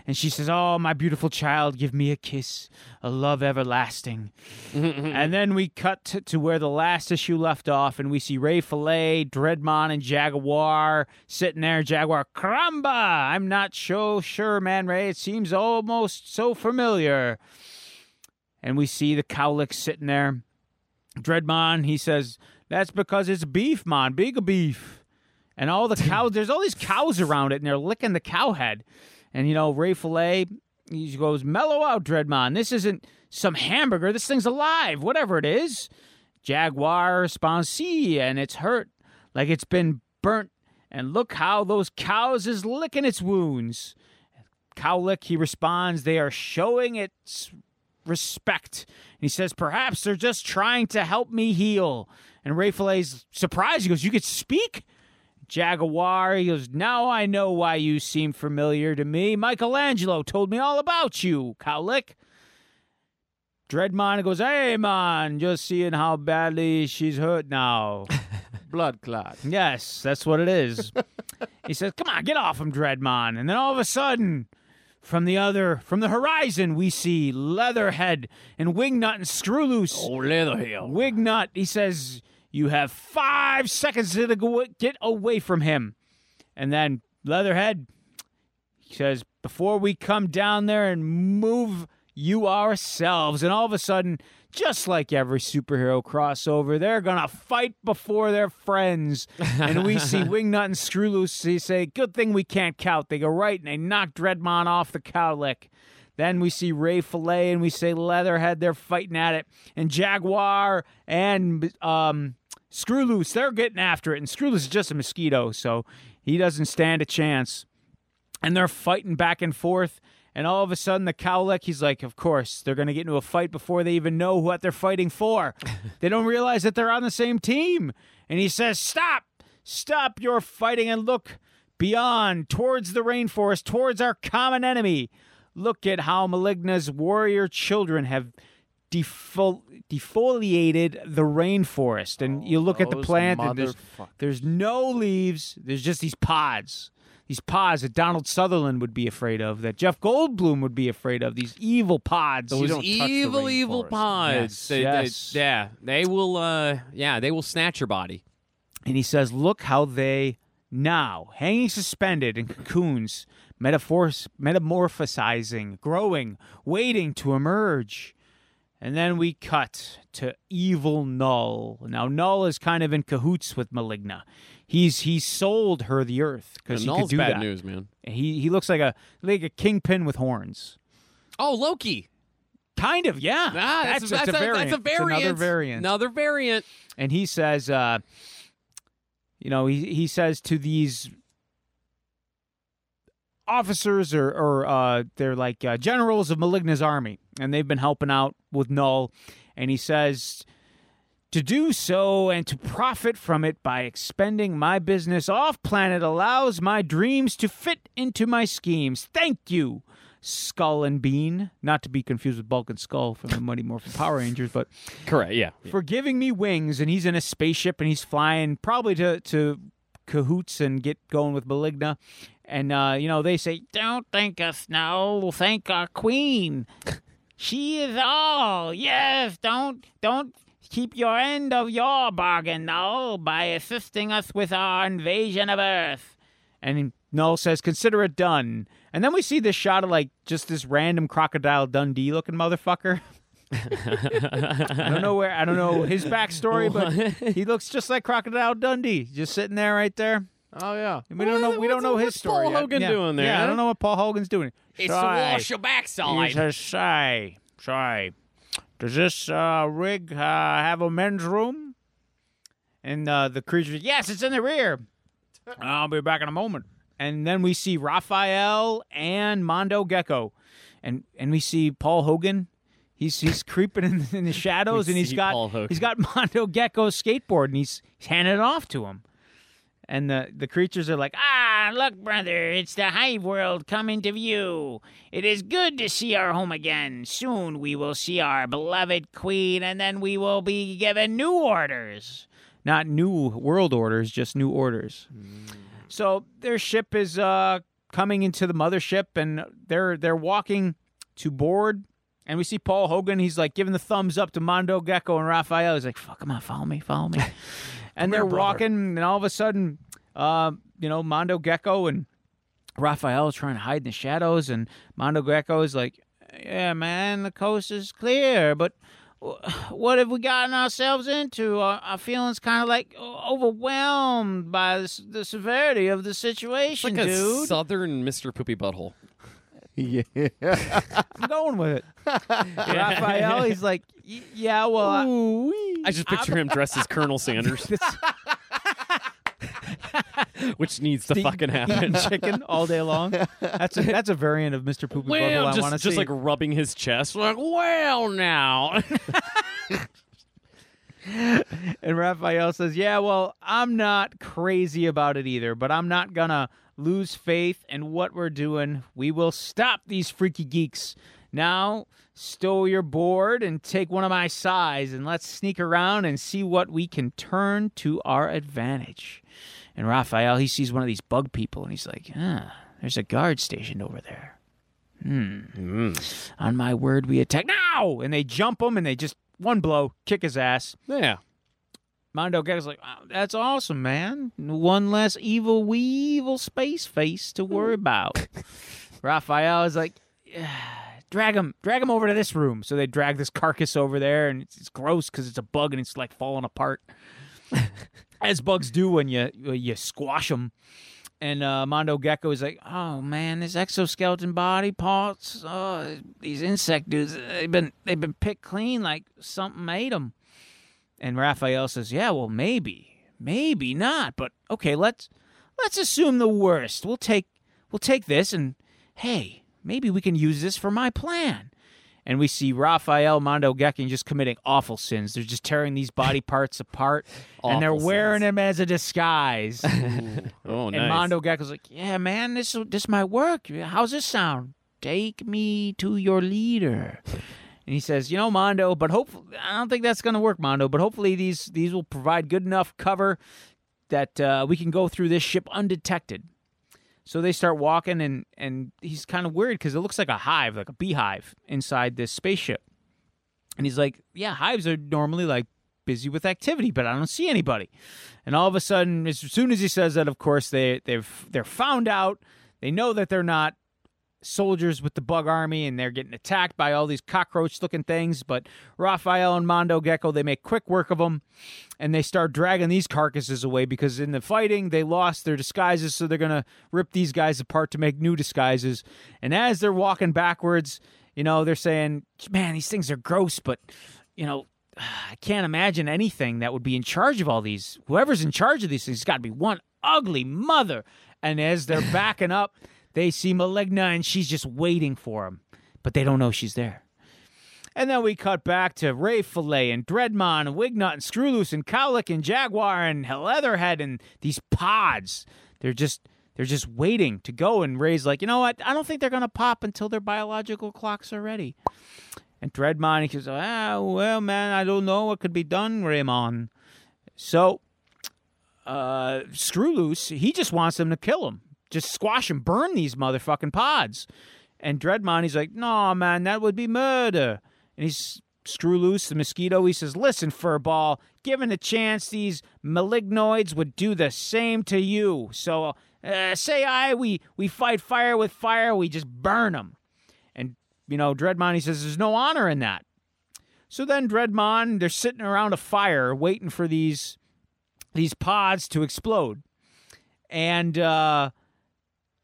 [SPEAKER 2] And she says, Oh, my beautiful child, give me a kiss, a love everlasting. and then we cut t- to where the last issue left off, and we see Ray Fillet, Dreadmon, and Jaguar sitting there. Jaguar, caramba! I'm not so sure, man, Ray. It seems almost so familiar. And we see the cowlick sitting there. Dreadmon, he says, that's because it's beef, man, big beef. And all the cows, there's all these cows around it, and they're licking the cow head. And, you know, Ray Filet, he goes, mellow out, Dreadmon. This isn't some hamburger. This thing's alive, whatever it is. Jaguar responds, see, and it's hurt like it's been burnt. And look how those cows is licking its wounds. Cowlick, he responds, they are showing its respect. And he says, Perhaps they're just trying to help me heal. And Ray Filet's surprised. He goes, You could speak? Jaguar, he goes, Now I know why you seem familiar to me. Michelangelo told me all about you, Cowlick. Dreadmon goes, Hey, man, just seeing how badly she's hurt now.
[SPEAKER 1] Blood clot.
[SPEAKER 2] Yes, that's what it is. he says, "Come on, get off him, Dreadmon!" And then all of a sudden, from the other, from the horizon, we see Leatherhead and Wingnut and Screwloose.
[SPEAKER 3] leather heel.
[SPEAKER 2] Wignut, he says, "You have five seconds to go- get away from him." And then Leatherhead he says, "Before we come down there and move you ourselves." And all of a sudden, just like every superhero crossover, they're gonna fight before their friends. And we see Wingnut and Screwloose they say, "Good thing we can't count." They go right and they knock Dreadmon off the cowlick. Then we see Ray Fillet and we say Leatherhead. They're fighting at it, and Jaguar and um, Screw Loose. They're getting after it, and Screw Loose is just a mosquito, so he doesn't stand a chance. And they're fighting back and forth. And all of a sudden, the cowlick, he's like, Of course, they're going to get into a fight before they even know what they're fighting for. they don't realize that they're on the same team. And he says, Stop, stop your fighting and look beyond, towards the rainforest, towards our common enemy. Look at how Maligna's warrior children have defol- defoliated the rainforest. And you look at the
[SPEAKER 1] Oh, Those
[SPEAKER 2] plant, and there's,
[SPEAKER 1] motherfuckers.
[SPEAKER 2] there's no leaves. There's just these pods. These pods that Donald Sutherland would be afraid of, that Jeff Goldblum would be afraid of. These evil pods.
[SPEAKER 1] You
[SPEAKER 3] Those
[SPEAKER 1] don't touch the
[SPEAKER 3] evil, evil
[SPEAKER 1] rainforest.
[SPEAKER 3] pods.
[SPEAKER 2] Yes,
[SPEAKER 3] They- they-
[SPEAKER 2] yes.
[SPEAKER 3] yeah, they will. Uh, yeah, they will snatch your body.
[SPEAKER 2] And he says, Look how they now, hanging suspended in cocoons, metaphors- metamorphosizing, growing, waiting to emerge. And then we cut to evil Null. Now Null is kind of in cahoots with Maligna. He's he sold her the earth because
[SPEAKER 3] And
[SPEAKER 2] he could
[SPEAKER 3] all's
[SPEAKER 2] do
[SPEAKER 3] bad
[SPEAKER 2] that.
[SPEAKER 3] news, man.
[SPEAKER 2] He he looks like a like a kingpin with horns.
[SPEAKER 3] Oh, Loki.
[SPEAKER 2] Kind of, yeah.
[SPEAKER 3] Ah, that's,
[SPEAKER 2] that's
[SPEAKER 3] that's
[SPEAKER 2] a variant.
[SPEAKER 3] That's a
[SPEAKER 2] It's
[SPEAKER 3] variant.
[SPEAKER 2] another variant.
[SPEAKER 3] Another variant.
[SPEAKER 2] and he says uh you know he he says to these officers or or uh they're like uh, generals of Maligna's army and they've been helping out with Null and he says to do so and to profit from it by expending my business off planet allows my dreams to fit into my schemes. Thank you, Skull and Bean. Not to be confused with Bulk and Skull from the Mighty Morphin Power Rangers, but
[SPEAKER 3] Correct. Yeah.
[SPEAKER 2] for giving me wings and he's in a spaceship and he's flying probably to to cahoots and get going with maligna and uh, you know they say don't thank us now thank our queen she is all yes don't don't Keep your end of your bargain, Null, by assisting us with our invasion of Earth. And Null says, Consider it done. And then we see this shot of like just this random crocodile Dundee looking motherfucker. I don't know where I don't know his backstory, but he looks just like Crocodile Dundee, just sitting there right there.
[SPEAKER 1] Oh yeah.
[SPEAKER 2] And we don't
[SPEAKER 3] What-
[SPEAKER 2] know we don't
[SPEAKER 3] what's-
[SPEAKER 2] know his
[SPEAKER 3] what's
[SPEAKER 2] story.
[SPEAKER 3] Paul
[SPEAKER 2] yet.
[SPEAKER 3] Hogan
[SPEAKER 2] Yeah.
[SPEAKER 3] doing there,
[SPEAKER 2] Yeah, I
[SPEAKER 3] huh?
[SPEAKER 2] don't know what Paul Hogan's doing.
[SPEAKER 3] It's
[SPEAKER 2] Shy.
[SPEAKER 3] to wash your backside.
[SPEAKER 2] He says, "Shy, shy, does this uh, rig uh, have a men's room?" And uh, the creature, "Yes, it's in the rear." I'll be back in a moment. And then we see Raphael and Mondo Gecko, and and we see Paul Hogan. He's he's creeping in, in the shadows,
[SPEAKER 3] We
[SPEAKER 2] and he's
[SPEAKER 3] see
[SPEAKER 2] got
[SPEAKER 3] Paul Hogan.
[SPEAKER 2] he's got Mondo Gecko's skateboard, and he's, he's handing it off to him. And the, the creatures are like, Ah, look, brother, it's the hive world come into view. It is good to see our home again. Soon we will see our beloved queen, and then we will be given new orders. Not new world orders, just new orders. So their ship is uh, coming into the mothership, and they're they're walking to board. And we see Paul Hogan. He's like giving the thumbs up to Mondo Gecko and Raphael. He's like, "Fuck, come on, follow me, follow me." and they're walking, and all of a sudden, uh, you know, Mondo Gecko and Raphael is trying to hide in the shadows, and Mondo Gecko is like, "Yeah, man, the coast is clear, but what have we gotten ourselves into? Our, our feelings kind of like overwhelmed by the, s- the severity of the
[SPEAKER 3] It's
[SPEAKER 2] situation,
[SPEAKER 3] like a
[SPEAKER 2] dude.
[SPEAKER 3] southern Mr. Poopy Butthole.
[SPEAKER 1] Yeah.
[SPEAKER 2] I'm going with it. Raphael, he's like, "Y- yeah, well, I-
[SPEAKER 3] I just picture him dressed as Colonel Sanders,
[SPEAKER 2] this-
[SPEAKER 3] which needs to
[SPEAKER 2] the-
[SPEAKER 3] fucking happen.
[SPEAKER 2] eating chicken all day long. That's a, that's a variant of Mr. Poopy
[SPEAKER 3] Well,
[SPEAKER 2] Bubble I want to
[SPEAKER 3] just,
[SPEAKER 2] see.
[SPEAKER 3] just like rubbing his chest, like, well, now.
[SPEAKER 2] and Raphael says, "Yeah, well, I'm not crazy about it either, but I'm not gonna lose faith in what we're doing. We will stop these freaky geeks. Now, stow your board and take one of my size, and let's sneak around and see what we can turn to our advantage." And Raphael, he sees one of these bug people, and he's like, "Ah, there's a guard stationed over there." Hmm. On my word, we attack now! And they jump him, and they just one blow, kick his ass.
[SPEAKER 3] yeah.
[SPEAKER 2] Mondo Gecko's like, "Oh, that's awesome, man. One less evil weevil space face to worry about. Raphael is like, "Yeah, drag him, drag him over to this room. So they drag this carcass over there, and it's, it's gross because it's a bug and it's like falling apart, as bugs do when you when you squash them. And uh, Mondo Gecko is like, oh man, this exoskeleton body parts, oh, these insect dudes, they've been they've been picked clean like something ate them. And Raphael says, "Yeah, well, maybe, maybe not, but okay, let's let's assume the worst. We'll take we'll take this, and hey, maybe we can use this for my plan." And we see Raphael Mondo Gecking just committing awful sins. They're just tearing these body parts apart, and they're
[SPEAKER 3] Awful
[SPEAKER 2] wearing
[SPEAKER 3] sins.
[SPEAKER 2] them as a disguise.
[SPEAKER 3] Oh,
[SPEAKER 2] And Mondo Gecko's like, "Yeah, man, this this might work. How's this sound? Take me to your leader." And he says, "You know, Mondo, but hopefully I don't think that's going to work, Mondo. But hopefully these these will provide good enough cover that uh, we can go through this ship undetected." So they start walking, and and he's kind of worried because it looks like a hive, like a beehive inside this spaceship. And he's like, "Yeah, hives are normally like busy with activity, but I don't see anybody." And all of a sudden, as soon as he says that, of course they they've they're found out. They know that they're not soldiers with the bug army, and they're getting attacked by all these cockroach-looking things. But Raphael and Mondo Gecko they make quick work of them, and they start dragging these carcasses away because in the fighting they lost their disguises, so they're gonna rip these guys apart to make new disguises. And as they're walking backwards, you know they're saying, "Man, these things are gross," but you know I can't imagine anything that would be in charge of all these. Whoever's in charge of these things has got to be one ugly mother. And as they're backing up, they see Maligna and she's just waiting for them, but they don't know she's there. And then we cut back to Ray Fillet and Dreadmon and Wignut and Screwloose and Cowlick and Jaguar and Leatherhead and these pods. They're just they're just waiting to go. And Ray's like, you know what? I don't think they're gonna pop until their biological clocks are ready. And Dreadmon, he goes, ah, well, man, I don't know what could be done, Raymond. So, uh, Screwloose, he just wants them to kill him. Just squash and burn these motherfucking pods. And Dreadmon, he's like, no, man, that would be murder. And he's Screw Loose, the mosquito, he says, Listen, Furball, given a chance, these malignoids would do the same to you. So uh, say I, we, we fight fire with fire, we just burn them. And, you know, Dreadmon, he says, There's no honor in that. So then Dreadmon, they're sitting around a fire waiting for these these pods to explode. And uh,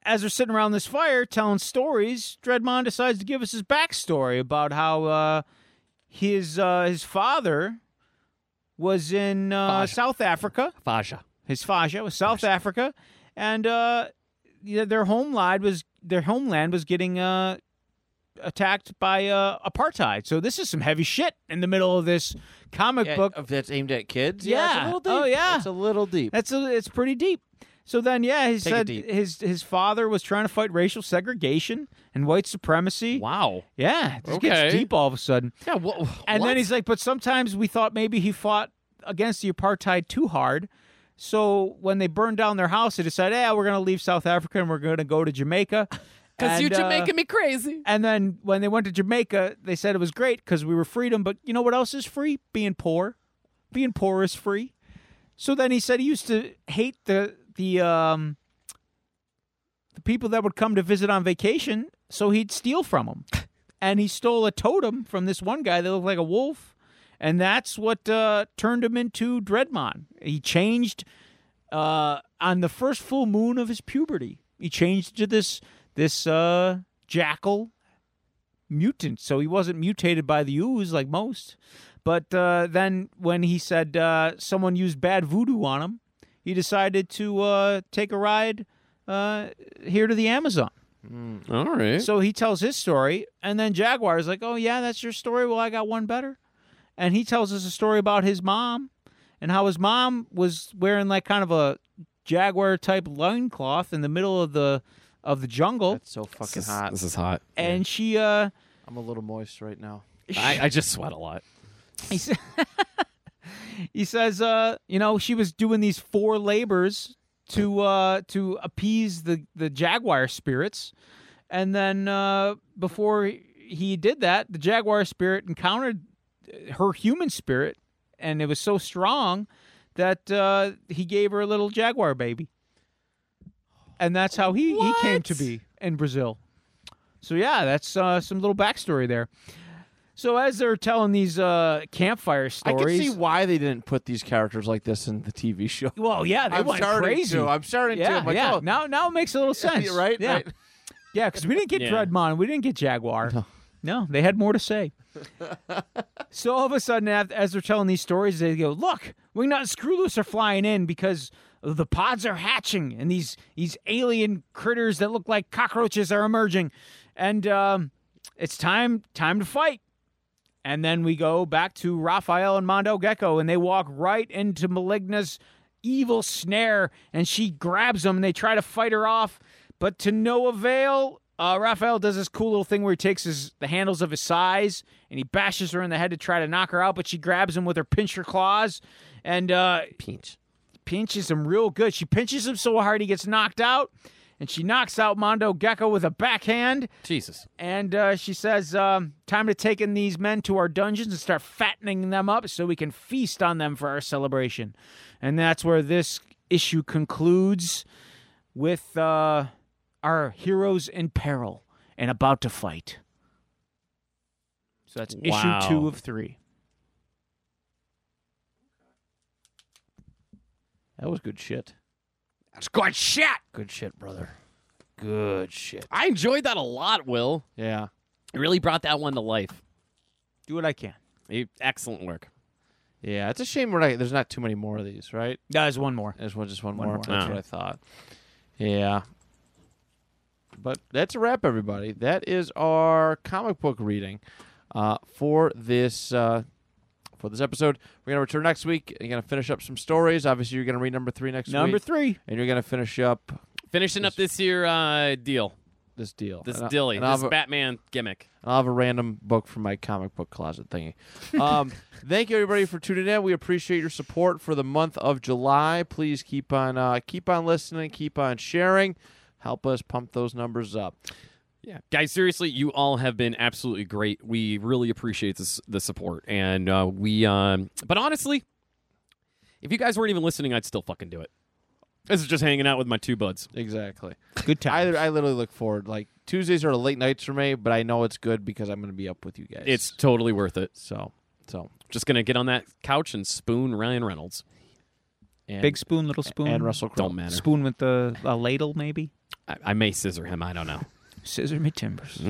[SPEAKER 2] as they're sitting around this fire telling stories, Dreadmon decides to give us his backstory about how uh, his uh, his father was in uh,
[SPEAKER 3] Faja.
[SPEAKER 2] South Africa.
[SPEAKER 3] Faja.
[SPEAKER 2] His Faja was South Africa, and uh, yeah, their homeland was their homeland was getting uh, attacked by uh, apartheid. So this is some heavy shit in the middle of this comic
[SPEAKER 1] Yeah,
[SPEAKER 2] book
[SPEAKER 1] if that's aimed at kids.
[SPEAKER 2] Yeah.
[SPEAKER 1] it's a little deep.
[SPEAKER 2] Oh, yeah.
[SPEAKER 1] it's a little deep.
[SPEAKER 2] That's a, it's pretty deep. So then, yeah, he
[SPEAKER 1] Take it
[SPEAKER 2] said
[SPEAKER 1] deep.
[SPEAKER 2] his his father was trying to fight racial segregation and white supremacy.
[SPEAKER 3] Wow.
[SPEAKER 2] Yeah, this gets
[SPEAKER 3] Okay.
[SPEAKER 2] deep all of a sudden.
[SPEAKER 3] Yeah. Wh- wh-
[SPEAKER 2] And
[SPEAKER 3] what?
[SPEAKER 2] then he's like, but sometimes we thought maybe he fought against the apartheid too hard. So when they burned down their house, they decided, yeah, we're going to leave South Africa and we're going to go to Jamaica.
[SPEAKER 3] because you're
[SPEAKER 2] And, uh,
[SPEAKER 3] making me crazy.
[SPEAKER 2] and then when they went to Jamaica, they said it was great because we were freedom. But you know what else is free? Being poor. Being poor is free. So then he said he used to hate the the um, the people that would come to visit on vacation. So he'd steal from them, and he stole a totem from this one guy that looked like a wolf, and that's what uh, turned him into Dreadmon. He changed uh, on the first full moon of his puberty. He changed to this this uh, jackal mutant, so he wasn't mutated by the ooze like most. But uh, then when he said uh, someone used bad voodoo on him, he decided to uh, take a ride uh, here to the Amazon.
[SPEAKER 1] All right.
[SPEAKER 2] So he tells his story, and then Jaguar is like, "Oh yeah, that's your story. Well, I got one better." And he tells us a story about his mom and how his mom was wearing like kind of a jaguar type loincloth in the middle of the of the jungle,
[SPEAKER 1] That's so fucking hot.
[SPEAKER 3] This is hot.
[SPEAKER 2] and she uh
[SPEAKER 1] I'm a little moist right now.
[SPEAKER 3] I, I just sweat a lot.
[SPEAKER 2] he, sa- he says, uh, you know, she was doing these four labors to uh, to appease the the jaguar spirits, and then uh, before he did that, the jaguar spirit encountered uh, her human spirit, and it was so strong that uh, he gave her a little jaguar baby, and that's how he he came to
[SPEAKER 3] What?
[SPEAKER 2] be in Brazil. So yeah, that's uh, some little backstory there. So as they're telling these uh, campfire
[SPEAKER 1] I
[SPEAKER 2] stories,
[SPEAKER 1] can see why they didn't put these characters like this in the TV show.
[SPEAKER 2] well, yeah, they
[SPEAKER 1] I'm
[SPEAKER 2] went
[SPEAKER 1] starting
[SPEAKER 2] crazy.
[SPEAKER 1] to. I'm starting to.
[SPEAKER 2] yeah,
[SPEAKER 1] I'm like,
[SPEAKER 2] yeah.
[SPEAKER 1] oh,
[SPEAKER 2] Now, now it makes a little sense,
[SPEAKER 1] right?
[SPEAKER 2] Yeah,
[SPEAKER 1] Right.
[SPEAKER 2] yeah, because we didn't get
[SPEAKER 3] Yeah.
[SPEAKER 2] Dreadmon, we didn't get Jaguar. No. they had more to say. so all of a sudden, af- as they're telling these stories, they go, "Look, Wingnut and Screwloose are flying in because the pods are hatching, and these these alien critters that look like cockroaches are emerging, and um, it's time time to fight." And then we go back to Raphael and Mondo Gecko, and they walk right into Maligna's evil snare, and she grabs them, and they try to fight her off, but to no avail. Uh, Raphael does this cool little thing where he takes his the handles of his size and he bashes her in the head to try to knock her out, but she grabs him with her pincher claws, and uh,
[SPEAKER 3] Pinch.
[SPEAKER 2] pinches him real good. She pinches him so hard he gets knocked out, and she knocks out Mondo Gecko with a backhand.
[SPEAKER 3] Jesus.
[SPEAKER 2] And uh, she says, um, "Time to take in these men to our dungeons and start fattening them up, so we can feast on them for our celebration." And that's where this issue concludes, with uh, our heroes in peril and about to fight. So that's
[SPEAKER 3] Wow.
[SPEAKER 2] issue two of three.
[SPEAKER 1] that was good shit.
[SPEAKER 3] That's good shit.
[SPEAKER 1] Good shit, brother. Good shit.
[SPEAKER 3] I enjoyed that a lot, Will.
[SPEAKER 1] Yeah.
[SPEAKER 3] It really brought that one to life.
[SPEAKER 2] Do what I can.
[SPEAKER 3] You- Excellent work.
[SPEAKER 1] Yeah. It's a shame we're not, there's not too many more of these, right?
[SPEAKER 2] There's one more.
[SPEAKER 1] There's one, just one,
[SPEAKER 2] One
[SPEAKER 1] more.
[SPEAKER 2] more.
[SPEAKER 1] That's
[SPEAKER 3] Yeah.
[SPEAKER 1] what I thought. Yeah. But that's a wrap, everybody. That is our comic book reading uh, for this uh, for this episode. We're gonna return next week. You're gonna finish up some stories. Obviously, you're gonna read number three next
[SPEAKER 2] Number
[SPEAKER 1] week,
[SPEAKER 2] three.
[SPEAKER 1] and you're gonna finish up
[SPEAKER 3] Finishing up this year uh, deal,
[SPEAKER 1] this deal.
[SPEAKER 3] this
[SPEAKER 1] And I-
[SPEAKER 3] dilly,
[SPEAKER 1] and I'll
[SPEAKER 3] this
[SPEAKER 1] have a-
[SPEAKER 3] Batman gimmick.
[SPEAKER 1] And I'll have a random book from my comic book closet thingy. Um, thank you everybody for tuning in. We appreciate your support for the month of July. Please keep on uh, keep on listening, keep on sharing. Help us pump those numbers up.
[SPEAKER 3] Yeah, guys, seriously, you all have been absolutely great. We really appreciate this, the support, and uh, we. Um, but honestly, if you guys weren't even listening, I'd still fucking do it. This is just hanging out with my two buds.
[SPEAKER 1] Exactly.
[SPEAKER 2] Good
[SPEAKER 1] I,
[SPEAKER 2] times.
[SPEAKER 1] I literally look forward. Like Tuesdays are late nights for me, but I know it's good because I'm going to be up with you guys.
[SPEAKER 3] It's totally worth it.
[SPEAKER 1] so so
[SPEAKER 3] Just gonna get on that couch and spoon Ryan Reynolds. And
[SPEAKER 2] Big spoon, little spoon.
[SPEAKER 1] and Russell Crowe.
[SPEAKER 3] don't matter.
[SPEAKER 2] Spoon with the a ladle, maybe.
[SPEAKER 3] I, I may scissor him. I don't know.
[SPEAKER 2] Scissor me timbers.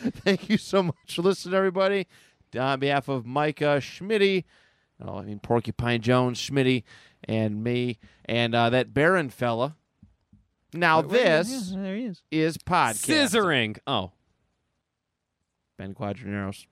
[SPEAKER 1] Thank you so much for listening, everybody. On behalf of Micah Schmitty, oh, I mean Porcupine Jones Schmitty, and me, and uh, that Baron fella. Now this
[SPEAKER 2] there he is.
[SPEAKER 1] is podcast.
[SPEAKER 3] Scissoring. Oh.
[SPEAKER 1] Ben Quadraneros.